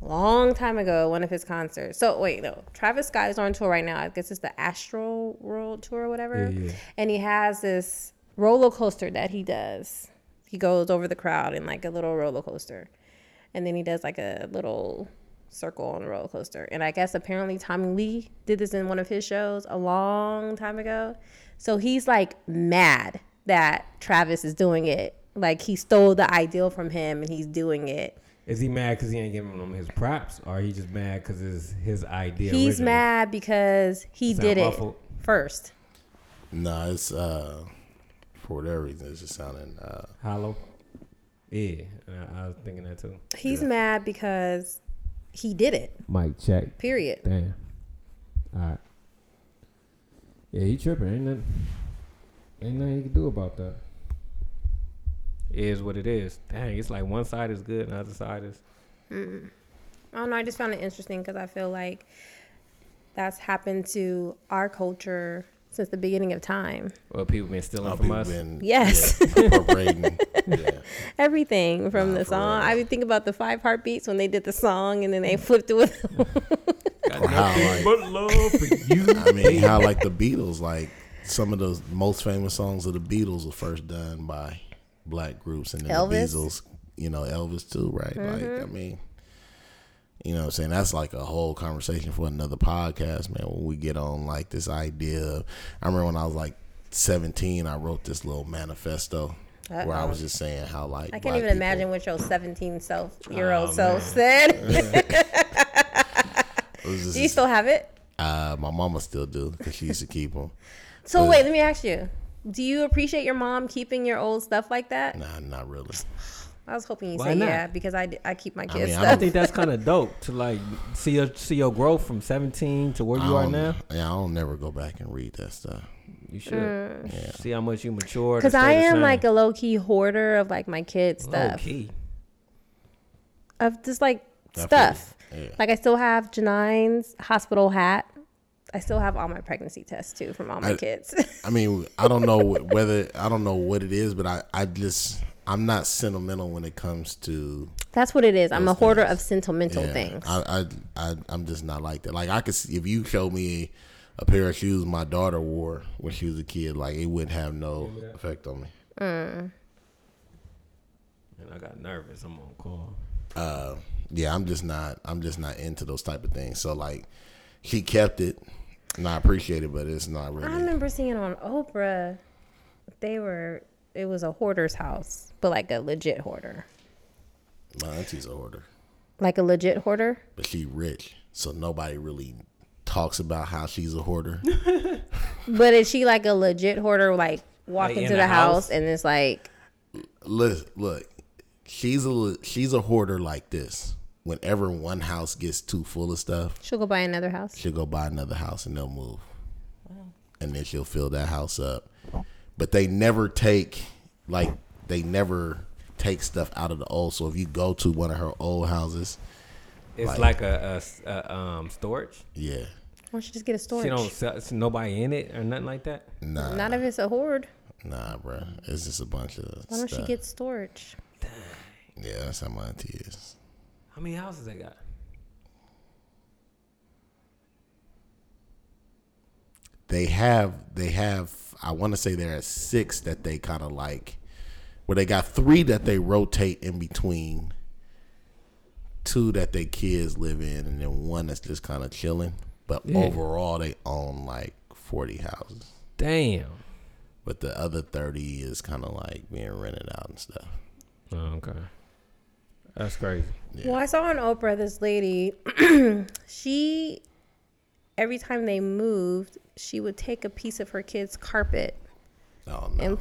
C: long time ago, one of his concerts. So wait, no. Travis Scott is on tour right now. I guess it's the Astral World Tour or whatever.
A: Yeah, yeah.
C: And he has this roller coaster that he does. He goes over the crowd in like a little roller coaster. And then he does like a little circle on the roller coaster. And I guess apparently Tommy Lee did this in one of his shows a long time ago. So he's like mad that Travis is doing it. Like he stole the ideal from him and he's doing it.
A: Is he mad because he ain't giving him his props, or he just mad because it's his idea?
C: He's
A: originally?
C: mad because he
A: Sound
C: did it
A: awful.
C: first.
B: Nah, it's uh for whatever reason it's just sounding uh
A: Hollow. Yeah, I, I was thinking that too.
C: He's mad because he did it.
A: Mike check.
C: Period.
A: Damn. All right. Yeah, he tripping. Ain't nothing. Ain't nothing you can do about that. It is what it is. Dang, it's like one side is good and the other side is.
C: I don't know. I just found it interesting because I feel like that's happened to our culture since the beginning of time.
A: Well, people been stealing
B: how
A: from
B: people
A: us.
B: been
C: Yes.
B: yeah, appropriating. yeah.
C: Everything from
B: Nah,
C: the
B: for
C: song.
B: real.
C: I would think about the five heartbeats when they did the song and then they flipped it with.
B: Or how like
A: But love for you.
B: I mean how like the Beatles, like some of the most famous songs of the Beatles were first done by black groups and then
C: Elvis. Mm-hmm.
B: the Beatles, you know, Elvis too, right? Like I mean you know what I'm saying? That's like a whole conversation for another podcast, man. When we get on like this idea of, I remember when I was like 17, I wrote this little manifesto where I was just saying how like
C: I
B: black
C: can't even
B: people-
C: imagine what your 17 self, year old
A: Oh,
C: self
A: man.
C: said.
B: it was just
C: Do you still have it?
B: Uh, my mama still do because she used to keep them.
C: So wait, let me ask you. Do you appreciate your mom keeping your old stuff like that?
B: Nah, not really.
C: I was hoping you
A: Why
C: said
A: not?
C: yeah because I, d- I keep my kids'
B: mean, I
A: I
C: stuff.
A: think that's kind of dope to like see your see your growth from 17 to where
B: I
A: you are
B: don't-
A: now.
B: Yeah, I don't never go back and read that stuff.
A: You should
C: Uh,
A: see how much you matured.
C: Because I am like a low key hoarder of like my kids' stuff.
A: Oh, key.
C: Of just like
B: I
C: stuff.
B: feel you. Yeah.
C: Like I still have Janine's hospital hat. I still have all my pregnancy tests too from all my
B: I-
C: kids.
B: I mean, I don't know wh- whether I don't know what it is, but I, I just I'm not sentimental when it comes to
C: That's what it is. I'm a
B: Those
C: hoarder
B: things.
C: of sentimental
B: yeah,
C: things.
B: I, I I I'm just not like that. Like I could see if you show me a pair of shoes my daughter wore when she was a kid, like it wouldn't have no effect on me.
A: And I got nervous. I'm on call.
B: uh, yeah, I'm just not I'm just not into those type of things. So like he kept it and I appreciate it, but it's not
C: I
B: really
C: remember seeing on Oprah, they were it was a hoarder's house, but like a legit hoarder,
B: my auntie's order.
C: like a legit hoarder.
B: But she rich, so nobody really talks about how she's a hoarder.
C: But is she like a legit hoarder? Like walk
A: Like, in
C: into
A: the
C: the house
A: house?
C: and it's like
B: look, look, she's a she's a hoarder like this. Whenever one house gets too full of stuff,
C: she'll go buy another house.
B: she'll go buy another house and they'll move. And then she'll fill that house up. But they never take like they never take stuff out of the old. So if you go to one of her old houses,
A: It's like,
B: Like-
A: a, a s- a, um storage.
B: yeah.
C: Why don't you just get a
A: She
C: storage?
A: don't sell it's nobody in it or nothing like that.
B: Nah,
C: Not if it's a hoard.
B: nah, bro. It's just a bunch of
C: Why don't
B: stuff.
C: she get storage?
B: yeah, that's how my auntie is.
A: How many houses they got?
B: They have, they have. I want to say there are six that they kind of like, where they got three that they rotate in between, two that they kids live in, and then one that's just kind of chilling. But
A: Yeah.
B: overall, they own like forty houses.
A: Damn.
B: But the other thirty is kind of like being rented out and stuff.
A: Oh, okay. That's crazy.
C: Well, I saw on Oprah this lady. she, every time they moved, she would take a piece of her kid's carpet
B: Oh no,
C: and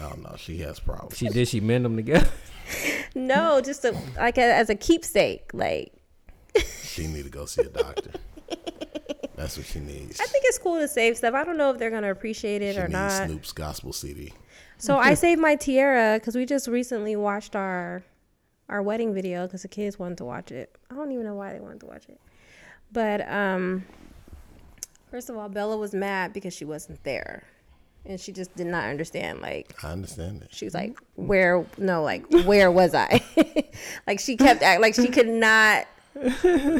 B: oh no, she has problems.
A: She did she mend them together?
C: no, just a, like a, as a keepsake. Like
B: She need to go see a doctor. That's what she needs.
C: I think it's cool to save stuff. I don't know if they're gonna appreciate it
B: she
C: or
B: needs
C: not.
B: Snoop's gospel CD.
C: So I saved my tiara because we just recently watched our our wedding video because the kids wanted to watch it. I don't even know why they wanted to watch it, but um, First of all, Bella was mad because she wasn't there. And she just did not understand. Like,
B: I understand that.
C: she was like, where, no, like, where was I? like, she kept act like she could not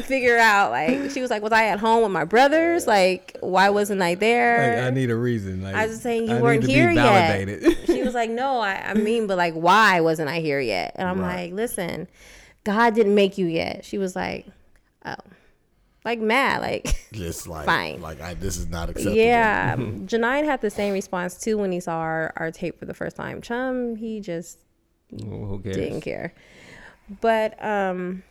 C: figure out. Like, she was like, was I at home with my brothers? Like, why wasn't I there?
A: Like, I need a reason. Like,
C: Er, I was just saying you
A: I need
C: weren't
A: to be
C: here
A: validated.
C: yet. she was like, "No, I, I mean, but like, why wasn't I here yet?" And I'm
B: Right.
C: like, "Listen, God didn't make you yet." She was like, "Oh, like mad, like
B: Just like
C: Fine.
B: like I this is not acceptable. Mm-hmm.
C: yeah." Janine had the same response too when he saw our, our tape for the first time. Chum, he just
A: Well, who cares?
C: didn't care. But um,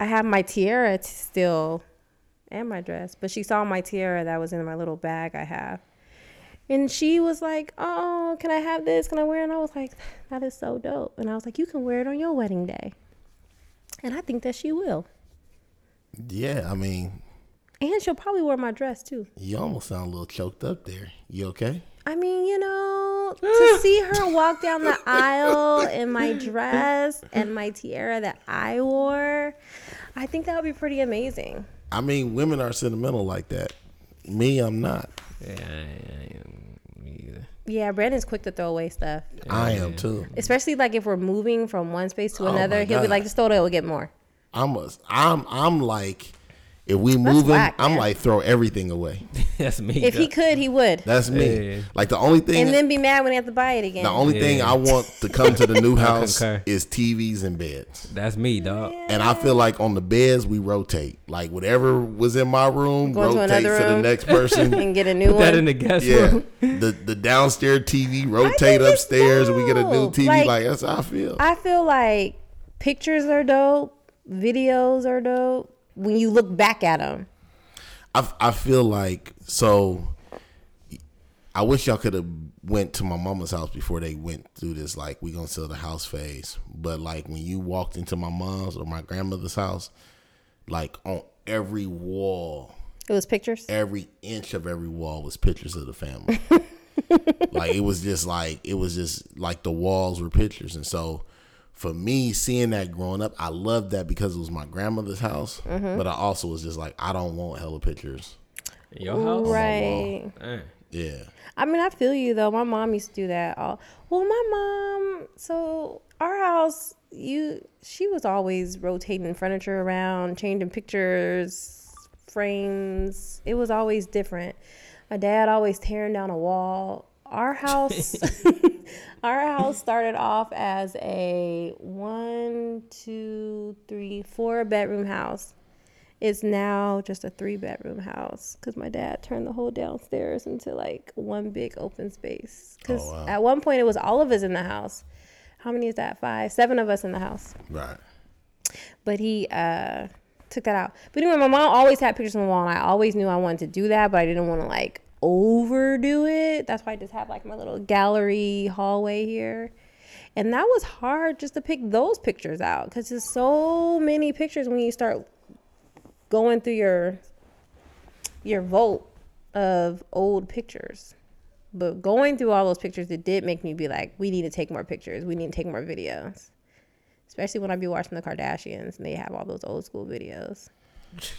C: I have my tiara t- still and my dress. But she saw my tiara that was in my little bag I have. And she was like, Oh, can I have this? Can I wear it? And I was like, That is so dope. And I was like, You can wear it on your wedding day. And I think that she will.
B: Yeah, I mean,
C: And she'll probably wear my dress too.
B: you almost sound a little choked up there. You okay?
C: I mean, you know, to see her walk down the aisle in my dress and my tiara that I wore, I think that would be pretty amazing.
B: I mean, women are sentimental like that. Me, I'm not.
A: Yeah, I, I, me either.
C: Yeah, Brandon's quick to throw away stuff,
B: I am too.
C: especially like if we're moving from one space to another.
B: Oh my
C: He'll be
B: God.
C: like, "Just throw it, away, we'll get more."
B: I'm a, I'm I'm like if we moving,
C: whack,
B: I'm
C: man.
B: like throw everything away.
A: That's me.
C: If he
A: dog.
C: could, he would,
B: That's me.
A: Yeah.
B: Like the only thing
C: and then be mad when he has to buy it again.
B: the only thing
A: Yeah.
B: I want to come to the new house
A: concur.
B: is TVs and beds.
A: That's me, dog.
B: And I feel like on the beds we rotate. Like whatever was in my room
C: Go into
B: rotates
C: another
B: to the
C: room.
B: next person.
C: and get a new
A: That
C: one.
A: in the guest
B: yeah.
A: room.
B: The the downstairs TV
C: think
B: rotate
C: it's
B: upstairs. We get a new
C: dope.
B: TV. Like,
C: Like-
B: that's how I feel.
C: I feel like pictures are dope, videos are dope. When you look back at them,
B: I, I feel like so. I wish y'all could have went to my mama's house before they went through this like we gonna sell the house phase. But like when you walked into my mom's or my grandmother's house, like on every wall,
C: it was pictures.
B: every inch of every wall was pictures of the family. like it was just like it was just like the walls were pictures, and so for me seeing that growing up, I loved that because it was my grandmother's house. But I also was just like I don't want hella pictures.
A: Your house.
C: Right.
A: Dang.
B: Yeah.
C: I mean, I feel you though. My mom used to do that. All well, my mom. So our house, you, she was always rotating furniture around, changing pictures, frames. It was always different. My dad always tearing down a wall. Our house, our house started off as a one, two, three, four bedroom house. It's now just a three bedroom house because my dad turned the whole downstairs into like one big open space. Because
B: Oh, wow.
C: at one point it was all of us in the house. How many is that? Five, seven of us in the house.
B: Right.
C: But he uh, took that out. But anyway, my mom always had pictures on the wall, and I always knew I wanted to do that, but I didn't want to like overdo it. That's why I just have like my little gallery hallway here. And that was hard just to pick those pictures out because there's so many pictures when you start going through your your vault of old pictures. But going through all those pictures, it did make me be like, we need to take more pictures. We need to take more videos. Especially when I be watching the Kardashians and they have all those old school videos.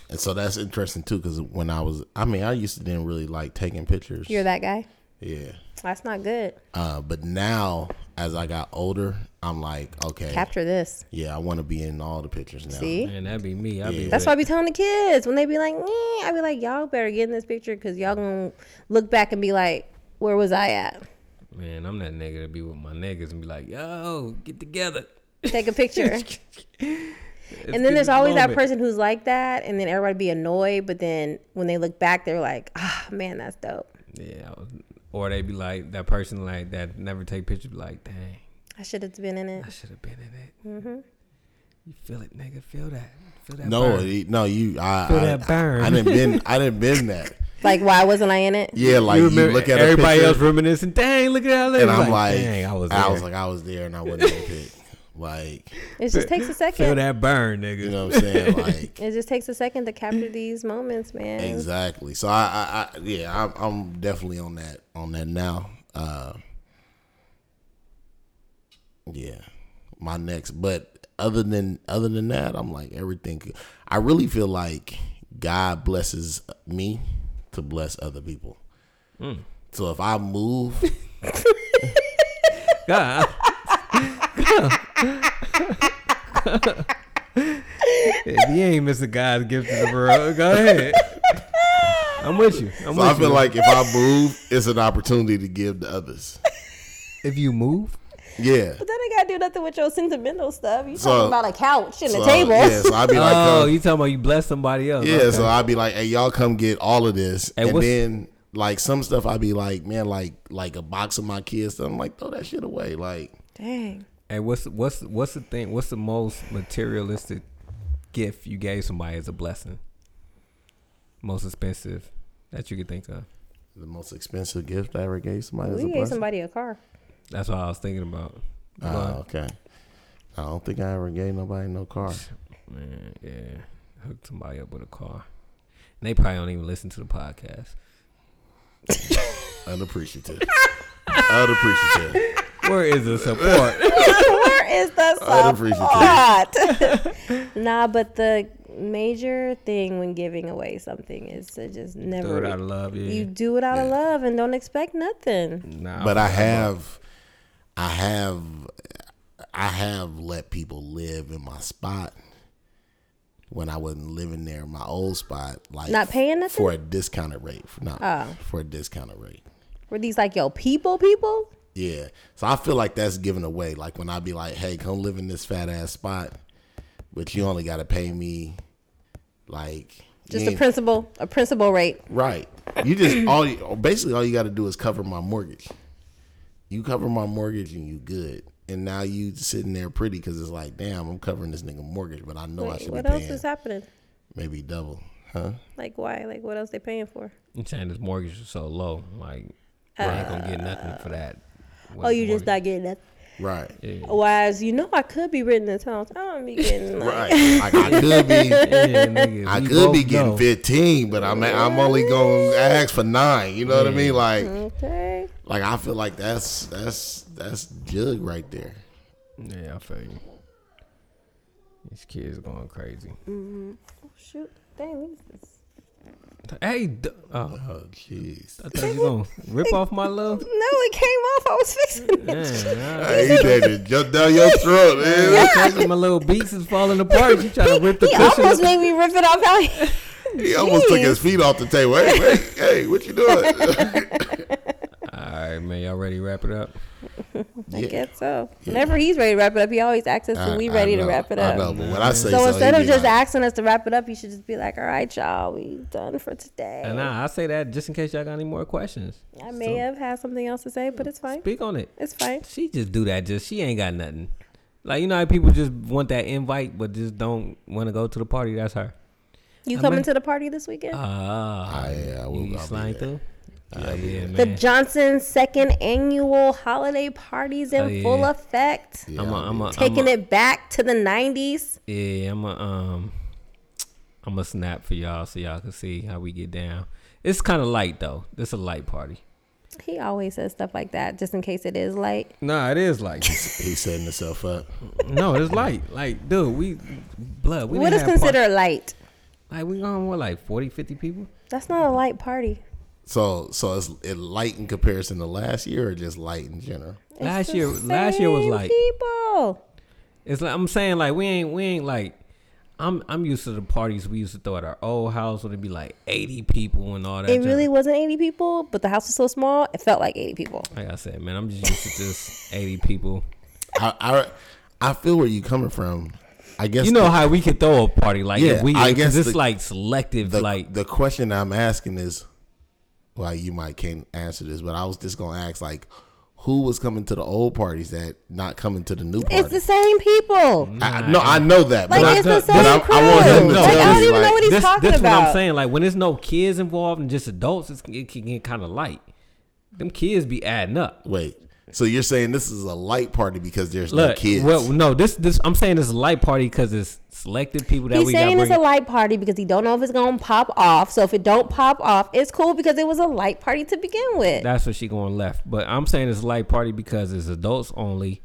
B: And so that's interesting too, because when I was, I mean, I used to didn't really like taking pictures.
C: You're that guy?
B: yeah.
C: That's not good.
B: Uh, but now, as I got older, I'm like, okay,
C: Capture this.
B: yeah, I want to be in all the pictures now.
C: See?
A: Man, that'd be me. I'd be
B: Yeah.
C: That's why I be telling the kids when they be like, "Nyeh," I be like, y'all better get in this picture because y'all gonna look back and be like, where was I at?
A: Man, I'm that nigga to be with my niggas and be like, yo, get together.
C: Take a picture.
A: Let's
C: and
A: get
C: then there's
A: this
C: always that
A: moment.
C: person who's like that, and then everybody be annoyed, but then when they look back, they're like, ah, man, that's dope.
A: Yeah. I was- Or they be like that person like that never take pictures. Be like, dang,
C: I should have been in it.
A: I should have been in it. You feel it, nigga. Feel that. Feel that.
B: No,
A: burn.
B: it- no, you, I,
A: Feel
B: I,
A: that burn.
B: I, didn't been, I didn't been that.
C: Like, why wasn't I in it?
B: Yeah, like you, look at
A: everybody
B: a picture,
A: else reminiscing. Dang, look at that.
B: and I'm like,
A: dang, I was.
B: I
A: there.
B: was like, I was there, and I wasn't in the pic. Like,
C: It just takes a
A: feel
C: second.
A: that burn, nigga.
B: you know what I'm saying? Like,
C: It just takes a second to capture these moments, man.
B: exactly. So I, I, I yeah, I'm, I'm definitely on that, on that now. Uh, yeah, my next. But other than other than that, I'm like everything. I really feel like God blesses me to bless other people. So if I move,
E: God. if you ain't missing God's gift to the world, go ahead. I'm with you. I'm
B: so
E: with
B: I feel
E: you.
B: like if I move, it's an opportunity to give to others.
E: if you move,
B: Yeah.
C: That ain't gotta do nothing with your sentimental stuff. You
B: So-
C: talking about a couch and
B: So,
C: a table.
B: Yeah, so I'd be like, uh,
E: oh,
B: come-
E: you talking about you bless somebody else?
B: yeah,
E: Okay.
B: so I'd be like, hey, y'all come get all of this.
E: Hey,
B: and
E: what's-
B: then like some stuff I'd be like, man, like like a box of my kids. stuff. I'm like, throw that shit away. Like
C: Dang.
E: Hey, what's what's what's the thing? What's the most materialistic gift you gave somebody as a blessing? Most expensive that you could think of.
B: the most expensive gift I ever gave somebody was
C: We
B: a
C: gave
B: blessing.
C: somebody a car.
E: That's what I was thinking about.
B: Oh, okay. I don't think I ever gave nobody no car.
E: But, man, yeah, hooked somebody up with a car. And they probably don't even listen to the podcast.
B: Unappreciative. Unappreciative.
E: Where is the support?
C: Where is the support? nah, but the major thing when giving away something is to just never.
E: Do it out of love, yeah.
C: You do it out of love and don't expect
B: Mm.
C: nothing.
E: nah,
B: But I have I have I have let people live in my spot when I wasn't living there in my old spot. Like
C: Not paying nothing? Oh.
B: for a discounted rate. For not for a discounted rate.
C: Were these like yo people, people?
B: Yeah. So I feel like that's giving away. Like when I be like, hey, come live in this fat ass spot, but you only gotta pay me like
C: Just
B: you
C: a
B: ain't-
C: principal, a principal rate.
B: Right. You just all you, basically all you got to do is cover my mortgage. You cover my mortgage and you good. And now you sitting there pretty because it's like, damn, I'm covering this nigga mortgage, but I know I
C: Wait,
B: should
C: what
B: be
C: else
B: paying
C: is happening?
B: maybe double, huh?
C: Like why? Like what else they paying for?
E: I'm saying this mortgage is so low. Like, I ain't gonna get nothing for that.
C: Oh, you just not getting that.
B: Right.
C: Wise, you know I could be renting this house. I don't be getting. Like,
B: Right. Like I could be,
E: Yeah, nigga,
B: I
E: we
B: could be
E: both
B: getting
E: know.
B: 15, but I'm I'm only gonna ask for nine. You know what I mean?
C: Mm-hmm.
B: Like,
C: Okay.
B: like I feel like that's that's that's jug right there.
E: Yeah, I feel you. These kids going crazy.
B: Mm.
C: Shoot. Dang. these-
E: Hey, d- oh,
B: Oh jeez.
E: I thought you gonna Oh, rip off my love.
C: No, it came off. I was fixing it.
E: Damn, nah.
B: Hey, you did it. Jump down your throat, man.
E: my little beats is falling apart. You trying to rip the
C: He almost
E: cushion?
C: made me rip it off out. here.
B: He almost took his feet off the table. Hey, hey, hey what you doing?
E: All right, man, y'all ready to wrap it up?
C: I
B: Yeah.
C: guess so. Whenever he's ready to wrap it up, he always asks us
B: I-
C: when we
B: I
C: ready to
B: know,
C: wrap it
B: I
C: up.
B: know, but when I say
C: So
B: so,
C: instead
B: he
C: of
B: be
C: just
B: like,
C: asking us to wrap it up, you should just be like, "All right, y'all, we done for today."
E: And nah, I say that just in case y'all got any more questions.
C: I may have had something else to say, but it's fine.
E: Speak on it.
C: It's fine.
E: She just do that. Just she ain't got nothing. Like you know how people just want that invite, but just don't want to go to the party. That's her.
C: You
E: I
C: coming
E: may-
C: to the party this weekend?
E: Ah,
B: "Ah, yeah, I will
E: you
B: I'll be
E: slide
B: there."
E: through. Yeah, yeah,
C: the
E: man.
C: Johnson's second annual holiday parties in
E: Oh, yeah.
C: full effect.
B: Yeah,
E: I'm a, I'm a, I'm
C: Taking
E: a,
C: it back to the 90s.
E: Yeah, I'm a um, I'm a snap for y'all so y'all can see how we get down. It's kind of light though. It's a light party.
C: He always says stuff like that just in case it is light.
E: Nah, it is light.
B: He's setting himself up.
E: no, it's light. Like, dude, we blood. We
C: what
E: didn't
C: is
E: have
C: considered light?
E: par- like we going what like 40, 50 people.
C: That's not a light party.
B: So, so it's it light in comparison to last year, or just light in general.
C: It's
E: Last
C: the
E: year, last year was
C: same
E: light.
C: people.
E: It's like I'm saying, like we ain't we ain't like I'm I'm used to the parties we used to throw at our old house when it'd be like 80 people and all that.
C: It
E: junk.
C: really wasn't 80 people, but the house was so small, it felt like 80 people.
E: like I said, man, I'm just used to just 80 people.
B: I, I, I feel where you coming from. I guess
E: You know how we could throw a party like
B: Yeah,
E: if we,
B: I
E: I
B: guess
E: guess it's
B: the-
E: like selective,
B: the,
E: like
B: the question I'm asking is, well, you might can't answer this, but I was just gonna ask like, who was coming to the old parties that not coming to the new party?
C: It's the same people.
E: Mm-hmm.
B: I, I- no, I know that,
C: Like,
B: but
C: it's
B: I,
C: the
B: but
C: same
B: I, I want him to
E: crew.
B: tell
E: Like, I don't
B: me,
C: even know
B: like,
C: what he's
E: this,
C: talking
E: this what
C: about.
E: I'm saying. Like when there's no kids involved and just adults, it's, it can get kind of light. Them kids be adding up.
B: Wait. So you're saying this is a light party because there's no
E: Look,
B: kids?
E: well, no, this this I'm saying it's a light party because it's selected people that
C: He's
E: we got
C: saying it's
E: bring.
C: a light party because he don't know if it's gonna pop off. So if it don't pop off, it's cool because it was a light party to begin with.
E: That's what she going left. But I'm saying it's a light party because it's adults only.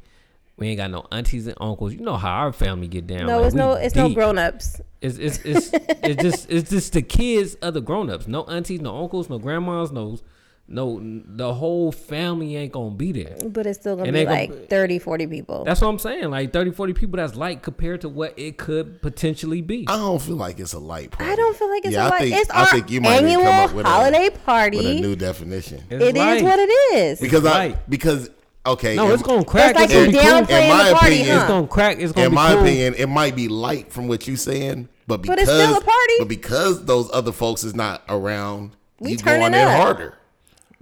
A: We ain't got no aunties and uncles. You know how our family get down.
C: No,
A: like,
C: it's
A: we
C: no, it's no
A: deep.
C: grown ups.
A: It's it's it's, it's just it's just the kids of the grown ups. No aunties, no uncles, no grandmas, no no the whole family ain't gonna be there.
C: But it's still gonna
A: And
C: be
A: they gonna
C: like
A: be-
C: 30, 40 people.
A: That's what I'm saying. Like 30, 40 people that's light compared to what it could potentially be.
C: Uh,
B: I don't feel like it's a light party.
C: I don't feel like it's
B: Yeah,
C: a
B: I
C: lot.
B: think-
C: it's
B: I
C: our
B: think you might need to
C: annual
B: come up with a-
C: holiday
B: with a
C: party.
B: new definition.
A: It's
C: It is
A: light.
C: what it is.
B: Because I
A: Right.
B: because okay.
A: No,
B: in-
A: it's gonna crack.
C: That's
A: It's
C: like
A: gonna
C: you
A: be
C: down-
A: cool.
B: in,
C: downplaying
B: in
C: the
B: my
C: party,
B: opinion,
C: huh?
A: It's gonna crack. It's gonna
B: in
A: be
B: my
A: cool.
B: opinion, it might be light from what you saying, but because
C: But it's still a party.
B: But because those other folks is not around,
C: We
B: you
C: turning
B: going in
C: up.
B: harder,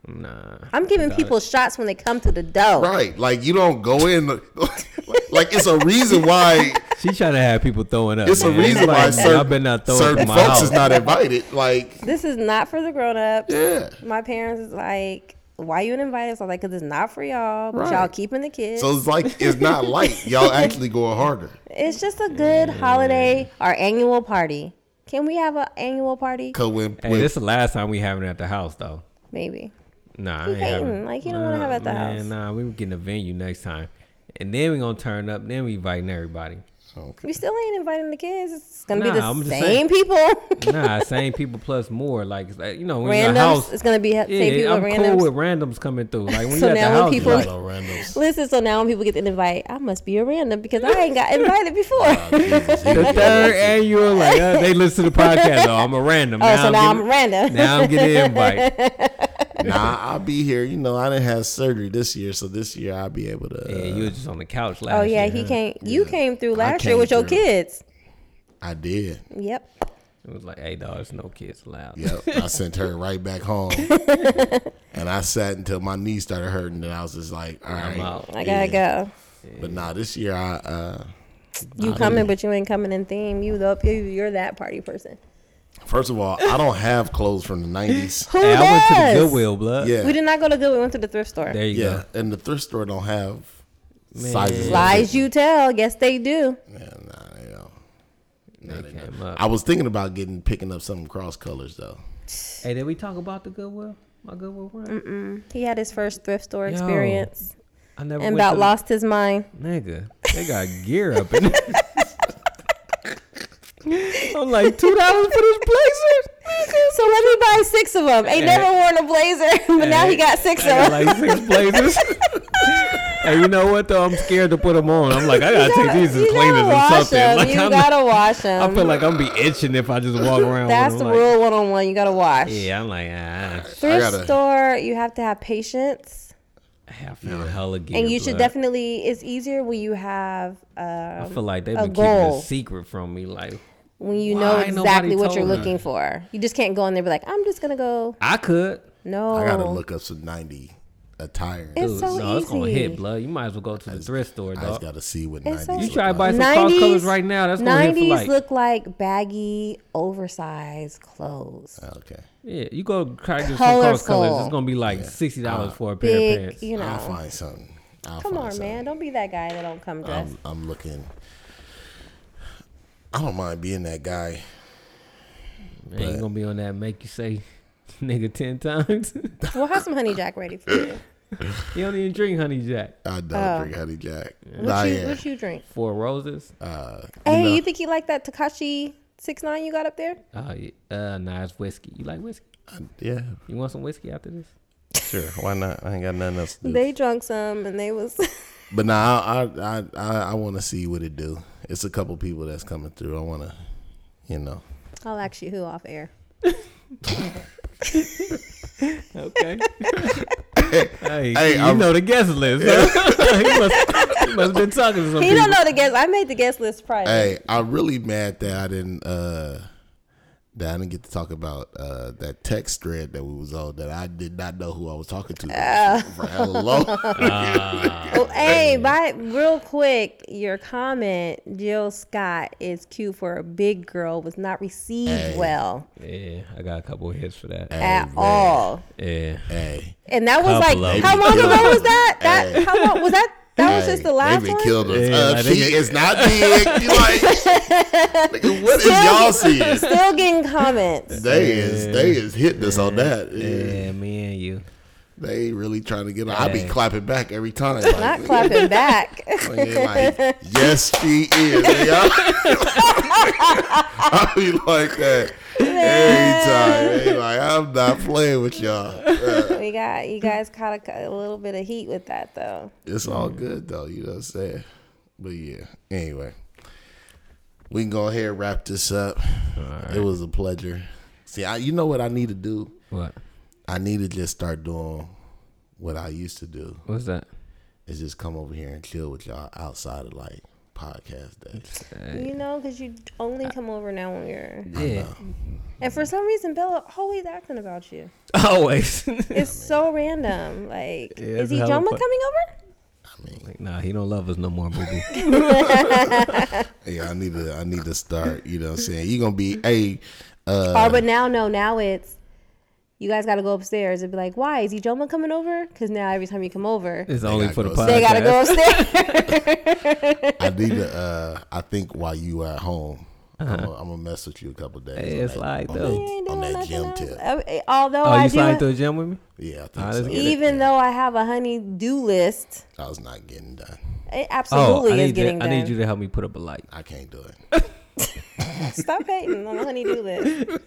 A: Nah.
C: I'm giving people shots when they come to the door.
B: right? Like you don't go in like, like it's a reason why
A: She trying to have people throwing up.
B: it's a
A: man.
B: reason
A: Like,
B: why
A: man,
B: certain,
A: y'all better not throw up
B: certain
A: in my
B: folks
A: house.
B: is not invited. Like
C: This is not for the grown ups.
B: yeah,
C: My parents is like, why you didn't invite us? I was like, because it's not for y'all, but
B: Right.
C: y'all keeping the kids.
B: so it's like it's not light. Y'all actually going harder.
C: it's just a good holiday, our annual party. Can we have an annual party?
B: Cause when,
A: Hey,
B: when-
A: this is the last time we having it at the house though.
C: Maybe.
A: Nah, I ain't
C: hating.
A: having.
C: Like, you don't wanna
A: Nah,
C: have it at the
A: man,
C: house.
A: Nah, we getting a venue next time, and then we gonna turn up. Then we inviting everybody.
C: We still ain't inviting the kids. It's going to
A: Nah,
C: be the
A: I'm just
C: same
A: saying.
C: people.
A: Nah, same people plus more. Like it's like, you know, when you in the
C: randoms.
A: house.
C: It's going to be ha- same
A: Yeah,
C: people
A: I'm
C: with
A: cool
C: randoms.
A: with randoms coming through. Like when you
C: So
A: at the
C: now when
A: house,
C: people-
A: like,
B: no randos.
C: Listen, so now when people get an invite, I must be a random because I ain't got invited before.
B: Jesus, you
A: the
B: don't
A: third
B: listen.
A: annual, like uh, they listen to the podcast. Oh, I'm a random.
C: oh, so now I'm,
A: getting-
C: random.
A: now I'm getting an invite.
B: Nah, I'll be here. You know, I didn't have surgery this year, so this year I'll be able to. uh,
A: Yeah, you was just on the couch last
C: oh, yeah,
A: year,
C: he
A: huh?
C: came. You came through last year
B: came
C: with your
B: through.
C: kids.
B: I did.
C: Yep.
A: It was like, hey, dog, it's no kids allowed.
B: Yep. I sent her right back home. and I sat until my knee started hurting and I was just like, all right.
A: out.
C: I gotta go.
B: But nah, this year I uh
C: You coming, but you ain't coming in theme. You the you, you're that party person.
B: first of all, I don't have clothes from the nineties.
C: Who
A: Hey,
C: does?
A: I went to the Goodwill, blood.
B: Yeah.
C: We did not go to Goodwill. We went to the thrift store.
A: There you
B: yeah. And the thrift store don't have
A: Man.
B: sizes.
C: Lies you tell. Yes, they do.
B: Yeah, nah, they don't.
A: go. They came up.
B: I was thinking about getting picking up some cross colors though.
A: Hey, did we talk about the Goodwill? My Goodwill run?
C: He had his first thrift store experience
A: I never went
C: and about
A: to the-
C: lost his mind.
A: Nigga, they got gear up in I'm like, two dollars for this blazer?
C: So let me buy six of them. Ain't never worn a blazer, but now he got six of
A: I got
C: them.
A: like six blazers. and you know what though? I'm scared to put them on. I'm like, I gotta take these and
C: You
A: clean
C: gotta
A: it or
C: wash
A: something.
C: them.
A: Like,
C: you
A: I'm not-
C: gotta wash
A: I
C: them.
A: feel like I'm be itching if I just walk around.
C: That's
A: with
C: the
A: them. like,
C: rule one on one. You gotta wash.
A: Yeah, I'm like, ah,
C: Thrift
B: gotta-
C: store, you have to have patience.
A: I have found hella gear.
C: and you should
A: blood.
C: definitely it's easier when you have uh,
A: I feel like they've
C: a
A: been keeping
C: goal.
A: a secret from me. Like,
C: when you know
A: Why ain't
C: exactly
A: nobody
C: what you're
A: told me?
C: looking for you just can't go in there and be like i'm just gonna go
A: I could.
C: no
B: I gotta look up some ninety attire.
C: Oh. It's
A: Dude,
C: so
A: no, it's gonna
C: easy.
A: hit, blood. You might as well go to the thrift store,
B: I just
A: dog.
B: gotta see what nineties.
C: It's so-
A: You
B: look
A: try to
B: like.
A: buy some cross colors right now. That's gonna hit for
C: 90s
A: like.
C: look like baggy oversized clothes
B: Okay.
A: yeah, you go try to get some cross colors.
C: Colorful.
A: It's gonna be like sixty dollars for a pair of
C: Ah. big E-
A: pants.
C: you
B: I'll
C: know
B: find something. I'll
C: come
B: find
C: on
B: something.
C: man don't be that guy that don't come dressed
B: I'm, I'm looking. I don't mind being that guy.
A: Man, you gonna be on that make you say, nigga, ten times.
C: we'll have some honey jack ready for you
A: you don't even drink honey jack.
B: I don't drink honey jack. Nah,
C: Oh. what you,
B: yeah.
C: what you drink
A: Four roses.
B: uh,
C: hey
B: you know,
C: you think he like that takashi 6-9 you got up there
A: Oh, yeah. uh, nah, it's whiskey. You like whiskey?
B: yeah,
A: You want some whiskey after this?
B: sure. Why not? I ain't got nothing else to do.
C: they drunk some and they was
B: but nah, I I I, I want to see what it do. It's a couple people that's coming through. I want to, you know.
C: i'll ask you who off air
A: Okay. hey,
B: Hey,
A: you
B: I'm-
A: know the guest list. huh? he must, he must been talking to some
C: He
A: people.
C: don't know the guest. I made the guest list Friday.
B: Hey, I'm really mad that I didn't uh that I didn't get to talk about uh that text thread that we was on that I did not know who I was talking to
C: Ah.
B: for hella long.
C: Oh, hey, by real quick, your comment, Jill Scott is cute for a big girl, was not received well
A: Yeah, I got a couple of hits for that.
C: at all.
A: Yeah.
B: hey,
C: And that was
A: Couple
C: like
A: of
C: how
B: them.
C: long ago
B: Hey.
C: was that? That how long was that? That was just the last
B: they been
C: one.
B: killed us.
A: Yeah,
B: uh,
A: like,
B: she
A: they-
B: is not big. You like, nigga, what is y'all seeing?
C: Still getting comments.
B: They is they is hitting us on that.
A: Yeah, me and you.
B: They ain't really trying to get on. I be
E: Hey.
B: clapping back every time. Like,
C: Not clapping back.
B: nigga, like, yes, she is. nigga. I be like that every time. They Like, I'm not playing with y'all.
C: we got you guys caught a, a little bit of heat with that though.
B: It's all good though, you know what I'm saying? But yeah. Anyway. We can go ahead and wrap this up. It was a pleasure. See, I you know what I need to do?
E: What?
B: I need to just start doing what I used to do.
E: What's that?
B: Is just come over here and chill with y'all outside of like podcast days.
C: You know, because you only come over now when you're.
E: Yeah.
C: And for some reason, Bella always acting about you.
E: Always.
C: It's so random. Like, is
E: it's
C: he
E: hella
C: Joma
E: fun.
C: coming over?
E: like, nah, he don't love us no more, boo boo.
B: Yeah, I need to I need to start, you know what I'm saying? You're gonna be a uh
C: oh, but now, no, now it's. You guys got to go upstairs and be like, why? Is he Joma coming over? Because now every time you come over,
E: It's only
B: gotta
E: for the
B: go.
E: podcast.
C: they got to go upstairs.
B: I need to. Uh, I think while you are at home, I'm gonna-
C: Uh-huh.
B: I'm gonna mess with you a couple days.
E: Hey,
B: on
E: it's
B: that-
E: like
B: on
E: though.
C: He ain't
B: that, on
C: doing
B: that
C: nothing
B: gym
C: else.
B: tip.
C: Uh, Although
E: Oh,
C: I
E: you
C: do.
E: signed to the gym with me?
B: Yeah, I think
E: Ah,
B: so.
E: let's get it.
C: even though I have a honey do list,
B: I was not getting done.
C: it
E: Oh,
C: absolutely
E: I
C: is
E: need,
C: getting
E: to, I
C: done.
E: need you to help me put up a light.
B: I can't do it.
C: Stop hating on the honey do list.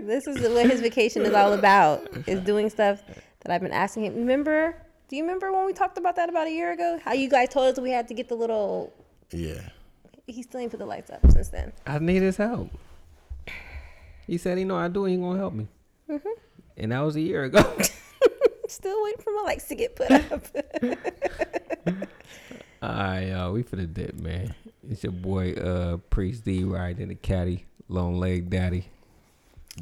C: this is what his vacation is all about: is doing stuff that I've been asking him. Remember? Do you remember when we talked about that about a year ago? How you guys told us we had to get the little?
B: Yeah,
C: He still ain't put the lights up since then.
E: I need his help. He said he know I do. He gonna help me. Mm-hmm. And that was a year ago.
C: Still waiting for my lights to get put up.
E: All right, y'all. We finna dip, man. It's your boy, uh, Priest D, riding in the caddy, long leg daddy.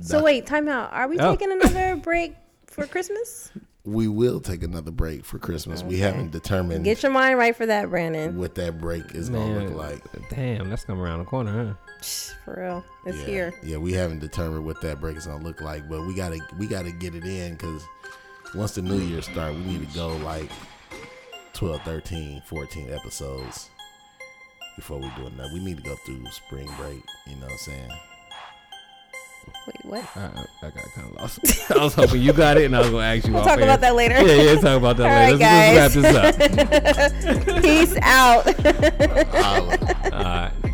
C: so wait, time out. Are we
E: Oh.
C: taking another break for Christmas?
B: we will take another break for Christmas. We haven't determined
C: Get your mind right for that, Brandon.
B: what that break is gonna
E: Man,
B: look like.
E: damn, that's coming around the corner, huh?
C: Psh, For real, it's
B: yeah.
C: here.
B: Yeah, we haven't determined what that break is gonna look like, but we gotta we gotta get it in because once the new year start, we need to go like 12, 13, 14 episodes before we do another. We need to go through spring break. You know what I'm saying?
C: Wait, what?
E: I, I got kind of lost. I was hoping you got it, and I was gonna ask you.
C: We'll
E: off
C: talk
E: air.
C: about that later.
E: Yeah, yeah, talk about that
C: All right,
E: later. Let's, let's wrap this up.
C: Peace out.
B: Holla.
E: All right.